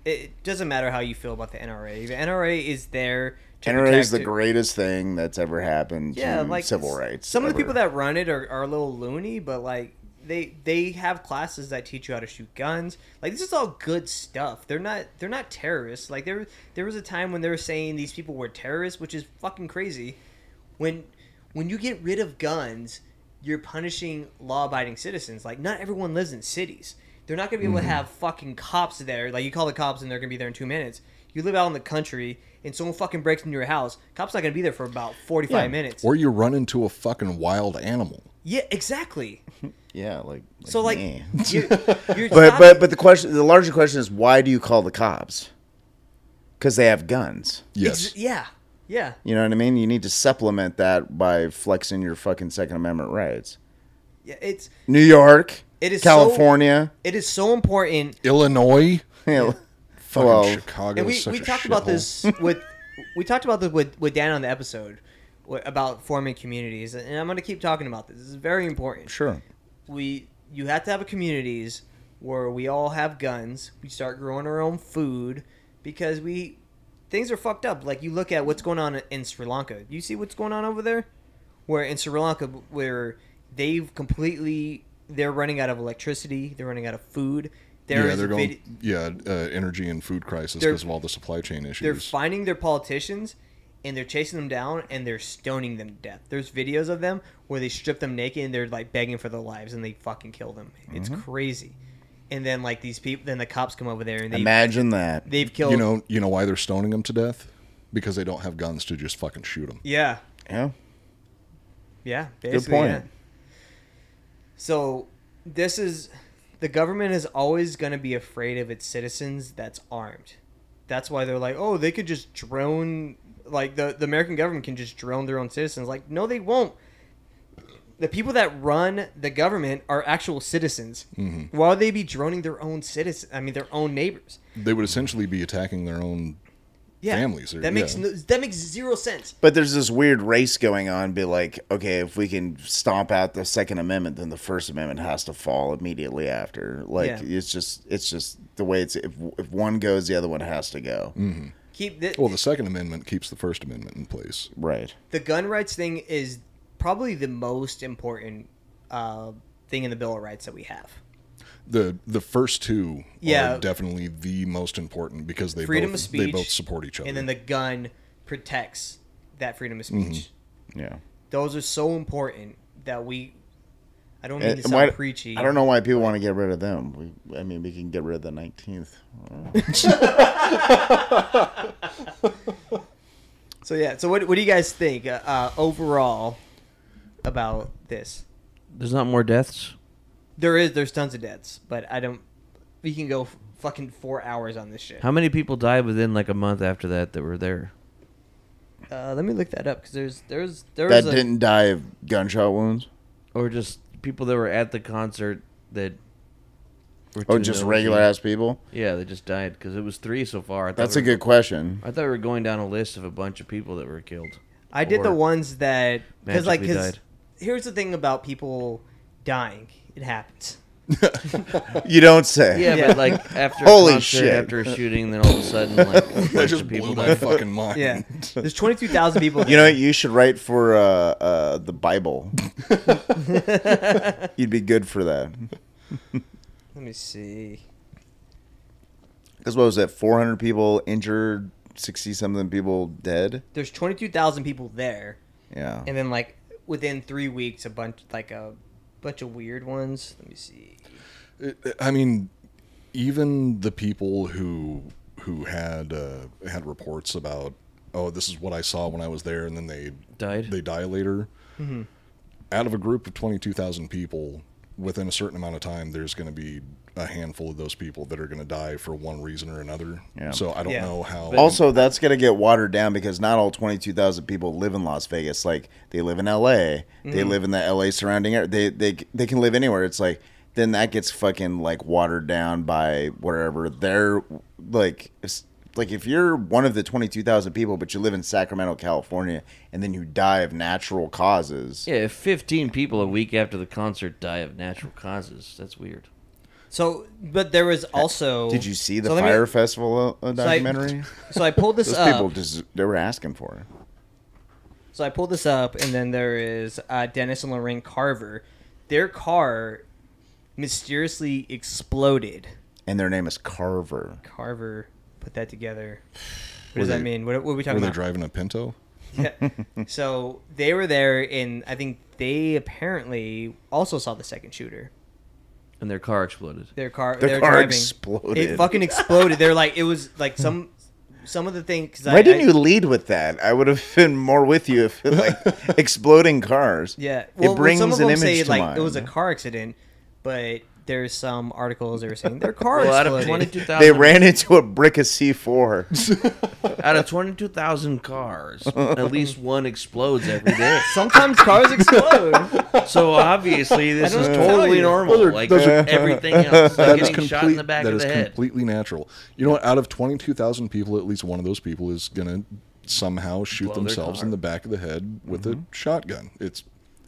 [SPEAKER 2] it doesn't matter how you feel about the NRA. The NRA is there. To
[SPEAKER 3] NRA
[SPEAKER 2] protect-
[SPEAKER 3] is the greatest thing that's ever happened
[SPEAKER 2] yeah,
[SPEAKER 3] to
[SPEAKER 2] like
[SPEAKER 3] civil
[SPEAKER 2] s-
[SPEAKER 3] rights.
[SPEAKER 2] Some of the
[SPEAKER 3] ever.
[SPEAKER 2] people that run it are, are a little loony, but like they they have classes that teach you how to shoot guns. Like this is all good stuff. They're not they're not terrorists. Like there there was a time when they were saying these people were terrorists, which is fucking crazy. When when you get rid of guns, you're punishing law-abiding citizens. Like not everyone lives in cities. They're not going to be able
[SPEAKER 3] Mm-hmm.
[SPEAKER 2] to have fucking cops there. Like you call the cops and they're going to be there in 2 minutes. You live out in the country and someone fucking breaks into your house, cops not going to be there for about 45 minutes.
[SPEAKER 4] Or you run into a fucking wild animal.
[SPEAKER 2] Yeah, exactly.
[SPEAKER 3] yeah, like,
[SPEAKER 2] So like,
[SPEAKER 3] meh.
[SPEAKER 2] you're, you're
[SPEAKER 3] but
[SPEAKER 2] not-
[SPEAKER 3] but but the question the larger question is why do you call the cops? Because they have guns.
[SPEAKER 4] Yes.
[SPEAKER 2] ex- yeah, yeah,
[SPEAKER 3] You know what I mean? You need to supplement that by flexing your fucking Second Amendment rights.
[SPEAKER 2] yeah. It's
[SPEAKER 3] New York,
[SPEAKER 2] It is so-
[SPEAKER 3] California.
[SPEAKER 2] it is so important,
[SPEAKER 4] Illinois.
[SPEAKER 3] yeah.
[SPEAKER 4] Fucking
[SPEAKER 3] Well,
[SPEAKER 4] Chicago.
[SPEAKER 2] and we
[SPEAKER 4] is such
[SPEAKER 2] we
[SPEAKER 4] a
[SPEAKER 2] talked about
[SPEAKER 4] shithole.
[SPEAKER 2] this with we talked about this with with Dan on the episode wh- about forming communities, and I'm gonna keep talking about this. This is very important.
[SPEAKER 3] Sure.
[SPEAKER 2] we you have to have a communities where we all have guns. We start growing our own food because we things are fucked up. Like you look at what's going on in Sri Lanka. You see what's going on over there, where in Sri Lanka where they've completely they're running out of electricity. They're running out of food. There
[SPEAKER 4] yeah,
[SPEAKER 2] is
[SPEAKER 4] they're
[SPEAKER 2] a
[SPEAKER 4] going.
[SPEAKER 2] vid-
[SPEAKER 4] yeah, uh, energy and food crisis
[SPEAKER 2] They're-
[SPEAKER 4] because of all the supply chain issues.
[SPEAKER 2] they're finding their politicians and they're chasing them down and they're stoning them to death. There's videos of them where they strip them naked and they're like begging for their lives and they fucking kill them. It's
[SPEAKER 4] Mm-hmm.
[SPEAKER 2] crazy. And then like these people, then the cops come over there and they
[SPEAKER 3] Imagine that.
[SPEAKER 2] they've killed.
[SPEAKER 4] you know, you know why they're stoning them to death? Because they don't have guns to just fucking shoot them.
[SPEAKER 2] yeah,
[SPEAKER 3] Yeah.
[SPEAKER 2] yeah.
[SPEAKER 3] Good
[SPEAKER 2] basically, yeah.
[SPEAKER 3] point.
[SPEAKER 2] So this is the government is always going to be afraid of its citizens that's armed. That's why they're like, "Oh, they could just drone like the the American government can just drone their own citizens." Like, no they won't. The people that run the government are actual citizens. Why would they be droning their own citizens? I mean, their own neighbors.
[SPEAKER 4] They would essentially be attacking their own
[SPEAKER 2] yeah.
[SPEAKER 4] families. Or,
[SPEAKER 2] that makes
[SPEAKER 4] yeah.
[SPEAKER 2] no, that makes zero sense.
[SPEAKER 3] But there's this weird race going on. Be like, okay, if we can stomp out the Second Amendment, then the First Amendment has to fall immediately after. Like,
[SPEAKER 2] Yeah.
[SPEAKER 3] it's just, it's just the way it's. If, if one goes, the other one has to go.
[SPEAKER 2] Keep the,
[SPEAKER 4] Well, the Second Amendment keeps the First Amendment in place.
[SPEAKER 3] Right.
[SPEAKER 2] the gun rights thing is probably the most important uh, thing in the Bill of Rights that we have.
[SPEAKER 4] the the first two
[SPEAKER 2] Yeah.
[SPEAKER 4] are definitely the most important because they
[SPEAKER 2] Freedom
[SPEAKER 4] both,
[SPEAKER 2] of speech.
[SPEAKER 4] they both support
[SPEAKER 3] Oh,
[SPEAKER 4] each other.
[SPEAKER 2] And then the gun protects that freedom of
[SPEAKER 3] Mm-hmm.
[SPEAKER 2] speech.
[SPEAKER 3] Yeah.
[SPEAKER 2] Those are so important that we. I don't mean
[SPEAKER 3] And
[SPEAKER 2] to sound
[SPEAKER 3] Eh, why-
[SPEAKER 2] preachy.
[SPEAKER 3] I don't know why people want to get rid of them. We, I mean, we can get rid of the 19th.
[SPEAKER 2] So yeah. So what, what do you guys think uh, uh, overall about this?
[SPEAKER 5] There's not more deaths.
[SPEAKER 2] There is there's tons of deaths, but I don't. We can go f- fucking four hours on this shit.
[SPEAKER 5] How many people died within like a month after that that were there?
[SPEAKER 2] Uh, let me look that up because there's there's there's
[SPEAKER 3] That
[SPEAKER 2] a-
[SPEAKER 3] didn't die of gunshot wounds?
[SPEAKER 5] Or just people that were at the concert that were
[SPEAKER 3] Oh,
[SPEAKER 5] too
[SPEAKER 3] just
[SPEAKER 5] ill to
[SPEAKER 3] regular
[SPEAKER 5] see?
[SPEAKER 3] ass people?
[SPEAKER 5] Yeah, they just died because it was three so far. I thought
[SPEAKER 3] That's
[SPEAKER 5] we
[SPEAKER 3] a
[SPEAKER 5] were-
[SPEAKER 3] good question.
[SPEAKER 5] I thought we were going down a list of a bunch of people that were killed.
[SPEAKER 2] I did the
[SPEAKER 5] Or-
[SPEAKER 2] ones that because like
[SPEAKER 5] magically
[SPEAKER 2] because
[SPEAKER 5] died.
[SPEAKER 2] here's the thing about people dying, it happens.
[SPEAKER 3] You don't say.
[SPEAKER 5] Yeah,
[SPEAKER 2] Yeah.
[SPEAKER 5] but like after
[SPEAKER 3] Holy
[SPEAKER 5] a concert,
[SPEAKER 3] shit.
[SPEAKER 5] after a shooting, then all of a sudden like a
[SPEAKER 4] that
[SPEAKER 5] bunch
[SPEAKER 4] just
[SPEAKER 5] of
[SPEAKER 4] blew
[SPEAKER 5] people
[SPEAKER 4] my
[SPEAKER 5] died.
[SPEAKER 4] fucking mind.
[SPEAKER 2] Yeah, there's twenty two thousand people.
[SPEAKER 3] You know, what? you should write for uh, uh, the Bible. You'd be good for that.
[SPEAKER 2] let me see.
[SPEAKER 3] Because what was that? 400 people injured, 60 something people dead?
[SPEAKER 2] There's twenty two thousand people there,
[SPEAKER 3] Yeah.
[SPEAKER 2] and then like within three weeks, a bunch like a bunch of weird ones. Let me see.
[SPEAKER 4] It- I mean, even the people who who had uh, had reports about oh this is what I saw when I was there, and then they
[SPEAKER 5] Died?
[SPEAKER 4] They die later. Out of a group of twenty two thousand people, within a certain amount of time, there's going to be a handful of those people that are going to die for one reason or another.
[SPEAKER 3] Yeah.
[SPEAKER 4] So I don't
[SPEAKER 2] Yeah.
[SPEAKER 4] know how.
[SPEAKER 3] Also, that's going to get watered down because not all 22,000 people live in Las Vegas. Like, they live in LA.
[SPEAKER 2] Mm-hmm.
[SPEAKER 3] They live in the LA surrounding area. They, they, they can live anywhere. It's like, then that gets fucking like watered down by wherever they're like, it's- like if you're one of the 22,000 people, but you live in Sacramento, California, and then you die of natural causes.
[SPEAKER 5] Yeah, if 15 people a week after the concert die of natural causes, that's weird.
[SPEAKER 2] So, but there was also.
[SPEAKER 3] Did you see the
[SPEAKER 2] So let me-
[SPEAKER 3] Fire Festival uh,
[SPEAKER 2] so I-
[SPEAKER 3] documentary?
[SPEAKER 2] So uh, I pulled this
[SPEAKER 3] Those
[SPEAKER 2] up.
[SPEAKER 3] people just, they were asking for it.
[SPEAKER 2] So I pulled this up, and then there is uh, Dennis and Lorraine Carver. Their car mysteriously exploded.
[SPEAKER 3] And their name is Carver.
[SPEAKER 2] Carver put that together. What
[SPEAKER 4] Were
[SPEAKER 2] does that
[SPEAKER 4] they-
[SPEAKER 2] mean? What, what are we
[SPEAKER 4] were
[SPEAKER 2] talking
[SPEAKER 4] they
[SPEAKER 2] about?
[SPEAKER 4] driving a Pinto?
[SPEAKER 2] Yeah. so they were there, and I think they apparently also saw the second shooter.
[SPEAKER 5] And their car exploded.
[SPEAKER 2] Their car,
[SPEAKER 3] Their
[SPEAKER 2] they were
[SPEAKER 3] car
[SPEAKER 2] driving.
[SPEAKER 3] exploded.
[SPEAKER 2] It fucking exploded. They're like, it was like some, some of the things.
[SPEAKER 3] Why didn't you lead with that? I would have been more with you if like exploding cars.
[SPEAKER 2] Yeah,
[SPEAKER 3] it
[SPEAKER 2] well,
[SPEAKER 3] brings
[SPEAKER 2] some of
[SPEAKER 3] an
[SPEAKER 2] them
[SPEAKER 3] image
[SPEAKER 2] say
[SPEAKER 3] to
[SPEAKER 2] like
[SPEAKER 3] mind.
[SPEAKER 2] it was a car accident, but there's some articles that were saying their car
[SPEAKER 5] Well, out of
[SPEAKER 2] exploded.
[SPEAKER 5] 22,000
[SPEAKER 3] They ran into a brick of C four.
[SPEAKER 5] out of 22,000 cars, at least one explodes every day.
[SPEAKER 2] Sometimes cars explode.
[SPEAKER 5] So obviously this
[SPEAKER 2] I
[SPEAKER 5] is
[SPEAKER 2] don't know what to tell
[SPEAKER 5] totally
[SPEAKER 2] you.
[SPEAKER 5] normal.
[SPEAKER 4] Those are-
[SPEAKER 5] like
[SPEAKER 4] those are-
[SPEAKER 5] everything else, like
[SPEAKER 4] That is
[SPEAKER 5] getting shot in the
[SPEAKER 4] complete-
[SPEAKER 5] back
[SPEAKER 4] that
[SPEAKER 5] of the
[SPEAKER 4] is
[SPEAKER 5] head.
[SPEAKER 4] completely natural. You know what? Out of 22,000 people, at least one of those people is going to somehow shoot
[SPEAKER 5] Blow their
[SPEAKER 4] themselves
[SPEAKER 5] car. Mm-hmm.
[SPEAKER 4] in the back of the head with a shotgun. It's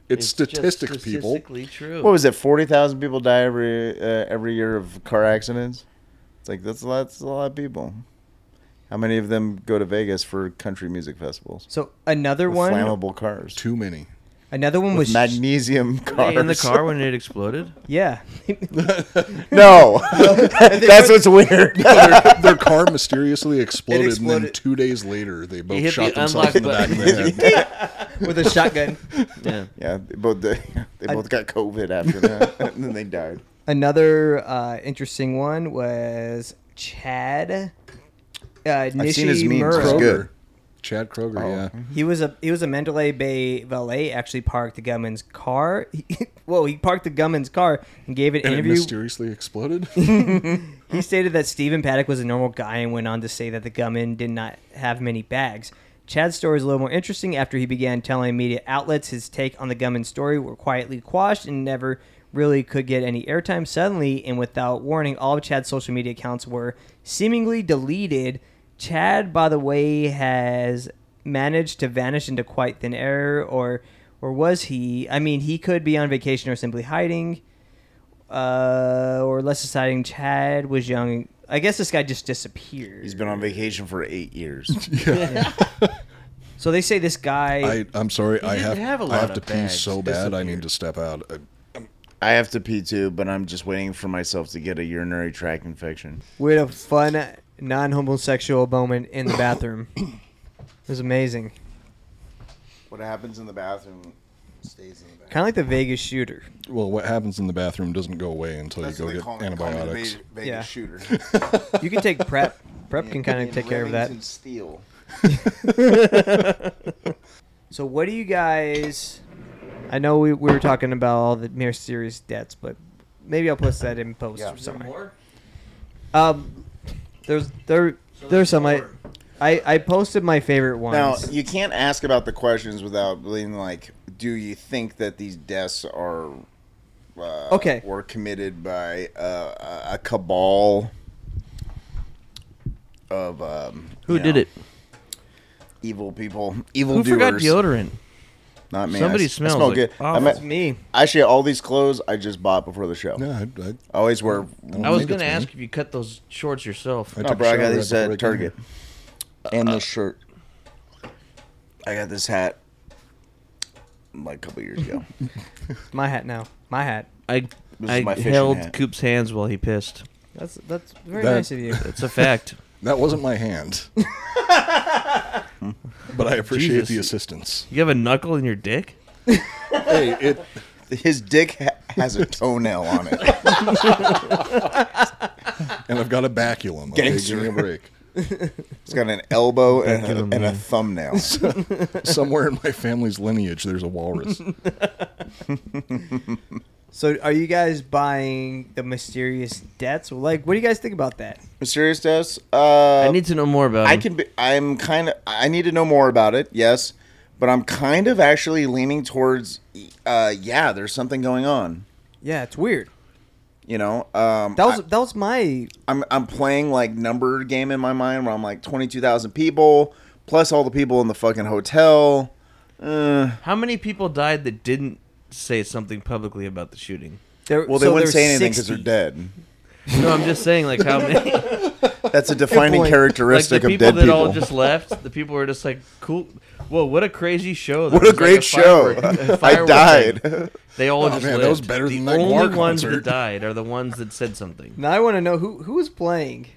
[SPEAKER 4] it's,
[SPEAKER 5] It's
[SPEAKER 4] statistics,
[SPEAKER 5] just
[SPEAKER 4] people.
[SPEAKER 5] Statistically true.
[SPEAKER 3] What was it? Forty thousand people die every uh, every year of car accidents. It's like that's a lot. That's a lot of people. How many of them go to Vegas for country music festivals?
[SPEAKER 2] So another
[SPEAKER 3] With
[SPEAKER 2] one,
[SPEAKER 3] flammable cars,
[SPEAKER 4] Too many.
[SPEAKER 2] another one was
[SPEAKER 3] magnesium
[SPEAKER 5] Were
[SPEAKER 3] cars
[SPEAKER 5] they in the car when it exploded?
[SPEAKER 2] yeah.
[SPEAKER 3] No, that's what's weird.
[SPEAKER 4] their, their car mysteriously exploded, and then
[SPEAKER 2] exploded.
[SPEAKER 4] two days later, they both
[SPEAKER 5] hit
[SPEAKER 4] shot
[SPEAKER 5] the
[SPEAKER 4] themselves in the back
[SPEAKER 5] unlock
[SPEAKER 4] of the head.
[SPEAKER 2] with a shotgun.
[SPEAKER 5] Yeah.
[SPEAKER 3] yeah, they both they both got COVID after that, and then they died.
[SPEAKER 2] Another uh, interesting one was Chad. Uh,
[SPEAKER 3] I've seen his
[SPEAKER 2] Nishi
[SPEAKER 3] memes.
[SPEAKER 2] Murrow.
[SPEAKER 3] It's good.
[SPEAKER 4] Chad Kroger,
[SPEAKER 5] Oh.
[SPEAKER 4] yeah.
[SPEAKER 2] He was a he was a Mandalay Bay valet. Actually, parked the gunman's car. Whoa, he parked the gunman's car and gave an
[SPEAKER 4] And it
[SPEAKER 2] interview.
[SPEAKER 4] mysteriously exploded.
[SPEAKER 2] He stated that Stephen Paddock was a normal guy and went on to say that the gunman did not have many bags. Chad's story is a little more interesting after he began telling media outlets his take on the gunman's story were quietly quashed and never really could get any airtime. Suddenly and without warning, all of Chad's social media accounts were seemingly deleted Chad, by the way, has managed to vanish into quite thin air, or or was he? I mean, he could be on vacation or simply hiding, uh, or less deciding. Chad was young. I guess this guy just disappeared.
[SPEAKER 3] He's been on vacation for eight years.
[SPEAKER 2] so they say this guy.
[SPEAKER 4] I, I'm sorry. I have,
[SPEAKER 5] didn't have a
[SPEAKER 4] I
[SPEAKER 5] lot
[SPEAKER 4] have
[SPEAKER 5] of
[SPEAKER 4] to pee
[SPEAKER 5] bags.
[SPEAKER 4] so
[SPEAKER 5] He
[SPEAKER 4] bad. I need
[SPEAKER 5] disappeared.
[SPEAKER 4] to step out. I,
[SPEAKER 3] I have to pee too, but I'm just waiting for myself to get a urinary tract infection.
[SPEAKER 2] We had a fun non-homosexual moment in the bathroom. It was amazing.
[SPEAKER 3] What happens in the bathroom stays in the bathroom.
[SPEAKER 2] Kind of like the Vegas shooter.
[SPEAKER 4] well, what happens in the bathroom doesn't go away until you go get antibiotics.
[SPEAKER 3] Vegas
[SPEAKER 2] Yeah.
[SPEAKER 3] shooter.
[SPEAKER 2] You can take prep. Prep can kind of take care of that.
[SPEAKER 3] Steel.
[SPEAKER 2] So what do you guys? I know we, we were talking about all the mere serious debts, but maybe I'll post that in post
[SPEAKER 3] Yeah.
[SPEAKER 2] or something. Um, there's there there's some I, I I posted my favorite
[SPEAKER 3] Now
[SPEAKER 2] ones.
[SPEAKER 3] you can't ask about the questions without being like, "Do you think that these deaths are uh,
[SPEAKER 2] Okay.
[SPEAKER 3] were committed by uh, a a cabal of um,
[SPEAKER 5] Who
[SPEAKER 3] you
[SPEAKER 5] did
[SPEAKER 3] know,
[SPEAKER 5] it?
[SPEAKER 3] Evil people, evil
[SPEAKER 5] Who
[SPEAKER 3] doers.
[SPEAKER 5] forgot deodorant?
[SPEAKER 3] Not me.
[SPEAKER 5] Somebody
[SPEAKER 3] I, s- I
[SPEAKER 5] smells Oh,
[SPEAKER 3] smell
[SPEAKER 5] like
[SPEAKER 3] good. I
[SPEAKER 5] awful.
[SPEAKER 3] mean,
[SPEAKER 2] It's me.
[SPEAKER 3] actually, all these clothes I just bought before the show.
[SPEAKER 4] Yeah, I, I,
[SPEAKER 3] I always wear.
[SPEAKER 4] don't
[SPEAKER 5] I was
[SPEAKER 4] think
[SPEAKER 5] gonna
[SPEAKER 4] it's me.
[SPEAKER 5] ask if you cut those shorts yourself.
[SPEAKER 4] I
[SPEAKER 3] No,
[SPEAKER 4] took a
[SPEAKER 3] bro, I got
[SPEAKER 4] shower
[SPEAKER 3] these
[SPEAKER 4] right
[SPEAKER 3] at
[SPEAKER 4] before I came
[SPEAKER 3] Target.
[SPEAKER 4] here.
[SPEAKER 3] And this shirt. I got this hat like a couple years ago.
[SPEAKER 2] It's my hat now. My hat.
[SPEAKER 5] I
[SPEAKER 3] This is
[SPEAKER 5] I
[SPEAKER 3] my fishing
[SPEAKER 5] held
[SPEAKER 3] hat.
[SPEAKER 5] Coop's hands while he pissed.
[SPEAKER 2] That's that's very
[SPEAKER 4] That-
[SPEAKER 2] nice of you.
[SPEAKER 5] That's a fact.
[SPEAKER 4] That wasn't my hand. but I appreciate
[SPEAKER 5] Jesus.
[SPEAKER 4] the assistance.
[SPEAKER 5] you have a knuckle in your dick?
[SPEAKER 4] Hey, it
[SPEAKER 3] His dick ha- has a toenail on it.
[SPEAKER 4] and I've got a baculum. Okay, give me a break.
[SPEAKER 3] It's got an elbow and
[SPEAKER 5] give
[SPEAKER 3] a,
[SPEAKER 5] him
[SPEAKER 3] and a
[SPEAKER 5] that.
[SPEAKER 3] thumbnail.
[SPEAKER 4] Somewhere in my family's lineage, there's a walrus.
[SPEAKER 2] So are you guys buying the mysterious debts? Like, what do you guys think about that?
[SPEAKER 3] Mysterious deaths. Uh,
[SPEAKER 5] I need to know more about.
[SPEAKER 3] I
[SPEAKER 5] him.
[SPEAKER 3] can. Be, I'm kind of. I need to know more about it. Yes, but I'm kind of actually leaning towards. Uh, yeah, there's something going on.
[SPEAKER 2] Yeah, it's weird.
[SPEAKER 3] You know, um,
[SPEAKER 2] That was that was my
[SPEAKER 3] I'm I'm playing like number game in my mind where I'm like twenty two thousand people plus all the people in the fucking hotel. Uh,
[SPEAKER 5] How many people died that didn't say something publicly about the shooting?
[SPEAKER 2] there,
[SPEAKER 3] well, they
[SPEAKER 2] so there's
[SPEAKER 3] wouldn't say anything because they're
[SPEAKER 2] 60.
[SPEAKER 3] dead.
[SPEAKER 5] No, I'm just saying, like how many? Like
[SPEAKER 3] That's a defining
[SPEAKER 2] point.
[SPEAKER 5] the
[SPEAKER 3] characteristic
[SPEAKER 5] people
[SPEAKER 3] of dead
[SPEAKER 5] that
[SPEAKER 3] people.
[SPEAKER 5] all just left. The people were just like, "Cool, whoa, what a crazy show! There
[SPEAKER 3] what a
[SPEAKER 5] was, like,
[SPEAKER 3] great show!
[SPEAKER 5] firework- a
[SPEAKER 3] I
[SPEAKER 5] firework
[SPEAKER 3] died.
[SPEAKER 5] thing." They all just
[SPEAKER 4] Oh, man,
[SPEAKER 5] lived.
[SPEAKER 4] that was better than
[SPEAKER 5] the
[SPEAKER 4] that
[SPEAKER 5] only
[SPEAKER 4] Guar
[SPEAKER 5] ones
[SPEAKER 4] concert.
[SPEAKER 5] that died are the ones that said something.
[SPEAKER 2] Now I want to know who who was playing.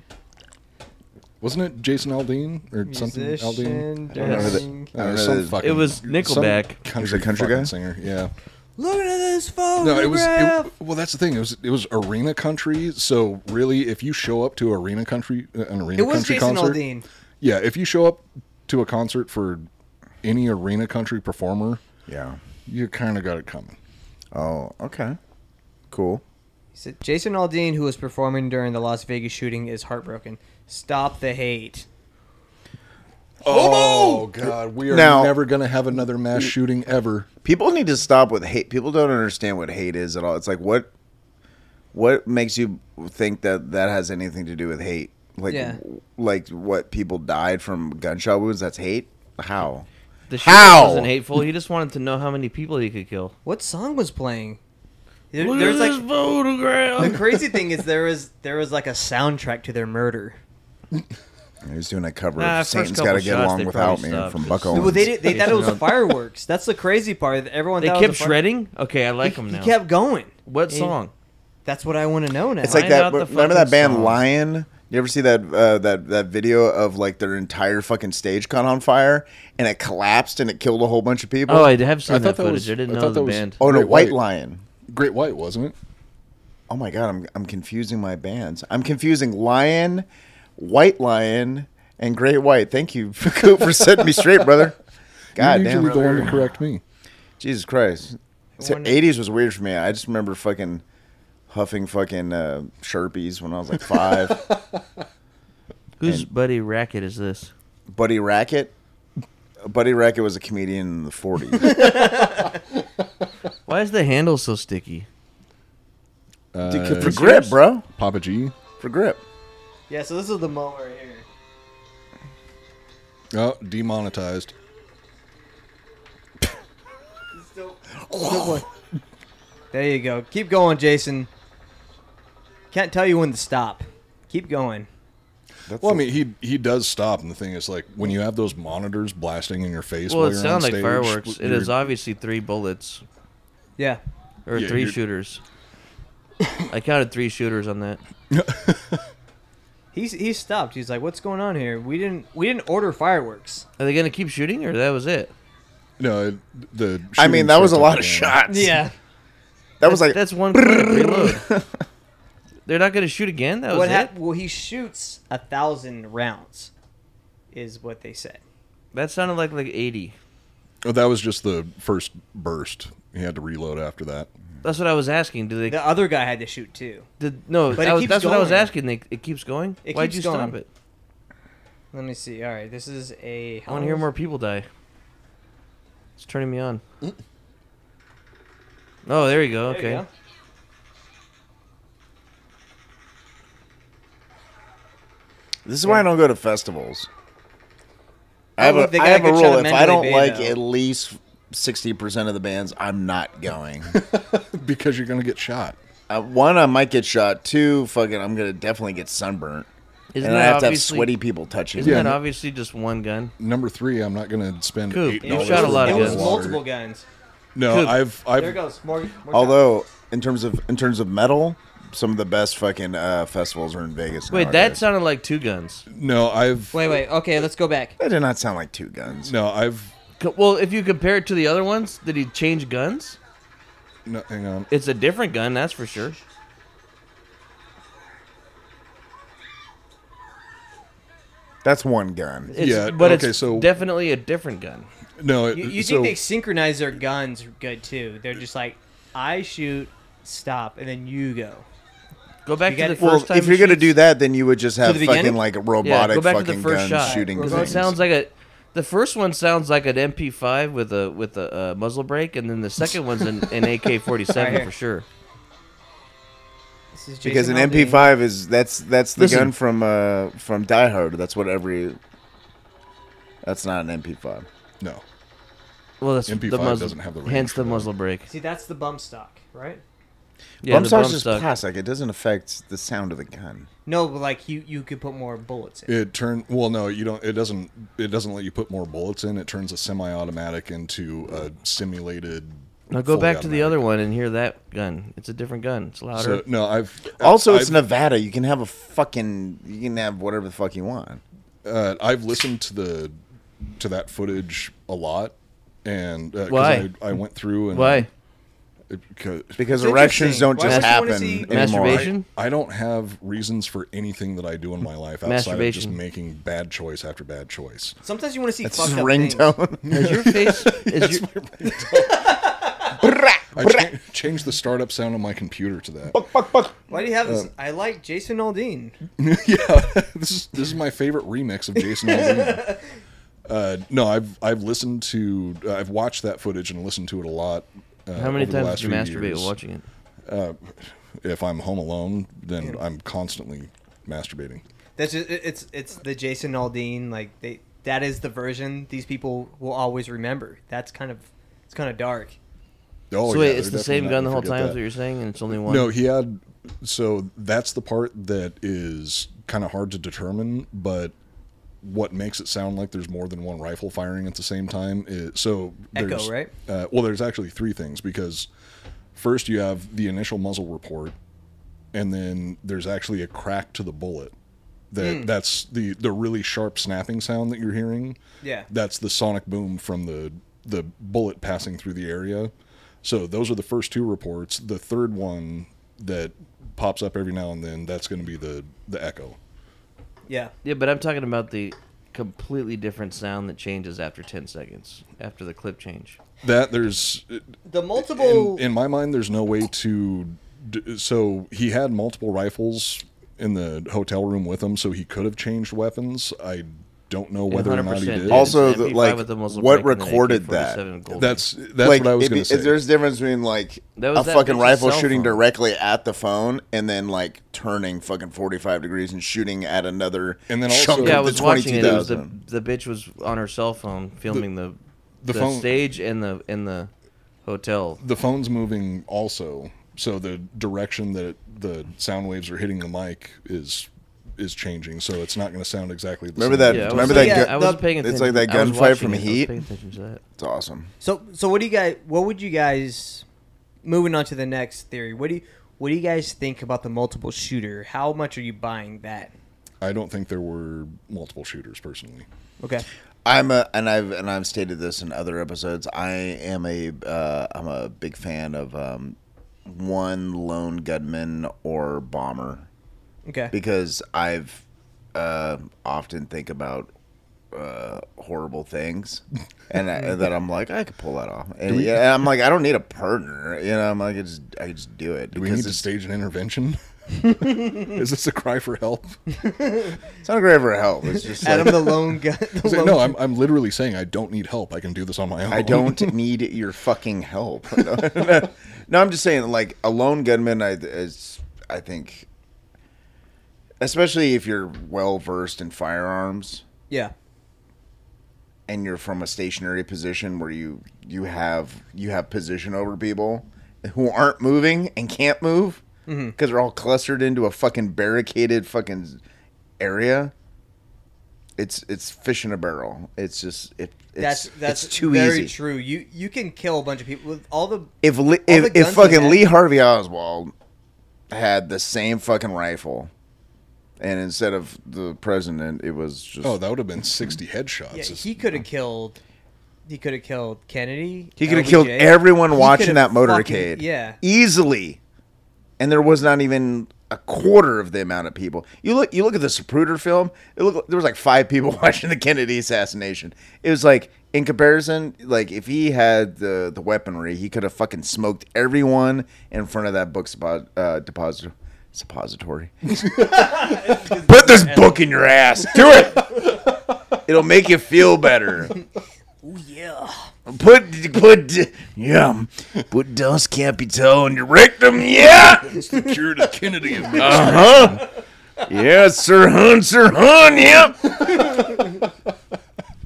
[SPEAKER 4] Wasn't it Jason Aldean or something? Aldean.
[SPEAKER 2] Musician,
[SPEAKER 3] don't know who the-
[SPEAKER 2] dancing.
[SPEAKER 4] I don't know,
[SPEAKER 3] I don't know
[SPEAKER 4] some
[SPEAKER 3] the-
[SPEAKER 4] fucking-
[SPEAKER 5] It was
[SPEAKER 4] some
[SPEAKER 5] Nickelback.
[SPEAKER 4] country
[SPEAKER 3] was a country
[SPEAKER 4] fucking
[SPEAKER 3] guy?
[SPEAKER 4] singer. Yeah.
[SPEAKER 2] Look at this photograph.
[SPEAKER 4] No, it was. It, well, that's the thing. It was. It was arena country. So really, if you show up to arena country, uh, an arena country
[SPEAKER 2] Jason
[SPEAKER 4] concert,
[SPEAKER 2] Aldean.
[SPEAKER 4] yeah. If you show up to a concert for any arena country performer,
[SPEAKER 3] yeah.
[SPEAKER 4] you kind of got it coming.
[SPEAKER 3] Oh, okay. Cool.
[SPEAKER 2] He said, Jason Aldean, who was performing during the Las Vegas shooting, is heartbroken. Stop the hate.
[SPEAKER 4] Oh God, we are
[SPEAKER 3] Now-
[SPEAKER 4] never going to have another mass shooting ever.
[SPEAKER 3] People need to stop with hate. People don't understand what hate is at all. It's like what what makes you think that that has anything to do with hate? Like
[SPEAKER 2] Yeah.
[SPEAKER 3] like what people died from gunshot wounds that's hate? How?
[SPEAKER 5] The shooting
[SPEAKER 3] How?
[SPEAKER 5] wasn't hateful. He just wanted to know how many people he could kill.
[SPEAKER 2] What song was playing? There-
[SPEAKER 5] Look
[SPEAKER 2] there's
[SPEAKER 5] at
[SPEAKER 2] like
[SPEAKER 5] this photograph.
[SPEAKER 2] the crazy thing is there was there was like a soundtrack to their murder.
[SPEAKER 3] He was doing a cover of
[SPEAKER 5] Nah, first
[SPEAKER 3] Satan's
[SPEAKER 5] couple
[SPEAKER 3] Gotta Get
[SPEAKER 5] shots,
[SPEAKER 3] Along
[SPEAKER 5] they
[SPEAKER 3] Without Me
[SPEAKER 5] probably stopped.
[SPEAKER 3] from Buck Owens.
[SPEAKER 2] Well, they did, they thought it was
[SPEAKER 5] Jason Aldean.
[SPEAKER 2] fireworks. That's the crazy part. Everyone
[SPEAKER 5] They
[SPEAKER 2] thought it
[SPEAKER 5] kept
[SPEAKER 2] was a fire-
[SPEAKER 5] shredding. Okay, I like
[SPEAKER 2] He,
[SPEAKER 5] him
[SPEAKER 2] he
[SPEAKER 5] now.
[SPEAKER 2] kept going.
[SPEAKER 5] what
[SPEAKER 2] He-
[SPEAKER 5] song?
[SPEAKER 2] That's what I want to know now.
[SPEAKER 3] It's like
[SPEAKER 5] Find
[SPEAKER 3] that.
[SPEAKER 5] out the
[SPEAKER 3] Remember
[SPEAKER 5] fucking
[SPEAKER 3] that band
[SPEAKER 5] song.
[SPEAKER 3] Lion? You ever see that uh, that that video of like their entire fucking stage caught on fire and it collapsed and it killed a whole bunch of people?
[SPEAKER 5] Oh, I have seen
[SPEAKER 4] I
[SPEAKER 5] that
[SPEAKER 4] thought that
[SPEAKER 5] footage.
[SPEAKER 4] was-
[SPEAKER 5] I didn't
[SPEAKER 4] I
[SPEAKER 5] know
[SPEAKER 4] thought
[SPEAKER 5] the
[SPEAKER 4] that was-
[SPEAKER 5] band.
[SPEAKER 3] oh no,
[SPEAKER 4] Great
[SPEAKER 3] White
[SPEAKER 4] White.
[SPEAKER 3] Lion.
[SPEAKER 4] Great White, wasn't it?
[SPEAKER 3] Oh my god, I'm I'm confusing my bands. I'm confusing Lion, White Lion, and Great White. Thank you, Coop, for setting me straight, brother. God
[SPEAKER 4] You're
[SPEAKER 3] damn,
[SPEAKER 4] usually the one
[SPEAKER 3] brother.
[SPEAKER 4] to correct me.
[SPEAKER 3] Jesus Christ. So
[SPEAKER 2] wonder-
[SPEAKER 3] 80s was weird for me. I just remember fucking huffing fucking uh, Sherpies when I was like five.
[SPEAKER 5] Whose buddy racket is this?
[SPEAKER 3] Buddy Racket. Buddy Racket was a comedian in the 40s.
[SPEAKER 5] Why is the handle so sticky?
[SPEAKER 4] Uh,
[SPEAKER 3] for grip, bro.
[SPEAKER 4] Papa G.
[SPEAKER 3] For grip.
[SPEAKER 2] yeah. So this is the moment right here.
[SPEAKER 4] Oh, demonetized.
[SPEAKER 2] There you go. Keep going, Jason. Can't tell you when to stop. Keep going.
[SPEAKER 3] That's
[SPEAKER 4] Well, I
[SPEAKER 3] a-
[SPEAKER 4] mean, he he does stop, and the thing is, like, when you have those monitors blasting in your face,
[SPEAKER 5] Well,
[SPEAKER 4] while
[SPEAKER 5] it
[SPEAKER 4] you're
[SPEAKER 5] sounds
[SPEAKER 4] on
[SPEAKER 5] like
[SPEAKER 4] stage,
[SPEAKER 5] fireworks. It
[SPEAKER 4] you're-
[SPEAKER 5] is obviously three bullets
[SPEAKER 2] Yeah.
[SPEAKER 5] or
[SPEAKER 4] Yeah,
[SPEAKER 5] three
[SPEAKER 4] you're-
[SPEAKER 5] shooters. I counted three shooters on that.
[SPEAKER 2] He's he stopped. He's like, "What's going on here? We didn't we didn't order fireworks."
[SPEAKER 5] Are they gonna keep shooting, or that was it?
[SPEAKER 4] No, it- the.
[SPEAKER 3] I
[SPEAKER 4] shooting
[SPEAKER 3] mean, that was a
[SPEAKER 4] starts
[SPEAKER 3] lot
[SPEAKER 4] at
[SPEAKER 3] of
[SPEAKER 4] the
[SPEAKER 3] shots.
[SPEAKER 2] Yeah.
[SPEAKER 3] that was like
[SPEAKER 5] That's one clip, reload. They're not gonna shoot again. That was
[SPEAKER 2] What
[SPEAKER 5] it.
[SPEAKER 2] hap- well, he shoots a thousand rounds, is what they said.
[SPEAKER 5] That sounded like like eighty.
[SPEAKER 4] end. Oh, that was just the first burst. He had to reload after that.
[SPEAKER 5] That's what I was asking. Do they?
[SPEAKER 2] The other guy had to shoot too.
[SPEAKER 5] did, no,
[SPEAKER 2] But it
[SPEAKER 5] I was-
[SPEAKER 2] keeps
[SPEAKER 5] that's what I was
[SPEAKER 2] going.
[SPEAKER 5] asking. They, it keeps going.
[SPEAKER 2] It
[SPEAKER 5] Why'd
[SPEAKER 2] keeps
[SPEAKER 5] you stop
[SPEAKER 2] going.
[SPEAKER 5] it?
[SPEAKER 2] Let me see. All right, this is a.
[SPEAKER 5] I want to hear more people die. It's turning me on. Oh, there you
[SPEAKER 2] Mm.
[SPEAKER 5] go.
[SPEAKER 2] There you
[SPEAKER 5] Okay.
[SPEAKER 2] go.
[SPEAKER 3] This is why I don't go to festivals. I
[SPEAKER 2] Oh,
[SPEAKER 3] have
[SPEAKER 2] look, they
[SPEAKER 3] a, I
[SPEAKER 2] gotta
[SPEAKER 3] have a
[SPEAKER 2] get you on
[SPEAKER 3] rule.
[SPEAKER 2] a
[SPEAKER 3] If I
[SPEAKER 2] mentally
[SPEAKER 3] don't
[SPEAKER 2] bay,
[SPEAKER 3] like
[SPEAKER 2] though.
[SPEAKER 3] at least sixty percent of the bands, I'm not going.
[SPEAKER 4] because you're going to get shot.
[SPEAKER 3] uh, one, I might get shot. Two, fucking, I'm gonna definitely get sunburnt,
[SPEAKER 5] Isn't
[SPEAKER 3] and I
[SPEAKER 5] that
[SPEAKER 3] have to have
[SPEAKER 5] obviously-
[SPEAKER 3] sweaty people touching
[SPEAKER 5] Isn't
[SPEAKER 3] me.
[SPEAKER 5] that obviously just one gun?
[SPEAKER 4] Number three, I'm not going to spend
[SPEAKER 5] Coop,
[SPEAKER 4] eight
[SPEAKER 5] you
[SPEAKER 4] dollars
[SPEAKER 5] shot a
[SPEAKER 4] for
[SPEAKER 5] lot of
[SPEAKER 2] It
[SPEAKER 4] bottle
[SPEAKER 5] guns.
[SPEAKER 2] was
[SPEAKER 4] water.
[SPEAKER 2] multiple guns.
[SPEAKER 4] No,
[SPEAKER 5] Coop.
[SPEAKER 4] I've I've
[SPEAKER 2] There goes more. more shots.
[SPEAKER 3] Although, in terms of in terms of metal, some of the best fucking uh, festivals are in Vegas.
[SPEAKER 5] Wait, that
[SPEAKER 3] nowadays.
[SPEAKER 5] sounded like two guns.
[SPEAKER 4] no, I've
[SPEAKER 2] wait, wait. Okay, let's go back.
[SPEAKER 3] that did not sound like two guns.
[SPEAKER 4] no, I've
[SPEAKER 5] Co- Well, if you compare it to the other ones, did he change guns?
[SPEAKER 4] no, hang on.
[SPEAKER 5] It's a different gun, that's for sure.
[SPEAKER 3] That's one gun.
[SPEAKER 5] It's,
[SPEAKER 4] Yeah,
[SPEAKER 5] but
[SPEAKER 4] okay,
[SPEAKER 5] it's
[SPEAKER 4] so-
[SPEAKER 5] definitely a different gun.
[SPEAKER 4] No, it,
[SPEAKER 2] You, you
[SPEAKER 4] so
[SPEAKER 2] think they synchronize their guns good too? They're just like, I shoot, stop, and then you go.
[SPEAKER 5] Go back
[SPEAKER 2] You
[SPEAKER 5] to
[SPEAKER 2] got-
[SPEAKER 5] the
[SPEAKER 3] Well,
[SPEAKER 5] first time.
[SPEAKER 3] if
[SPEAKER 5] he
[SPEAKER 3] you're gonna
[SPEAKER 5] shoots-
[SPEAKER 3] do that, then you would just have
[SPEAKER 2] the
[SPEAKER 3] fucking
[SPEAKER 2] beginning?
[SPEAKER 3] like
[SPEAKER 5] yeah, go
[SPEAKER 3] robotic
[SPEAKER 5] back to the
[SPEAKER 3] fucking guns
[SPEAKER 5] first shot.
[SPEAKER 3] shooting
[SPEAKER 5] Well,
[SPEAKER 3] things.
[SPEAKER 5] It sounds like a. The first one sounds like an MP5 with a with a uh, muzzle brake, and then the second one's an, an AK-47
[SPEAKER 2] Right here.
[SPEAKER 5] for sure.
[SPEAKER 2] This is Jason
[SPEAKER 3] Because an
[SPEAKER 2] Aldean.
[SPEAKER 3] MP5 is that's that's the
[SPEAKER 5] Listen.
[SPEAKER 3] gun from uh from Die Hard. That's what every. That's not an MP5.
[SPEAKER 4] no.
[SPEAKER 5] Well, that's the
[SPEAKER 4] MP5
[SPEAKER 5] muzzle,
[SPEAKER 4] doesn't have the range
[SPEAKER 5] hence
[SPEAKER 4] for
[SPEAKER 5] the
[SPEAKER 4] that.
[SPEAKER 5] muzzle brake.
[SPEAKER 2] See, that's the bump stock, right?
[SPEAKER 5] Yeah,
[SPEAKER 3] bump
[SPEAKER 5] the
[SPEAKER 3] stock's
[SPEAKER 5] bump
[SPEAKER 3] just
[SPEAKER 5] stock.
[SPEAKER 3] plastic. It doesn't affect the sound of the gun.
[SPEAKER 2] No, but like you, you could put more bullets in.
[SPEAKER 4] It turn well, no, you don't. It doesn't. It doesn't let you put more bullets in. It turns a semi-automatic into a simulated.
[SPEAKER 5] Now go
[SPEAKER 4] fully
[SPEAKER 5] back to the
[SPEAKER 4] automatic.
[SPEAKER 5] other one and hear that gun. It's a different gun. It's louder.
[SPEAKER 4] So no, I've
[SPEAKER 3] Also, it's
[SPEAKER 4] Uh, I've-
[SPEAKER 3] Nevada. You can have a fucking. You can have whatever the fuck you want.
[SPEAKER 4] uh, I've listened to the to that footage a lot, and uh 'cause
[SPEAKER 5] Why?
[SPEAKER 4] I, I went through and
[SPEAKER 5] Why?
[SPEAKER 4] Because
[SPEAKER 3] Because
[SPEAKER 2] It's interesting.
[SPEAKER 3] erections don't
[SPEAKER 2] Why
[SPEAKER 3] just
[SPEAKER 2] would you wanna
[SPEAKER 3] happen
[SPEAKER 2] see
[SPEAKER 3] anymore.
[SPEAKER 5] Masturbation?
[SPEAKER 4] I don't have reasons for anything that I do in my life outside of just
[SPEAKER 5] Masturbation.
[SPEAKER 4] making bad choice after bad choice.
[SPEAKER 2] Sometimes you want to see
[SPEAKER 3] It's
[SPEAKER 2] fucked
[SPEAKER 3] just
[SPEAKER 2] up things.
[SPEAKER 3] ringtone.
[SPEAKER 5] Is your face? Is your,
[SPEAKER 4] I cha- changed the startup sound on my computer to that.
[SPEAKER 2] Why do you have
[SPEAKER 3] Uh.
[SPEAKER 2] this? I like Jason Aldean.
[SPEAKER 4] yeah, this is this is my favorite remix of Jason Aldean. Uh, no, I've I've listened to uh, I've watched that footage and listened to it a lot. Uh,
[SPEAKER 5] how many
[SPEAKER 4] over the
[SPEAKER 5] times
[SPEAKER 4] last
[SPEAKER 5] did you
[SPEAKER 4] few
[SPEAKER 5] masturbate
[SPEAKER 4] years.
[SPEAKER 5] while watching it?
[SPEAKER 4] If I'm home alone, then I'm constantly masturbating.
[SPEAKER 2] That's just, it- it's it's the Jason Aldean. Like they, that is the version these people will always remember. That's kind of it's kind of dark.
[SPEAKER 4] Oh,
[SPEAKER 5] so
[SPEAKER 4] yeah,
[SPEAKER 5] wait,
[SPEAKER 4] they're
[SPEAKER 5] it's the
[SPEAKER 4] definitely
[SPEAKER 5] same
[SPEAKER 4] not
[SPEAKER 5] gun the
[SPEAKER 4] gonna
[SPEAKER 5] whole
[SPEAKER 4] forget
[SPEAKER 5] time. Is
[SPEAKER 4] that.
[SPEAKER 5] what you're saying, and it's only one.
[SPEAKER 4] No, he had. So that's the part that is kind of hard to determine, but what makes it sound like there's more than one rifle firing at the same time is so.
[SPEAKER 2] Echo,
[SPEAKER 4] there's-
[SPEAKER 2] right?
[SPEAKER 4] Uh, well, there's actually three things because first you have the initial muzzle report, and then there's actually a crack to the bullet. That that's the the really sharp snapping sound that you're hearing
[SPEAKER 2] Yeah.
[SPEAKER 4] that's the sonic boom from the the bullet passing through the area. So those are the first two reports. The third one that pops up every now and then that's going to be the the echo.
[SPEAKER 2] Yeah.
[SPEAKER 5] Yeah, but I'm talking about the completely different sound that changes after 10 seconds, after the clip change.
[SPEAKER 4] That there's
[SPEAKER 2] The multiple.
[SPEAKER 4] in, in my mind there's no way to d- so he had multiple rifles in the hotel room with him so he could have changed weapons. I don't know whether or not he
[SPEAKER 5] 100%,
[SPEAKER 4] did.
[SPEAKER 5] dude.
[SPEAKER 3] Also,
[SPEAKER 5] It's
[SPEAKER 3] the-
[SPEAKER 5] MP5
[SPEAKER 3] like,
[SPEAKER 5] with the muzzle
[SPEAKER 3] what
[SPEAKER 5] brake and an
[SPEAKER 3] recorded that?
[SPEAKER 5] AK-47 Golden.
[SPEAKER 4] that's that's
[SPEAKER 3] like,
[SPEAKER 4] what I was
[SPEAKER 3] it be-
[SPEAKER 4] going to say.
[SPEAKER 3] There's a difference between like
[SPEAKER 5] That was
[SPEAKER 3] a
[SPEAKER 5] that
[SPEAKER 3] fucking
[SPEAKER 5] bitch's
[SPEAKER 3] rifle
[SPEAKER 5] cell
[SPEAKER 3] shooting
[SPEAKER 5] phone.
[SPEAKER 3] directly at the phone and then like turning fucking 45 degrees and shooting at another
[SPEAKER 4] And then also-
[SPEAKER 3] chunk
[SPEAKER 4] Yeah,
[SPEAKER 5] yeah, I
[SPEAKER 3] of the
[SPEAKER 5] was watching it. it was the,
[SPEAKER 3] 22,000.
[SPEAKER 5] the bitch was on her cell phone filming the
[SPEAKER 4] the
[SPEAKER 5] the,
[SPEAKER 4] phone-
[SPEAKER 5] stage and the and the hotel.
[SPEAKER 4] the phone's moving also, so the direction that it, the sound waves are hitting the mic is is changing. So it's not going to sound exactly the
[SPEAKER 3] Remember that-
[SPEAKER 4] same.
[SPEAKER 5] Yeah, I
[SPEAKER 3] remember
[SPEAKER 5] was,
[SPEAKER 3] that
[SPEAKER 5] yeah,
[SPEAKER 3] gu-
[SPEAKER 5] I was
[SPEAKER 3] that-
[SPEAKER 5] paying
[SPEAKER 3] it's
[SPEAKER 5] attention.
[SPEAKER 3] like that
[SPEAKER 5] I was
[SPEAKER 3] gunfight
[SPEAKER 5] watching
[SPEAKER 3] from
[SPEAKER 5] it, I was
[SPEAKER 3] Heat?
[SPEAKER 5] paying attention to that.
[SPEAKER 3] It's awesome.
[SPEAKER 2] So so what do you guys what would you guys moving on to the next theory? What do you what do you guys think about the multiple shooter? How much are you buying that?
[SPEAKER 4] I don't think there were multiple shooters personally.
[SPEAKER 2] Okay.
[SPEAKER 3] I'm a and I've and I've stated this in other episodes. I am a uh, I'm a big fan of um, one lone gunman or bomber
[SPEAKER 2] Okay.
[SPEAKER 3] because I've uh, often think about uh, horrible things, and I, that I'm like I could pull that off. And, yeah, and I'm like I don't need a partner. You know, I'm like I just I could just do it.
[SPEAKER 4] Do we
[SPEAKER 3] because
[SPEAKER 4] need to
[SPEAKER 3] it's-
[SPEAKER 4] stage an intervention? is this a cry for help?
[SPEAKER 3] It's not great for help. It's just
[SPEAKER 2] Adam
[SPEAKER 3] like,
[SPEAKER 2] the lone gun. The
[SPEAKER 4] Say,
[SPEAKER 2] lone,
[SPEAKER 4] no, I'm, I'm literally saying I don't need help. I can do this on my own.
[SPEAKER 3] I don't need your fucking help. no, I'm just saying, like a lone gunman, I is, I think, especially if you're well versed in firearms
[SPEAKER 2] yeah.
[SPEAKER 3] and you're from a stationary position where you you have you have position over people who aren't moving and can't move because
[SPEAKER 2] Mm-hmm.
[SPEAKER 3] they're all clustered into a fucking barricaded fucking area. It's it's fish in a barrel. It's just it, it's
[SPEAKER 2] That's that's
[SPEAKER 3] it's too
[SPEAKER 2] very
[SPEAKER 3] easy.
[SPEAKER 2] true. You you can kill a bunch of people with all the
[SPEAKER 3] if Li-
[SPEAKER 2] All the
[SPEAKER 3] if,
[SPEAKER 2] guns
[SPEAKER 3] if
[SPEAKER 2] he
[SPEAKER 3] fucking
[SPEAKER 2] had.
[SPEAKER 3] Lee Harvey Oswald had the same fucking rifle, and instead of the president, it was just
[SPEAKER 4] Oh, that would have been 60 headshots.
[SPEAKER 2] yeah,
[SPEAKER 4] It's-
[SPEAKER 2] he could have killed he could have killed Kennedy.
[SPEAKER 3] he could have
[SPEAKER 2] LBJ.
[SPEAKER 3] killed everyone
[SPEAKER 2] He
[SPEAKER 3] watching
[SPEAKER 2] coulda
[SPEAKER 3] that motorcade,
[SPEAKER 2] fucking- yeah.
[SPEAKER 3] easily, and there was not even a quarter of the amount of people. You look, you look at the Zapruder film. It looked there was like five people watching the Kennedy assassination. It was like in comparison, like if he had the the weaponry, he could have fucking smoked everyone in front of that book spot uh, deposit. Suppository. Put this book in your ass. Do it. It'll make you feel better.
[SPEAKER 2] Yeah.
[SPEAKER 3] Put put yeah. Put Dos Capito in your rectum. Yeah.
[SPEAKER 4] It's the cure to Kennedy. and-
[SPEAKER 3] Uh huh. Yeah, Sir Hun, Sir Hun. Yep.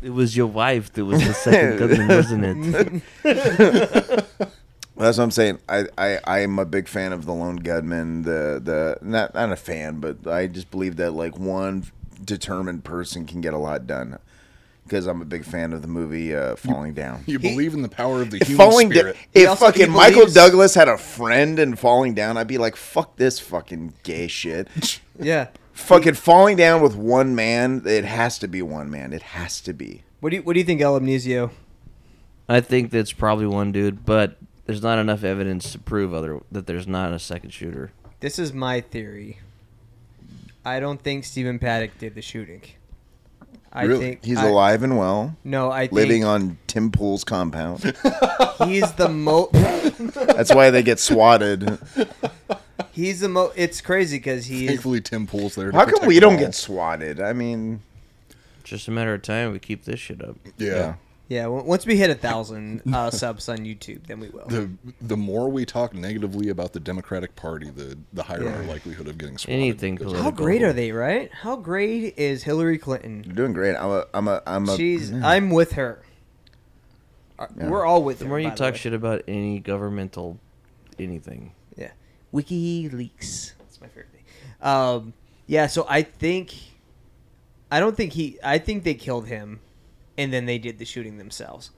[SPEAKER 5] It was your wife that was the second gunman, wasn't it?
[SPEAKER 3] That's what I'm saying. I I I am a big fan of the lone gunman. The the not not a fan, but I just believe that like one determined person can get a lot done. Because I'm a big fan of the movie uh, Falling Down.
[SPEAKER 4] You believe in the power of the
[SPEAKER 3] If
[SPEAKER 4] human
[SPEAKER 3] falling down,
[SPEAKER 4] spirit.
[SPEAKER 2] He
[SPEAKER 3] if
[SPEAKER 2] also- he
[SPEAKER 3] fucking Michael
[SPEAKER 2] believes-
[SPEAKER 3] Douglas had a friend and falling down, I'd be like, fuck this fucking gay shit.
[SPEAKER 2] Yeah.
[SPEAKER 3] fucking falling down with one man. It has to be one man. It has to be.
[SPEAKER 2] What do you what do you think, El Amnesio?
[SPEAKER 5] I think that's probably one dude, but there's not enough evidence to prove other that there's not a second shooter.
[SPEAKER 2] This is my theory. I don't think Stephen Paddock did the shooting. I
[SPEAKER 4] Really?
[SPEAKER 2] think
[SPEAKER 3] He's
[SPEAKER 2] I-
[SPEAKER 3] alive and well,
[SPEAKER 2] No, I think
[SPEAKER 3] living on Tim Pool's compound.
[SPEAKER 2] he's the mo.
[SPEAKER 3] That's why they get swatted.
[SPEAKER 2] he's the mo. It's crazy because he's
[SPEAKER 4] Thankfully, Tim Pool's there. To
[SPEAKER 3] How come
[SPEAKER 4] protect
[SPEAKER 3] we
[SPEAKER 4] them
[SPEAKER 3] don't
[SPEAKER 4] all.
[SPEAKER 3] get swatted? I mean,
[SPEAKER 5] It's just a matter of time we keep this shit up.
[SPEAKER 4] Yeah.
[SPEAKER 2] yeah. w- Once we hit a thousand uh, subs on YouTube, then we will.
[SPEAKER 4] The the more we talk negatively about the Democratic Party, the the higher our likelihood of getting swatted.
[SPEAKER 5] Anything
[SPEAKER 4] goes
[SPEAKER 5] political.
[SPEAKER 2] How great are they, right? How great is Hillary Clinton?
[SPEAKER 3] you're doing great. I'm a, I'm a, I'm a.
[SPEAKER 2] She's. I'm with her. Uh, We're all with
[SPEAKER 5] The
[SPEAKER 2] her.
[SPEAKER 5] more you
[SPEAKER 2] by
[SPEAKER 5] talk
[SPEAKER 2] way.
[SPEAKER 5] shit about any governmental anything,
[SPEAKER 2] Yeah. WikiLeaks. That's my favorite thing. Um, yeah, so I think I don't think he I think they killed him and then they did the shooting themselves.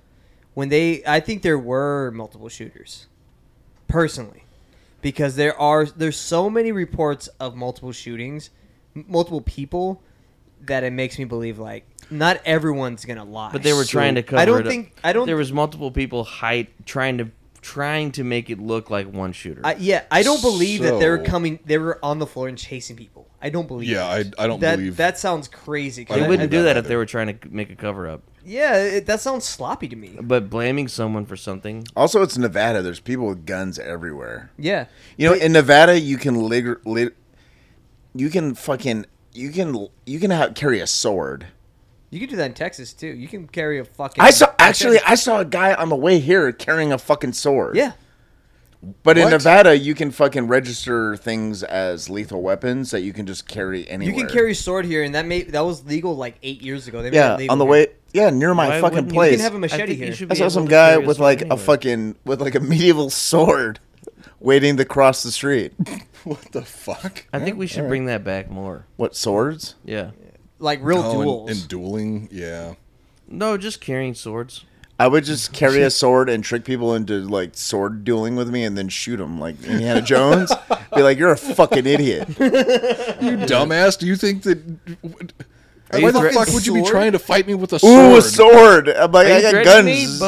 [SPEAKER 2] When they I think there were multiple shooters. Personally. Because there are there's so many reports of multiple shootings, m- multiple people that it makes me believe like not everyone's going to lie.
[SPEAKER 5] but they were trying to cover.
[SPEAKER 2] I don't
[SPEAKER 5] it up.
[SPEAKER 2] think I don't
[SPEAKER 5] There was multiple people hide trying to trying to make it look like one shooter.
[SPEAKER 2] I, yeah, I don't believe that they were
[SPEAKER 4] So-
[SPEAKER 2] coming. They were on the floor and chasing people. I don't believe.
[SPEAKER 4] Yeah, I,
[SPEAKER 2] that.
[SPEAKER 4] I don't
[SPEAKER 2] that,
[SPEAKER 4] believe
[SPEAKER 2] that sounds crazy. 'cause
[SPEAKER 4] I
[SPEAKER 5] they
[SPEAKER 2] I-
[SPEAKER 5] wouldn't
[SPEAKER 4] do
[SPEAKER 5] do that
[SPEAKER 4] that
[SPEAKER 5] if they were trying to make a cover up.
[SPEAKER 2] yeah, it, that sounds sloppy to me.
[SPEAKER 5] But blaming someone for something,
[SPEAKER 3] Also, it's Nevada. There's people with guns everywhere.
[SPEAKER 2] Yeah,
[SPEAKER 3] You know, in Nevada, you can lig- lit you can fucking, you can, you can have, carry a sword.
[SPEAKER 2] You can do that in Texas too. You can carry a fucking.
[SPEAKER 3] I saw actually I saw a guy on the way here carrying a fucking sword.
[SPEAKER 2] Yeah.
[SPEAKER 3] But in
[SPEAKER 4] What?
[SPEAKER 3] Nevada, you can fucking register things as lethal weapons that you can just carry anywhere.
[SPEAKER 2] You can carry a sword here, and that may that was legal like eight years ago. They made
[SPEAKER 3] Yeah,
[SPEAKER 2] it legal
[SPEAKER 3] on the
[SPEAKER 2] here.
[SPEAKER 3] way. Yeah, near my
[SPEAKER 5] Why
[SPEAKER 3] fucking
[SPEAKER 5] wouldn't you-
[SPEAKER 3] place.
[SPEAKER 2] You can have a
[SPEAKER 5] I
[SPEAKER 2] machete
[SPEAKER 5] think you
[SPEAKER 2] here.
[SPEAKER 5] should
[SPEAKER 3] I
[SPEAKER 5] be
[SPEAKER 3] saw
[SPEAKER 5] able
[SPEAKER 3] some
[SPEAKER 5] to
[SPEAKER 3] guy
[SPEAKER 5] carry a
[SPEAKER 3] with
[SPEAKER 5] sword
[SPEAKER 3] like a
[SPEAKER 5] anywhere.
[SPEAKER 3] fucking with like a medieval sword, waiting to cross the street.
[SPEAKER 4] What the fuck?
[SPEAKER 5] I think we should bring that back more.
[SPEAKER 3] What swords?
[SPEAKER 5] Yeah.
[SPEAKER 2] Like real
[SPEAKER 4] Oh, and-
[SPEAKER 2] duels.
[SPEAKER 4] and, dueling. Yeah,
[SPEAKER 5] No, just carrying swords.
[SPEAKER 3] I would just carry a sword and trick people into like sword dueling with me, and then shoot them like Indiana Jones. Be like, you're a fucking idiot.
[SPEAKER 4] dumbass. Do you think that?
[SPEAKER 5] you
[SPEAKER 4] Why the
[SPEAKER 5] threatening
[SPEAKER 4] fuck would you be
[SPEAKER 2] sword?
[SPEAKER 4] trying to fight me with a sword?
[SPEAKER 3] Ooh, a sword. I'm like,
[SPEAKER 5] Are
[SPEAKER 3] I
[SPEAKER 5] you
[SPEAKER 3] got guns.
[SPEAKER 5] threatening me?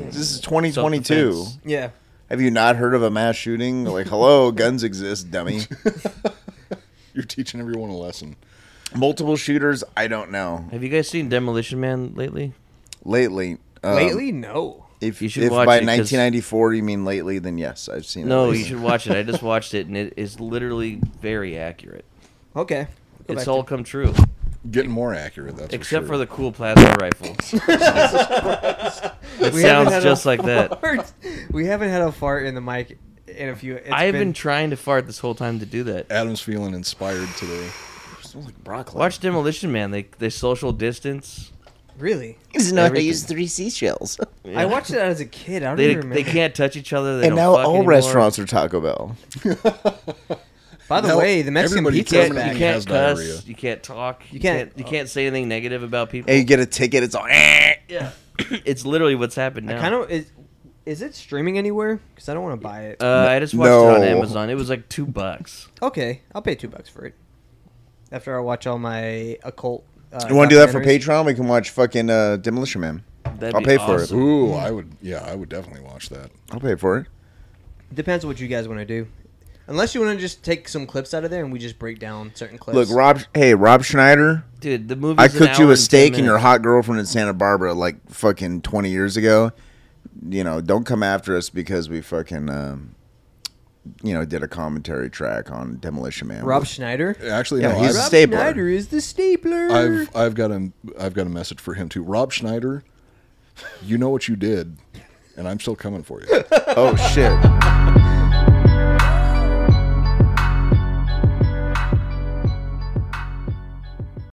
[SPEAKER 5] Boom.
[SPEAKER 3] This is 2022.
[SPEAKER 5] Self-defense.
[SPEAKER 2] yeah.
[SPEAKER 3] Have you not heard of a mass shooting? Like, hello, guns exist, dummy.
[SPEAKER 4] You're teaching everyone a lesson.
[SPEAKER 3] Multiple shooters? I don't know.
[SPEAKER 5] Have you guys seen Demolition Man lately?
[SPEAKER 3] Lately. um,
[SPEAKER 2] Lately, no.
[SPEAKER 3] If,
[SPEAKER 5] You should
[SPEAKER 3] if
[SPEAKER 5] watch
[SPEAKER 3] by
[SPEAKER 5] it 'cause-
[SPEAKER 3] 1994 you mean lately, then yes, I've seen it.
[SPEAKER 5] No, you
[SPEAKER 3] lately.
[SPEAKER 5] should watch it. I just watched it, and it is literally very accurate.
[SPEAKER 2] Okay. Go back
[SPEAKER 5] it's
[SPEAKER 2] to-
[SPEAKER 5] all come true,
[SPEAKER 4] Getting more accurate. That's
[SPEAKER 5] except for
[SPEAKER 4] for, sure.
[SPEAKER 5] the cool plasma rifle. it
[SPEAKER 2] We haven't had a
[SPEAKER 5] sounds just like that.
[SPEAKER 2] fart. We haven't had a fart in the mic in a few. it's
[SPEAKER 5] I've been
[SPEAKER 2] been
[SPEAKER 5] trying to fart this whole time to do that.
[SPEAKER 4] Adam's feeling inspired today.
[SPEAKER 5] Watch Demolition Man. They they social distance.
[SPEAKER 2] really.
[SPEAKER 3] It's not
[SPEAKER 5] Everything.
[SPEAKER 3] use three seashells.
[SPEAKER 2] I watched that as a kid. I don't
[SPEAKER 5] They,
[SPEAKER 2] even remember.
[SPEAKER 5] they can't touch each other. They
[SPEAKER 3] and
[SPEAKER 5] don't
[SPEAKER 3] now
[SPEAKER 5] fuck
[SPEAKER 3] all
[SPEAKER 5] anymore.
[SPEAKER 3] restaurants are Taco Bell.
[SPEAKER 2] By the
[SPEAKER 4] Now,
[SPEAKER 2] way, the Mexican
[SPEAKER 4] everybody
[SPEAKER 2] pizza is
[SPEAKER 5] You
[SPEAKER 4] can't-
[SPEAKER 2] back.
[SPEAKER 5] can't, you
[SPEAKER 4] He
[SPEAKER 5] can't
[SPEAKER 4] has
[SPEAKER 5] cuss.
[SPEAKER 4] diarrhea.
[SPEAKER 5] You can't talk. You
[SPEAKER 2] can't-
[SPEAKER 5] can't. You can't say anything negative about people.
[SPEAKER 3] And you get a ticket, it's all. "Eh."
[SPEAKER 5] yeah, it's literally what's happened now.
[SPEAKER 2] Kind of is. Is it streaming anywhere? Because I don't want to buy it.
[SPEAKER 5] Uh, I just watched it on
[SPEAKER 3] No.
[SPEAKER 5] Amazon. It was like two bucks.
[SPEAKER 2] okay, I'll pay two bucks for it. After I watch all my occult. Uh,
[SPEAKER 3] You want to do that for
[SPEAKER 2] documentaries.
[SPEAKER 3] Patreon? We can watch fucking uh, Demolition Man.
[SPEAKER 5] That'd
[SPEAKER 3] I'll
[SPEAKER 5] be
[SPEAKER 3] pay for it.
[SPEAKER 5] awesome.
[SPEAKER 4] Ooh, I would. Yeah, I would definitely watch that.
[SPEAKER 3] I'll pay for it.
[SPEAKER 2] Depends on what you guys want to do. Unless you want to just take some clips out of there and we just break down certain clips.
[SPEAKER 3] Look, Rob. Hey, Rob Schneider.
[SPEAKER 5] Dude, the movie.
[SPEAKER 3] I cooked you a steak and your hot girlfriend in Santa Barbara like fucking 20 years ago. You know, don't come after us because we fucking, um, you know, did a commentary track on Demolition Man.
[SPEAKER 2] Rob Schneider.
[SPEAKER 4] Actually,
[SPEAKER 3] Yeah,
[SPEAKER 4] no,
[SPEAKER 3] he's a
[SPEAKER 4] I've,
[SPEAKER 3] stapler.
[SPEAKER 2] Schneider is the stapler.
[SPEAKER 4] I've I've got a I've got a message for him too. Rob Schneider, you know what you did, and I'm still coming for you.
[SPEAKER 3] oh shit!